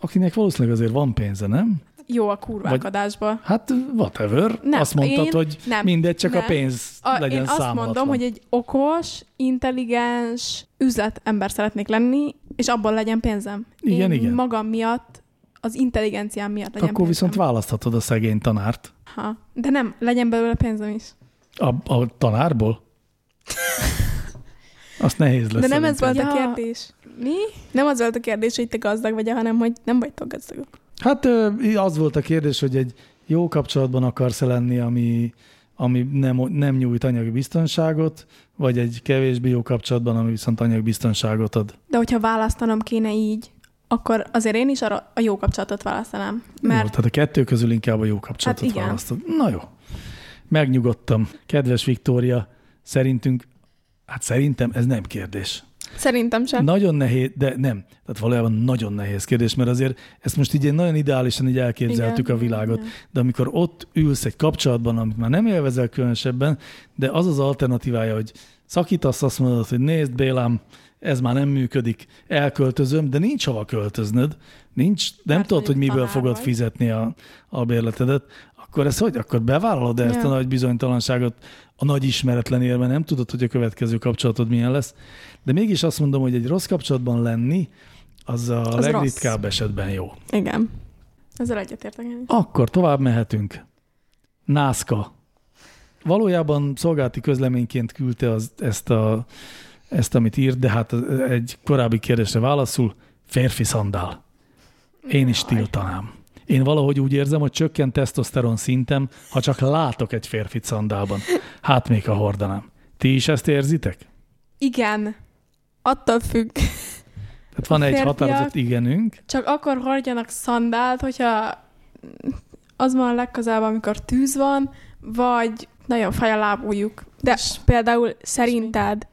B: Akinek valószínűleg azért van pénze, nem?
E: Jó a kurvákodásba.
B: Hát whatever. Nem,
E: Nem,
B: azt mondtad,
E: én-
B: hogy
E: nem,
B: mindegy, csak a
E: nem.
B: pénz
E: A,
B: legyen
E: én azt
B: számolatlan.
E: mondom, hogy egy okos, intelligens üzletember szeretnék lenni, és abból legyen pénzem.
B: Igen,
E: én
B: igen.
E: magam miatt, az intelligenciám miatt legyen
B: Akkor
E: pénzem.
B: viszont választhatod a szegény tanárt.
E: Ha, de nem, legyen belőle pénzem is.
B: A, a tanárból? Azt nehéz lesz.
D: De nem ez
B: szerintem.
D: volt a
E: Ja.
D: kérdés.
E: Mi?
D: Nem az volt a kérdés, hogy te gazdag vagy, hanem hogy nem vagytok gazdagok.
B: Hát ö, az volt a kérdés, hogy egy jó kapcsolatban akarsz lenni, ami, ami nem, nem nyújt anyagi biztonságot, vagy egy kevésbé jó kapcsolatban, ami viszont anyagi biztonságot ad.
E: De hogyha választanom kéne így, akkor azért én is arra a jó kapcsolatot választanám.
B: Mert...
E: Mert
B: Jó, tehát a kettő közül inkább a jó kapcsolatot
E: Hát
B: hát
E: igen.
B: választod. Na jó. Megnyugodtam. Kedves Viktória, szerintünk, hát szerintem ez nem kérdés.
D: Szerintem sem.
B: Nagyon nehéz, de nem. Tehát valójában nagyon nehéz kérdés, mert azért ezt most így ilyen nagyon ideálisan így elképzeltük
E: Igen,
B: a világot.
E: igen.
B: De amikor ott ülsz egy kapcsolatban, amit már nem élvezel különösebben, de az az alternatívája, hogy szakítasz, azt mondod, hogy nézd Bélám, ez már nem működik, elköltözöm, de nincs hova költöznöd, nincs, nem
E: Mert
B: tudod, hogy
E: mondjuk
B: miből
E: tanár
B: fogod
E: vagy.
B: fizetni a, a bérletedet, akkor ez hogy? Akkor bevállalod ezt a
E: Ja.
B: nagy bizonytalanságot a nagy ismeretlen érve, nem tudod, hogy a következő kapcsolatod milyen lesz. De mégis azt mondom, hogy egy rossz kapcsolatban lenni, az a az
E: rossz.
B: legritkább esetben jó.
E: igen. Ezzel egyetértek én.
B: Akkor tovább mehetünk. Nászka. Valójában szolgálati közleményként küldte az, ezt, a, ezt, amit írt, de hát egy korábbi kérdésre válaszul. Férfi szandál. Én is tiltanám. Én valahogy úgy érzem, hogy csökken tesztoszteron szintem, ha csak látok egy férfit szandálban. Hát még a hordanám. Ti is ezt érzitek?
E: Igen. Attól függ.
B: Tehát van egy
E: férfiak-
B: határozott igenünk.
E: Csak akkor hordjanak szandált, hogyha az van a legközelebb, amikor tűz van, vagy nagyon fáj a lábújuk.
D: De például szerinted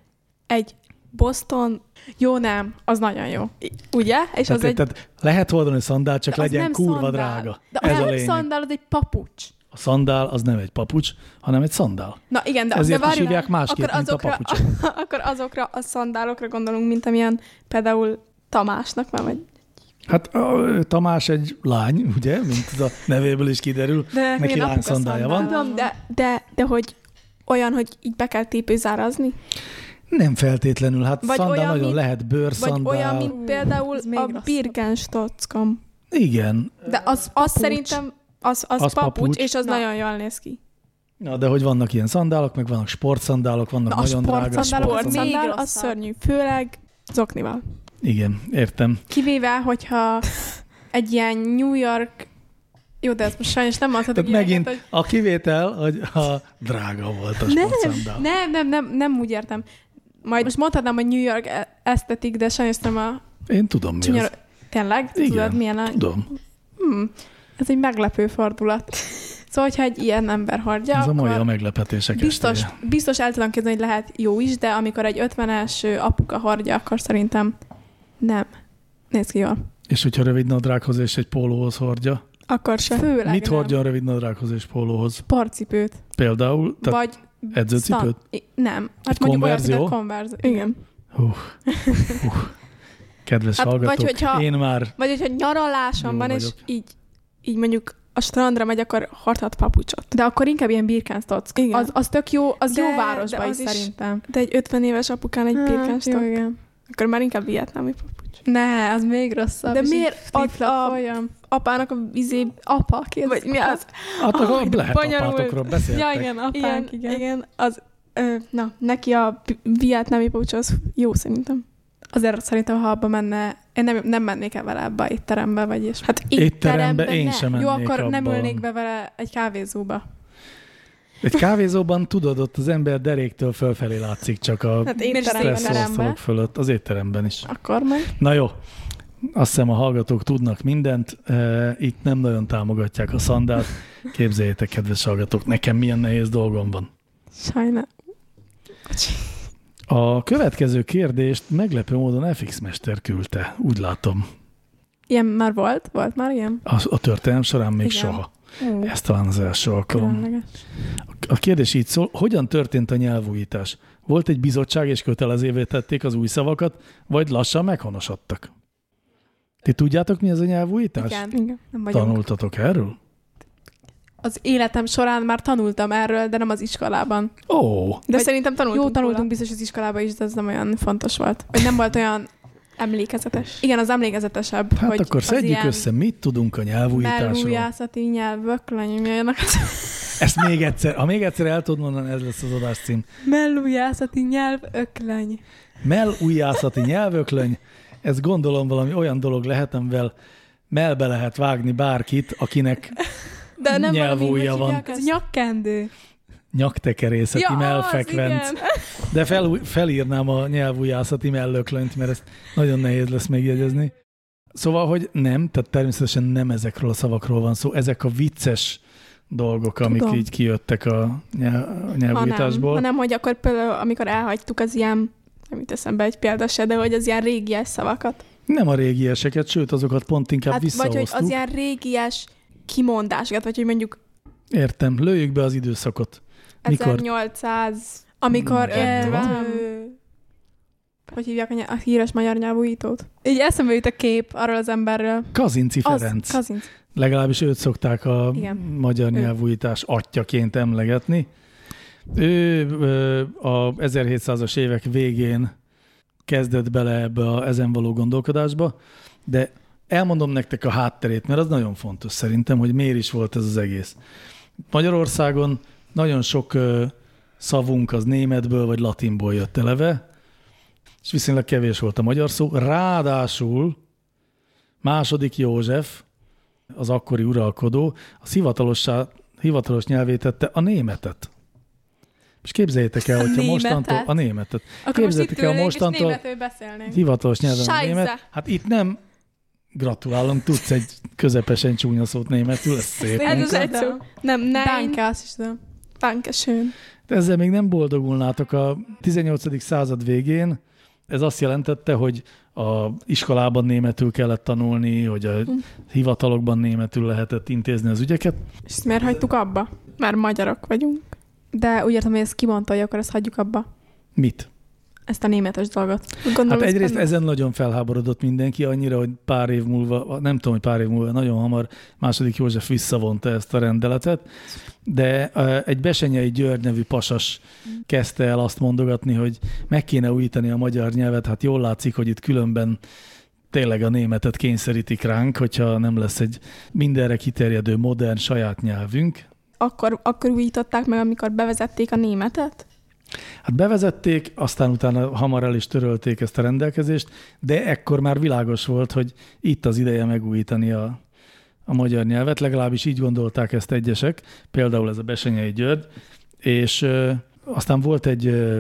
D: egy Boston,
E: Jó, nem, az nagyon jó.
D: ugye? És
B: Tehát,
D: az egy...
B: tehát lehet hordani szandál, csak
E: De az
B: legyen
E: nem
B: kurva
E: szandál.
B: drága.
E: De az
B: Ez a
E: nem
B: lényeg.
E: szandál, az egy papucs.
B: A szandál az nem egy papucs, hanem egy szandál.
E: Na igen, de,
B: Ezért
E: de
B: is
E: várj,
B: hívják másképp,
D: akkor
B: mint a
D: azokra-
B: papucsok.
E: [laughs]
D: Akkor azokra a szandálokra gondolunk, mint amilyen például Tamásnak már, vagy
B: Hát ö, Tamás egy lány, ugye, mint az a nevéből is kiderül.
E: de
B: Neki
E: milyen
B: lány
E: apuka
B: szandálja van.
E: szandál
D: tudom, de, de, de hogy olyan, hogy így be kell tépőzárazni?
B: Nem feltétlenül, hát
D: Vagy
B: szandál
D: olyan,
B: nagyon
D: mint-
B: lehet
D: Vagy
B: bőrszandál.
D: olyan, mint például
E: ez még
D: a
E: rosszabb.
D: Birkenstockon.
B: Igen.
D: De az, az szerintem az, az,
B: Az
D: az papucs,
B: papucs.
D: és az
E: Na.
D: nagyon jól néz ki.
B: Na, de hogy vannak ilyen szandálok, meg vannak sportszandálok, vannak
E: Na, a
B: nagyon drága
E: sportszandálok
B: sport.
E: az
D: Még
E: Szandál
D: az
E: rosszabb.
D: szörnyű, főleg zoknival.
B: Igen, értem.
E: Kivéve,
D: [laughs]
E: hogyha egy ilyen New York... Jó, de ezt most sajnos nem
B: Tehát
E: mondhatok
B: megint
E: ilyeneket,
B: a kivétel, hogy a drága volt a sportszandál.
E: hogy... Nem, nem, nem, nem úgy értem. Majd most mondhatnám, hogy New York e- esztetik, de sajnos nem a
B: Én tudom, mi
E: csúnya...
B: az.
E: Tényleg?
B: Igen.
E: Tudod, milyen a...
B: Tudom.
E: Hmm. Ez egy meglepő fordulat. Szóval, hogyha egy ilyen ember hordja,
B: Ez a mai a
E: akkor
B: meglepetések
E: biztos,
B: estéje.
E: biztos el tudom képzelni, hogy lehet jó is, de amikor egy 50-es apuka hordja, akkor szerintem nem. Néz ki jól.
B: És hogyha rövid nadrághoz és egy pólóhoz hordja,
D: Akkor se.
E: Főleg
B: mit
E: nem.
B: hordjon rövid nadrághoz és pólóhoz?
E: Parcipőt.
B: Például, tehát
E: Vagy
B: edzőcipőt?
E: Szan- I- Nem. Hát
B: Egy
E: egy mondjuk olyat,
B: konverzió?
E: mint a konverzió. Igen.
D: Igen.
B: Hú, hú. Kedves
E: Hát, vagy
B: hallgatók,
E: hogyha-
B: én már
D: Vagy hogyha nyaraláson
B: Jó
D: van, és
B: vagyok.
D: így, így mondjuk a strandra megy, akkor hordhat papucsot.
E: De akkor inkább ilyen Birkenstocks.
D: Igen.
E: Az, az tök jó, az
D: De-
E: jó városba
D: de
E: is,
D: az is-
E: szerintem.
D: De egy 50 éves apukán egy
E: Hát,
D: Birkenstock,
E: jó, igen.
D: akkor már inkább vietnámi papucs.
E: Ne, az még rosszabb.
D: De
E: És
D: miért
E: így
D: ad a-
E: flip-flop folyam?
D: Apának a vizé, apa, kérdez,
E: izé- Vagy mi az?
B: Atok,
D: Ahogy
B: Hát, lehet
D: bonyolult.
B: apátokról beszéltek.
E: Ja, igen, apánk,
D: Igen,
E: igen.
D: igen. igen az, ö, na, neki a bi- vietnámi papucs az jó szerintem.
E: Azért szerintem, ha abba menne, én nem, nem mennék el vele ebbe a étterembe, vagy is. Hát
B: Étterembe én sem
E: Jó,
B: mennék
E: akkor
B: abban.
E: nem ülnék be vele egy kávézóba.
B: Egy kávézóban tudod, ott az ember deréktől fölfelé látszik, csak a
E: Hát
B: stresszorszálok fölött, az étteremben is.
E: Akkor meg.
B: Na jó, azt hiszem a hallgatók tudnak mindent, e, itt nem nagyon támogatják a szandát. Képzeljétek, kedves hallgatók, nekem milyen nehéz dolgom van.
E: Sajna.
B: A következő kérdést meglepő módon FX Mester küldte, úgy látom.
E: Ilyen már volt? Volt már ilyen?
B: A, a történelem során még
E: Igen. Mm.
B: soha. Ez talán az első alkalom.
E: Különleges.
B: A kérdés így szól, hogyan történt a nyelvújítás? Volt egy bizottság, és kötelezővé tették az új szavakat, vagy lassan meghonosodtak? Ti tudjátok, mi ez a nyelvújítás?
E: Igen.
D: Igen.
E: Nem vagyunk.
B: Tanultatok erről?
E: Az életem során már tanultam erről, de nem az iskolában.
B: Ó,
D: De
E: Vagy-
D: szerintem tanultunk.
E: Jó, tanultunk
D: róla.
E: biztos az iskolában is, de ez nem olyan fontos volt. Vagy nem volt olyan,
D: Emlékezetes.
E: igen, az emlékezetesebb.
B: hát
E: hogy
B: akkor
E: az
B: szedjük
E: ilyen
B: össze, mit tudunk a nyelvújításról.
E: mellújászati nyelvök,
D: [laughs]
E: lenyomjanak.
B: Ezt még egyszer, ha még egyszer el tudod mondani, ez lesz az adás cím.
E: Mellújászati nyelv, öklöny.
B: Mellújászati nyelvöklöny, ez gondolom valami olyan dolog lehet, amivel melbe lehet vágni bárkit, akinek
E: De nem
B: Nyelvújja
E: valami, hogy
B: van.
E: hívják, Ez nyakkendő.
B: nyaktekerészeti ja, melfekvenc.
E: az, igen.
B: De fel, felírnám a nyelvújászati mellöklönyt, mert ezt nagyon nehéz lesz megjegyezni. Szóval, hogy nem, tehát természetesen nem ezekről a szavakról van szó, ezek a vicces dolgok, amik
E: Tudom.
B: így kijöttek a nyel- a
D: Hanem,
B: nyelvújításból.
D: hanem, hogy akkor például, amikor elhagytuk az ilyen, nem jut eszembe egy példa se, de hogy az ilyen régies szavakat.
B: Nem a régieseket, sőt, azokat pont inkább hát,
D: vagy hogy
B: visszahoztuk.
D: az ilyen régies kimondásokat, vagy hogy mondjuk
B: Értem, lőjük be az időszakot. Mikor?
D: 1800
E: Amikor
B: Nem
E: értem, hogy hívják a, ny- a híres magyar nyelvújítót. Így eszembe jut a kép arról az emberről.
B: Kazinci Ferenc.
E: Az, Kazinc.
B: Legalábbis őt szokták a Igen.
E: Igen.
B: magyar
E: Ő.
B: nyelvújítás atyaként emlegetni. Ő ö, a 1700-as évek végén kezdett bele ebbe a ezen való gondolkodásba, de elmondom nektek a hátterét, mert az nagyon fontos szerintem, hogy miért is volt ez az egész. Magyarországon nagyon sok ö, szavunk az németből vagy latinból jött eleve, és viszonylag kevés volt a magyar szó. Ráadásul Második József, az akkori uralkodó, az hivatalossá, hivatalos nyelvé tette a németet. És képzeljétek el, hogyha
E: németet?
B: mostantól a németet.
E: Akkor most itt
B: Képzeljétek el,
E: ülnénk, és
B: mostantól
E: németül beszélnénk.
B: hivatalos nyelven a
E: Scheisse.
B: német. Hát itt nem gratulálom, tudsz egy közepesen csúnya szót németül, ez szép.
E: Hát Ez
B: munka.
E: az egy szó.
D: Nem, nem.
E: Danke, azt is tudom.
D: Dankeschön.
B: De ezzel még nem boldogulnátok a 18. század végén. Ez azt jelentette, hogy a iskolában németül kellett tanulni, hogy a hivatalokban németül lehetett intézni az ügyeket.
E: És ezt miért hagytuk abba?
D: Már magyarok vagyunk.
E: De úgy értem, hogy ez kimondta, hogy akkor ezt hagyjuk abba.
B: Mit?
E: Ezt a németes dolgot.
D: Gondolom,
B: Hát
D: ez
B: egyrészt
D: benne-
B: ezen nagyon felháborodott mindenki, annyira, hogy pár év múlva, nem tudom, hogy pár év múlva, nagyon hamar második József visszavonta ezt a rendeletet, de eh, egy Besenyei György nevű pasas kezdte el azt mondogatni, hogy meg kéne újítani a magyar nyelvet, hát jól látszik, hogy itt különben tényleg a németet kényszerítik ránk, hogyha nem lesz egy mindenre kiterjedő modern saját nyelvünk.
D: Akkor, akkor újították meg, amikor bevezették a németet?
B: Hát bevezették, aztán utána hamar el is törölték ezt a rendelkezést, de ekkor már világos volt, hogy itt az ideje megújítani a, a magyar nyelvet, legalábbis így gondolták ezt egyesek, például ez a Besenyei György, és ö, aztán volt egy ö,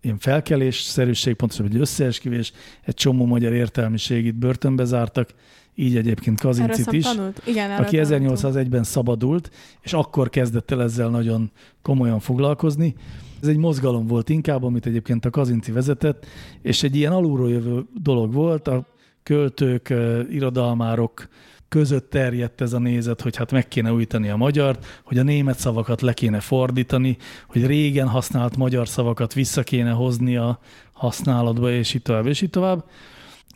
B: ilyen felkelésszerűség, pontosabban egy összeesküvés, egy csomó magyar értelmiség itt börtönbe zártak, így egyébként
E: Erről
B: Kazincit
E: szóval
B: is
E: tanult? Igen, erről
B: aki
E: tanultunk.
B: 1801-ben szabadult, és akkor kezdett el ezzel nagyon komolyan foglalkozni. Ez egy mozgalom volt inkább, amit egyébként a Kazinci vezetett, és egy ilyen alulról jövő dolog volt, a költők, ö, irodalmárok között terjedt ez a nézet, hogy hát meg kéne újítani a magyart, hogy a német szavakat le kéne fordítani, hogy régen használt magyar szavakat vissza kéne hozni a használatba, és így tovább, és így tovább.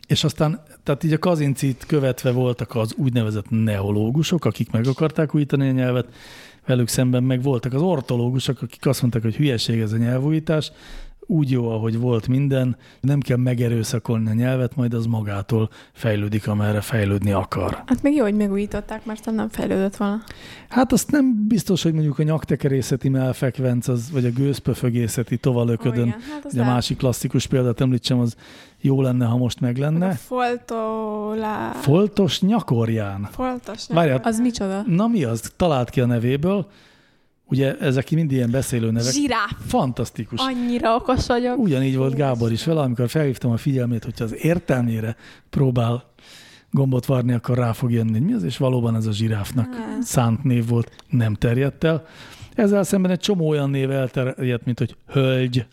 B: És aztán, tehát így a kazincit követve voltak az úgynevezett neológusok, akik meg akarták újítani a nyelvet, velük szemben meg voltak az ortológusok, akik azt mondták, hogy hülyeség ez a nyelvújítás, úgy jó, ahogy volt minden, nem kell megerőszakolni a nyelvet, majd az magától fejlődik, amerre fejlődni akar.
E: Hát még jó, hogy megújították, mert aztán nem fejlődött volna.
B: Hát azt nem biztos, hogy mondjuk a nyaktekerészeti melfekvenc, az, vagy a gőzpöfögészeti tovalöködön,
E: igen, hát az
B: ugye a
E: lehet.
B: másik klasszikus példát említsem, az jó lenne, ha most meg
D: A
B: lenne.
D: foltolá...
B: Foltos nyakorján.
D: Foltos, nem?
B: Várjál,
E: Az micsoda?
B: Na mi az? Talált ki a nevéből. Ugye ezek mind ilyen beszélő nevek.
E: Zsiráf.
B: Fantasztikus.
E: Annyira okos vagyok.
B: Ugyanígy volt Gábor is vele, amikor felhívtam a figyelmét, hogyha az értelmére próbál gombot varni, akkor rá fog jönni, hogy mi az, és valóban ez a zsiráfnak szánt név volt, nem terjedt el. Ezzel szemben egy csomó olyan név elterjedt, mint hogy hölgy,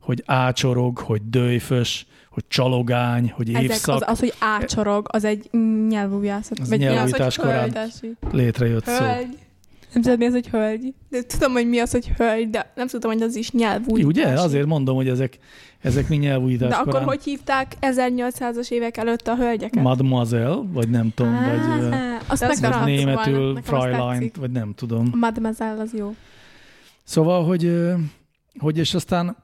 B: hogy ácsorog, hogy dőjfös, hogy csalogány, hogy
E: Ezek az,
B: évszak.
E: az, hogy ácsorog, az egy nyelvújászat.
B: Az
E: vagy
B: nyelvújítás
E: nyelv- az, hogy
B: korán.
E: hölgyesi.
B: Létrejött szó.
D: Hölgy.
E: Nem tudod, mi az, hogy hölgy?
D: De tudom, hogy mi az, hogy hölgy, de nem tudtam, hogy az is
B: Új,
D: nyelvújítás.
B: Ugye? Azért mondom, hogy ezek, ezek mi
D: De
B: nyelvújítás
D: akkor
B: korán.
D: hogy hívták 1800-as évek előtt a hölgyeket?
B: Mademoiselle, vagy nem tudom,
E: Ah,
B: vagy, ö,
E: Azt
D: az
E: meg
B: vagy
E: francba, nekem
B: németül
E: azt tetszik.
B: Fräulein, vagy nem tudom.
E: Mademoiselle az jó.
B: Szóval, hogy, ö, hogy és aztán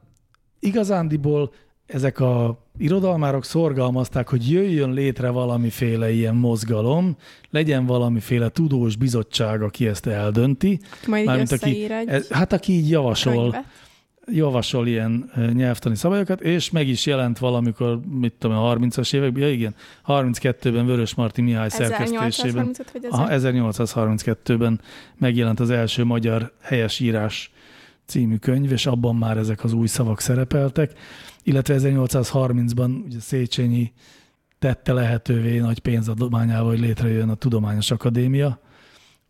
B: igazándiból ezek a irodalmárok szorgalmazták, hogy jöjjön létre valamiféle ilyen mozgalom, legyen valamiféle tudós bizottság, aki ezt eldönti.
E: Majd így
B: Mármint aki-
E: összeír egy
B: Ez, hát aki így javasol,
E: könyvet.
B: javasol ilyen ö, nyelvtani szabályokat, és meg is jelent valamikor, mit tudom, a 30-as években, ja igen, 32-ben Vörös Marti Mihály szerkesztésében.
D: 1835 vagy
B: Aha,
D: ez?
B: 1832-ben megjelent az első magyar helyesírás című könyv, és abban már ezek az új szavak szerepeltek, illetve 1830-ban ugye Széchenyi tette lehetővé nagy pénzadományával, hogy létrejön a Tudományos Akadémia,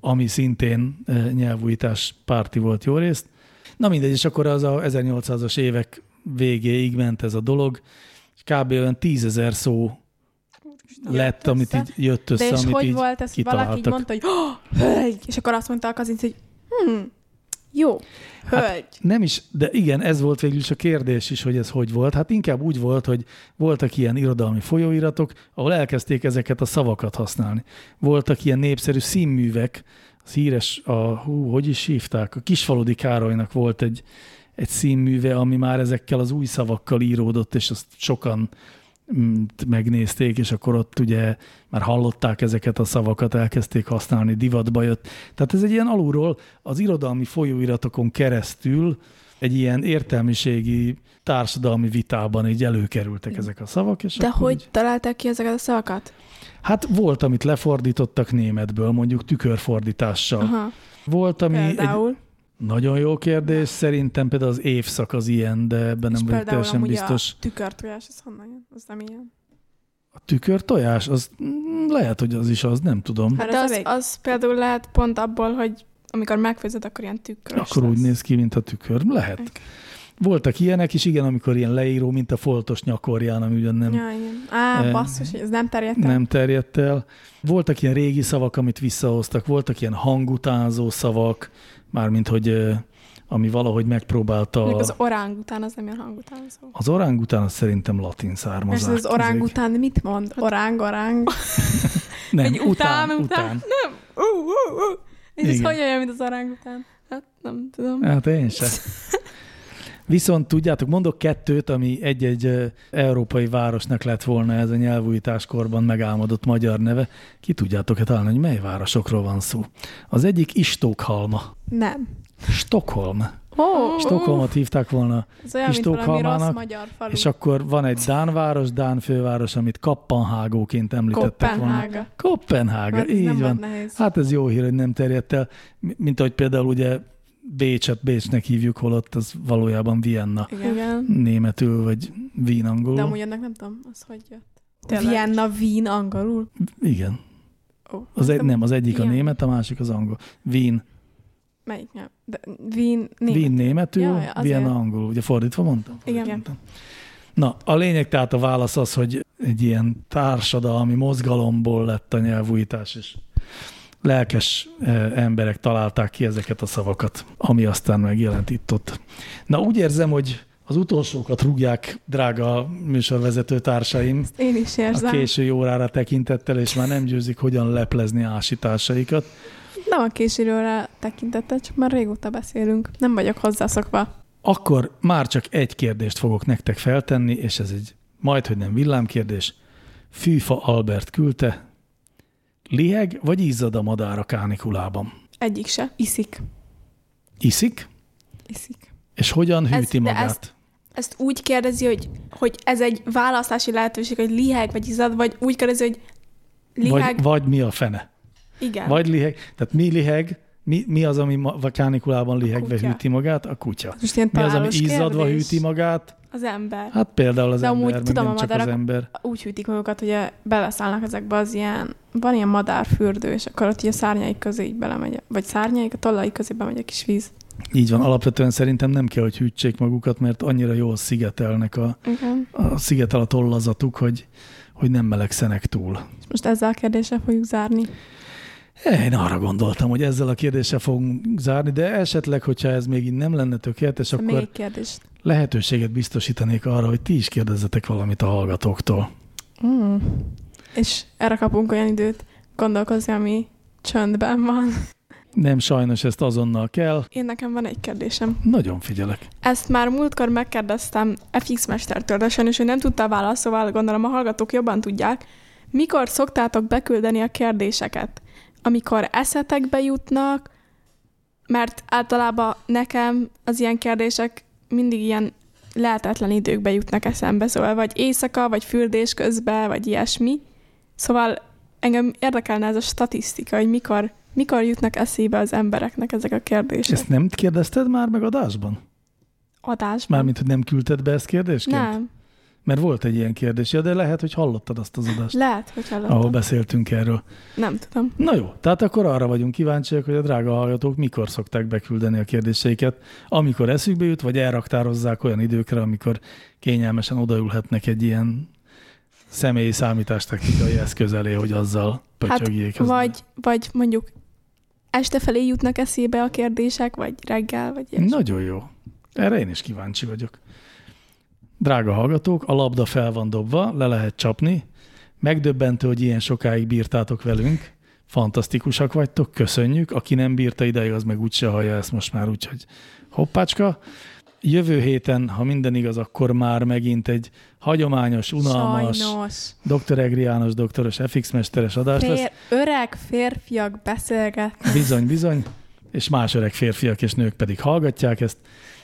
B: ami szintén eh, nyelvújítás párti volt jó részt. Na mindegy, és akkor az a 1800-as évek végéig ment ez a dolog, és kb. olyan tízezer szó lett, amit
E: össze.
B: így jött
E: De
B: össze,
E: és
B: amit
E: hogy
B: így
E: volt ez, hogy valaki Szóval, így
B: kitaláltak.
E: mondta, hogy "Oh, hölgy, és akkor azt mondta a kazinc, hogy hm, jó, hölgy.
B: Nem is, de igen, ez volt végül is a kérdés is, hogy ez hogy volt. Hát inkább úgy volt, hogy voltak ilyen irodalmi folyóiratok, ahol elkezdték ezeket a szavakat használni. Voltak ilyen népszerű színművek, az híres, a, hú, hogy is hívták, a Kisfaludi Károlynak volt egy, egy színműve, ami már ezekkel az új szavakkal íródott, és azt sokan mm, megnézték, és akkor ott ugye már hallották ezeket a szavakat, elkezdték használni, divatba jött. Tehát ez egy ilyen alulról az irodalmi folyóiratokon keresztül egy ilyen értelmiségi társadalmi vitában így előkerültek ezek a szavak. És
D: De
B: akkor
D: hogy
B: így-
D: találták ki ezeket a szavakat?
B: Hát volt, amit lefordítottak németből, mondjuk tükörfordítással.
D: Aha,
B: Volt, ami egy
D: például.
B: nagyon jó kérdés, szerintem például az évszak az ilyen, de ebben
E: És
B: nem vagyok
E: például
B: teljesen
E: amúgy
B: biztos.
E: a tükörtojás, az honnan jön? Az nem ilyen.
B: A tükörtojás, az mm, lehet, hogy az is az, nem tudom.
E: Hát
D: De
E: ez
D: az,
E: elég.
D: az például lehet pont abból, hogy amikor megfőzöd, akkor ilyen tükör.
B: Akkor úgy néz ki, mint a tükör. Lehet. Voltak ilyenek is, igen, amikor ilyen leíró, mint a foltos nyakorján, ami ugyan nem,
E: Ja, igen. Á,
B: Em,
E: basszus, hogy ez nem terjedt el.
B: nem terjedt el. Voltak ilyen régi szavak, amit visszahoztak, voltak ilyen hangutánzó szavak, mármint, hogy ö, ami valahogy megpróbálta...
E: Mondjuk az oráng után az szóval. nem ilyen hang után szó.
B: Az orángután az szerintem latin
E: Persze
B: származást.
E: az oráng után mit mond? Oráng, oráng.
B: Nem,
E: Vagy
B: után, után.
E: Hát- után,
B: után.
E: Nem. Ú, ú, ú. És ez
B: Igen.
E: hogy olyan, mint az oráng után? Hát nem tudom.
B: Hát én sem. Viszont tudjátok, mondok kettőt, ami egy-egy ö, európai városnak lett volna ez a nyelvújításkorban megálmodott magyar neve. Ki tudjátok-e talán, hogy mely városokról van szó? Az egyik Istókhalma.
E: Nem.
B: Stockholm.
E: Ó,
B: Stockholmot hívták volna,
E: Ez olyan, mint valami rossz
B: Istókhalmának,
E: magyar falu.
B: és akkor van egy Dán város, Dán főváros, amit Kappanhágóként említettek volna.
E: Kopenhága.
B: Kopenhága.
E: Hát ez
B: így
E: nem
B: van.
E: volt nehéz.
B: Hát ez jó hír, hogy nem terjedt el, mi- mint ahogy például ugye Bécset Bécsnek hívjuk, holott az valójában Vienna
E: Igen.
B: németül, vagy Wien angolul.
E: De amúgy ennek nem tudom, az hogy jött.
D: Tényleg.
E: Vienna, Wien angolul.
B: Igen.
E: Ó, hát
B: Az egy, nem, az egyik a
E: Ilyen.
B: német, a másik az angol. Wien,
E: Melyik nyelv? De Wien, német.
B: Wien németül,
E: Ja, ja, azért.
B: Vienna angolul. Ugye fordítva mondtam?
E: Igen.
B: Mondtam. Na, a lényeg tehát a válasz az, hogy egy ilyen társadalmi mozgalomból lett a nyelvújítás, és lelkes eh, emberek találták ki ezeket a szavakat, ami aztán megjelent itt-ott. Na, úgy érzem, hogy az utolsókat rúgják, drága műsorvezető társaim,
E: Én is
B: a
E: érzem.
B: késői órára tekintettel, és már nem győzik hogyan leplezni ásításaikat.
E: Nem a későről tekintettel, csak már régóta beszélünk. Nem vagyok hozzászokva.
B: Akkor már csak egy kérdést fogok nektek feltenni, és ez egy majdhogy nem villámkérdés. Fűfa Albert küldte, liheg vagy izzad a madár a kánikulában?
E: Egyik se. Iszik.
B: Iszik,
E: Iszik.
B: és hogyan
D: Ez-
B: hűti
D: de
B: magát?
D: ezt- Ezt úgy kérdezi, hogy, hogy ez egy választási lehetőség, hogy liheg vagy izad, vagy úgy kérdezi, hogy liheg,
B: Vagy, vagy mi a fene?
D: igen.
B: Vagy liheg, tehát mi liheg, mi, mi az, ami ma, vagy kánikulában lihegve
E: kutya.
B: hűti magát? A kutya.
E: Most ilyen
B: Mi az, ami
E: találós
B: izzadva
E: kérdés?
B: hűti magát?
E: Az ember.
B: Hát például az
E: De amúgy
B: ember, meg
E: tudom,
B: nem
E: a
B: csak az
E: madarak-
B: ember.
E: Úgy hűtik magukat, hogy a- beleszállnak ezekbe az ilyen, van ilyen madárfürdő, és akkor ott így a szárnyaik közé így belemegy, vagy szárnyaik, a tollai közé bemegy a kis víz.
B: Így van, alapvetően szerintem nem kell, hogy hűtsék magukat, mert annyira jól szigetelnek a,
E: Igen.
B: a szigetel a tollazatuk, hogy, hogy nem melegszenek túl.
E: És most ezzel a kérdéssel fogjuk zárni.
B: Én arra gondoltam, hogy ezzel a kérdéssel fogunk zárni, de esetleg, hogyha ez még így nem lenne tökéletes,
E: Akkor...
B: akkor
E: Még egy kérdés.
B: lehetőséget biztosítanék arra, hogy ti is kérdezzetek valamit a hallgatóktól.
E: Mm. És erre kapunk olyan időt gondolkozni, ami csöndben van.
B: Nem sajnos ezt azonnal kell,
E: Én nekem van egy kérdésem.
B: nagyon figyelek.
E: Ezt már múltkor megkérdeztem FX mestertől, de sajnos ő nem tudta válaszolni, gondolom a hallgatók jobban tudják. Mikor szoktátok beküldeni a kérdéseket? Amikor eszetekbe jutnak, mert általában nekem az ilyen kérdések mindig ilyen lehetetlen időkbe jutnak eszembe, szóval vagy éjszaka, vagy fürdés közben, vagy ilyesmi. Szóval engem érdekelne ez a statisztika, hogy mikor, mikor jutnak eszébe az embereknek ezek a
B: És
E: kérdések.
B: ezt nem kérdezted már meg adásban?
E: Adásban.
B: Mármint, hogy nem küldted be ezt kérdésként?
E: Nem.
B: Mert volt egy ilyen kérdés, ja, de lehet, hogy hallottad azt az adást,
E: Lehet, hogy hallottam.
B: ahol beszéltünk erről.
E: Nem tudom.
B: Na jó, tehát akkor arra vagyunk kíváncsiak, hogy a drága hallgatók mikor szokták beküldeni a kérdéseiket, amikor eszükbe jut, vagy elraktározzák olyan időkre, amikor kényelmesen odaülhetnek egy ilyen személyi számítástechnikai eszköz elé, hogy azzal pötyögjék.
D: hát, vagy, vagy mondjuk este felé jutnak eszébe a kérdések, vagy reggel, vagy ilyesmi.
B: Nagyon jó. Erre én is kíváncsi vagyok. Drága hallgatók, a labda fel van dobva, le lehet csapni. Megdöbbentő, hogy ilyen sokáig bírtátok velünk. Fantasztikusak vagytok, köszönjük. Aki nem bírta ideig, az meg úgyse hallja ezt most már, úgyhogy hoppácska. Jövő héten, ha minden igaz, akkor már megint egy hagyományos, unalmas, Sajnos.
E: Sajnos.
B: Dr. Egri János, doktoros, FX mesteres adás lesz.
E: Fér, öreg férfiak beszélget.
B: Bizony, bizony. És más öreg férfiak és nők pedig hallgatják ezt.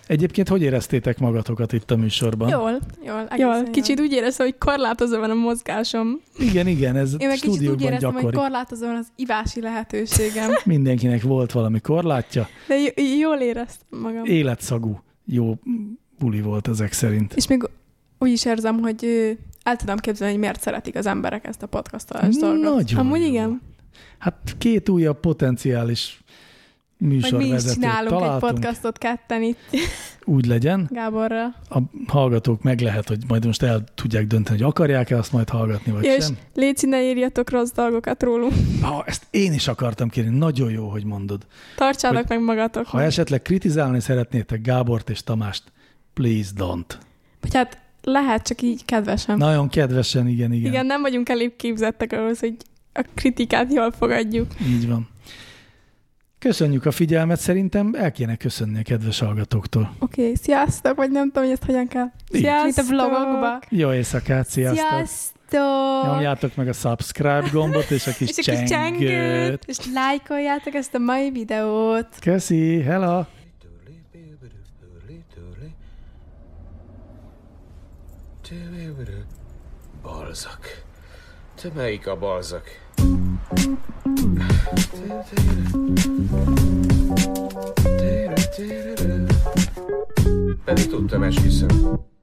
B: Egyébként hogy éreztétek magatokat itt a műsorban?
E: Jól, jól.
D: Jól, kicsit úgy éreztem, hogy korlátozó van a mozgásom.
B: Igen, igen, ez
E: Én meg kicsit úgy
B: stúdióban
E: éreztem,
B: gyakori.
E: hogy korlátozóan az ivási lehetőségem.
B: Mindenkinek volt valami korlátja.
D: De j- jól éreztem magam.
B: Életszagú jó buli volt ezek szerint.
E: És még úgy is érzem, hogy ö, el tudom képzelni, hogy miért szeretik az emberek ezt a podcastolás dolgot.
B: Nagyon
D: Amúgy
B: jó.
D: igen.
B: Hát két újabb potenciális
E: Meg mi is
B: műsorvezetőt
E: csinálunk
B: találtunk.
E: egy podcastot ketten itt
B: Úgy legyen.
E: Gáborral.
B: A hallgatók meg lehet, hogy majd most el tudják dönteni, hogy akarják-e azt majd hallgatni, vagy
D: Ja, és
B: sem.
D: légy ne írjatok rossz dolgokat rólunk.
B: Ha, ezt én is akartam kérni. Nagyon jó, hogy mondod.
D: Tartsátok meg magatok.
B: Ha esetleg kritizálni szeretnétek Gábort és Tamást, please don't.
E: Vagy hát lehet, csak így kedvesen. Na.
B: Nagyon kedvesen, igen, igen.
D: Igen, nem vagyunk elég képzettek ahhoz, hogy a kritikát jól fogadjuk.
B: Így van. Köszönjük a figyelmet, szerintem el kéne köszönni a kedves hallgatóktól.
E: Oké, okay, sziasztok, vagy nem tudom, hogy ezt hogyan kell.
B: Így.
E: Mint a vlogokba.
B: Jó éjszakát, sziasztok!
E: Sziasztok!
B: Nyomjátok meg a subscribe gombot és a kis,
E: [laughs] És a kis csengőt, és lájkoljátok ezt a mai videót.
B: Köszi, hello!
I: Balzak. Te melyik a balzak? Pedig tudtam, esküszöm.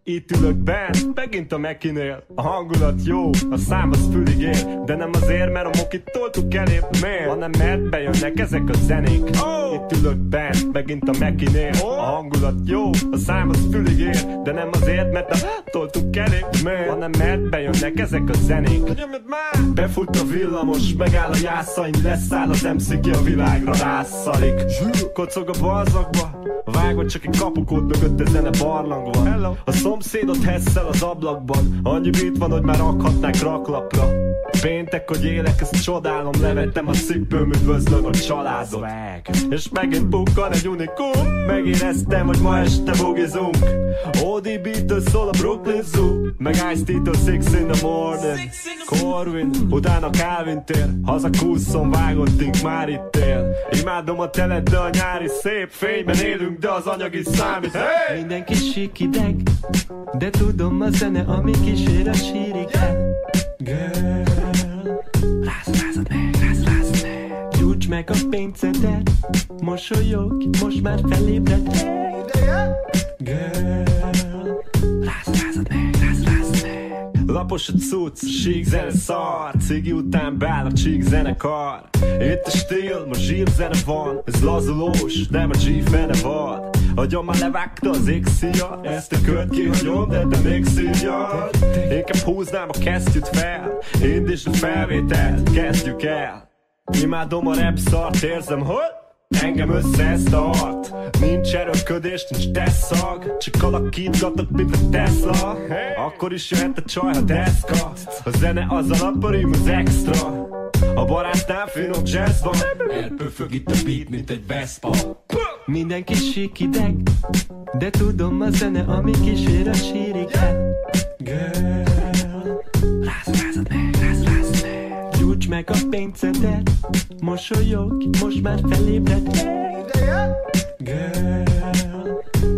J: Itt ülök bent, megint a mekinél A hangulat jó, a szám az fülig ér De nem azért, mert a mokit toltuk elé Miért? Hanem mert bejönnek ezek a zenék oh! Itt ülök bent, megint a mekinél oh! A hangulat jó, a szám az fülig ér De nem azért, mert nem toltuk elé Miért? Hanem mert bejönnek ezek a zenék Befut a villamos, megáll a jászaim Leszáll az MC ki a világra rászalik Kocog a balzakba, vágva csak egy kapukót mögötte zene barlang van A szomszédot hesszel az ablakban Annyi beat van, hogy már rakhatnák raklapra Péntek, hogy élek, ezt csodálom Levettem a cipőm, üdvözlöm a családot És megint bukkan egy unikum Megéreztem, hogy ma este bugizunk ODB-től szól a Brooklyn Zoo Meg Ice-T-től Six in the Morning Corvin, utána Calvin tér Haza kúszom, vágottink már itt él Imádom a telet, de a nyári szép Fényben élünk, de az anyagi számít hey!
I: Mindenki sík ideg, de tudom a zene, ami kísér a sírig el. Girl. Ráz, rázad meg, ráz, rázad meg. Gyújts meg a pénzedet, mosolyog, most már felébredtél. Girl. Ráz, rázad meg, ráz, rázad meg.
J: Lapos a cucc, sík zene szar Cigi után beáll a csík zenekar Itt a stíl, ma zsír zene van Ez lazulós, nem a G fene van Agyam már levágta az égszia Ezt a kört kihagyom, de te még szívja Inkább húznám a kesztyűt fel Indítsd a felvételt, kezdjük el Imádom a rap szart, érzem, hogy Engem összeszart Nincs erőködés, nincs tesszag Csak alakítgatok, mint a Tesla Akkor is jöhet a csaj, ha deszka A zene az alap, a rím az extra A barátnál finom jazz van Elpöfög itt a beat, mint egy Vespa
I: Mindenki sík ideg, de tudom a zene, ami kísér a sírig el. Girl. Ráz, rázad meg, ráz, rázad meg. Gyújts meg a pénzedet, mosolyog, most már felébredtél. Girl.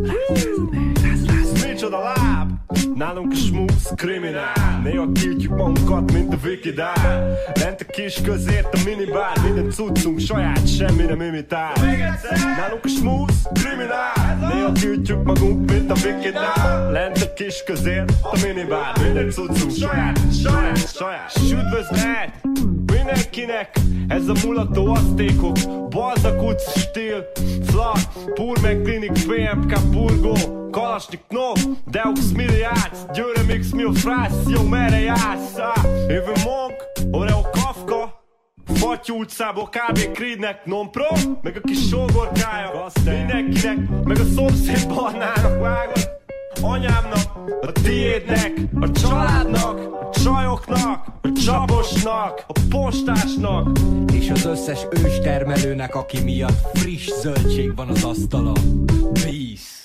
I: Ráz, rázad meg, ráz, rázad meg.
J: Micsoda láb! Nálunk is smooth kriminál Néha kiltjük magunkat, mint a Vicky Dál Lent a kis közért a minibár Minden cuccunk saját, semmi nem imitál Nálunk is smooth kriminál Néha kiltjük magunk, mint a Vicky Dál Lent a kis közért a minibár Minden cuccunk saját, saját, saját Üdvözlet mindenkinek Ez a mulató asztékok Balzak utca stíl Flak, Pur meg Klinik, PMK Burgó Kalasnyiknov, Deux Milliárds Győre mix mi a frász, jó merre jársz Á, Jövő Monk, Oreo Kafka Fattyú utcából kb. Creednek non-pro Meg a kis sógorkája Mindenkinek, meg a szomszéd barnának vágod Anyámnak, a tiédnek, a családnak, a csajoknak, a csabosnak, a postásnak
I: És az összes őstermelőnek, aki miatt friss zöldség van az asztalon. Peace.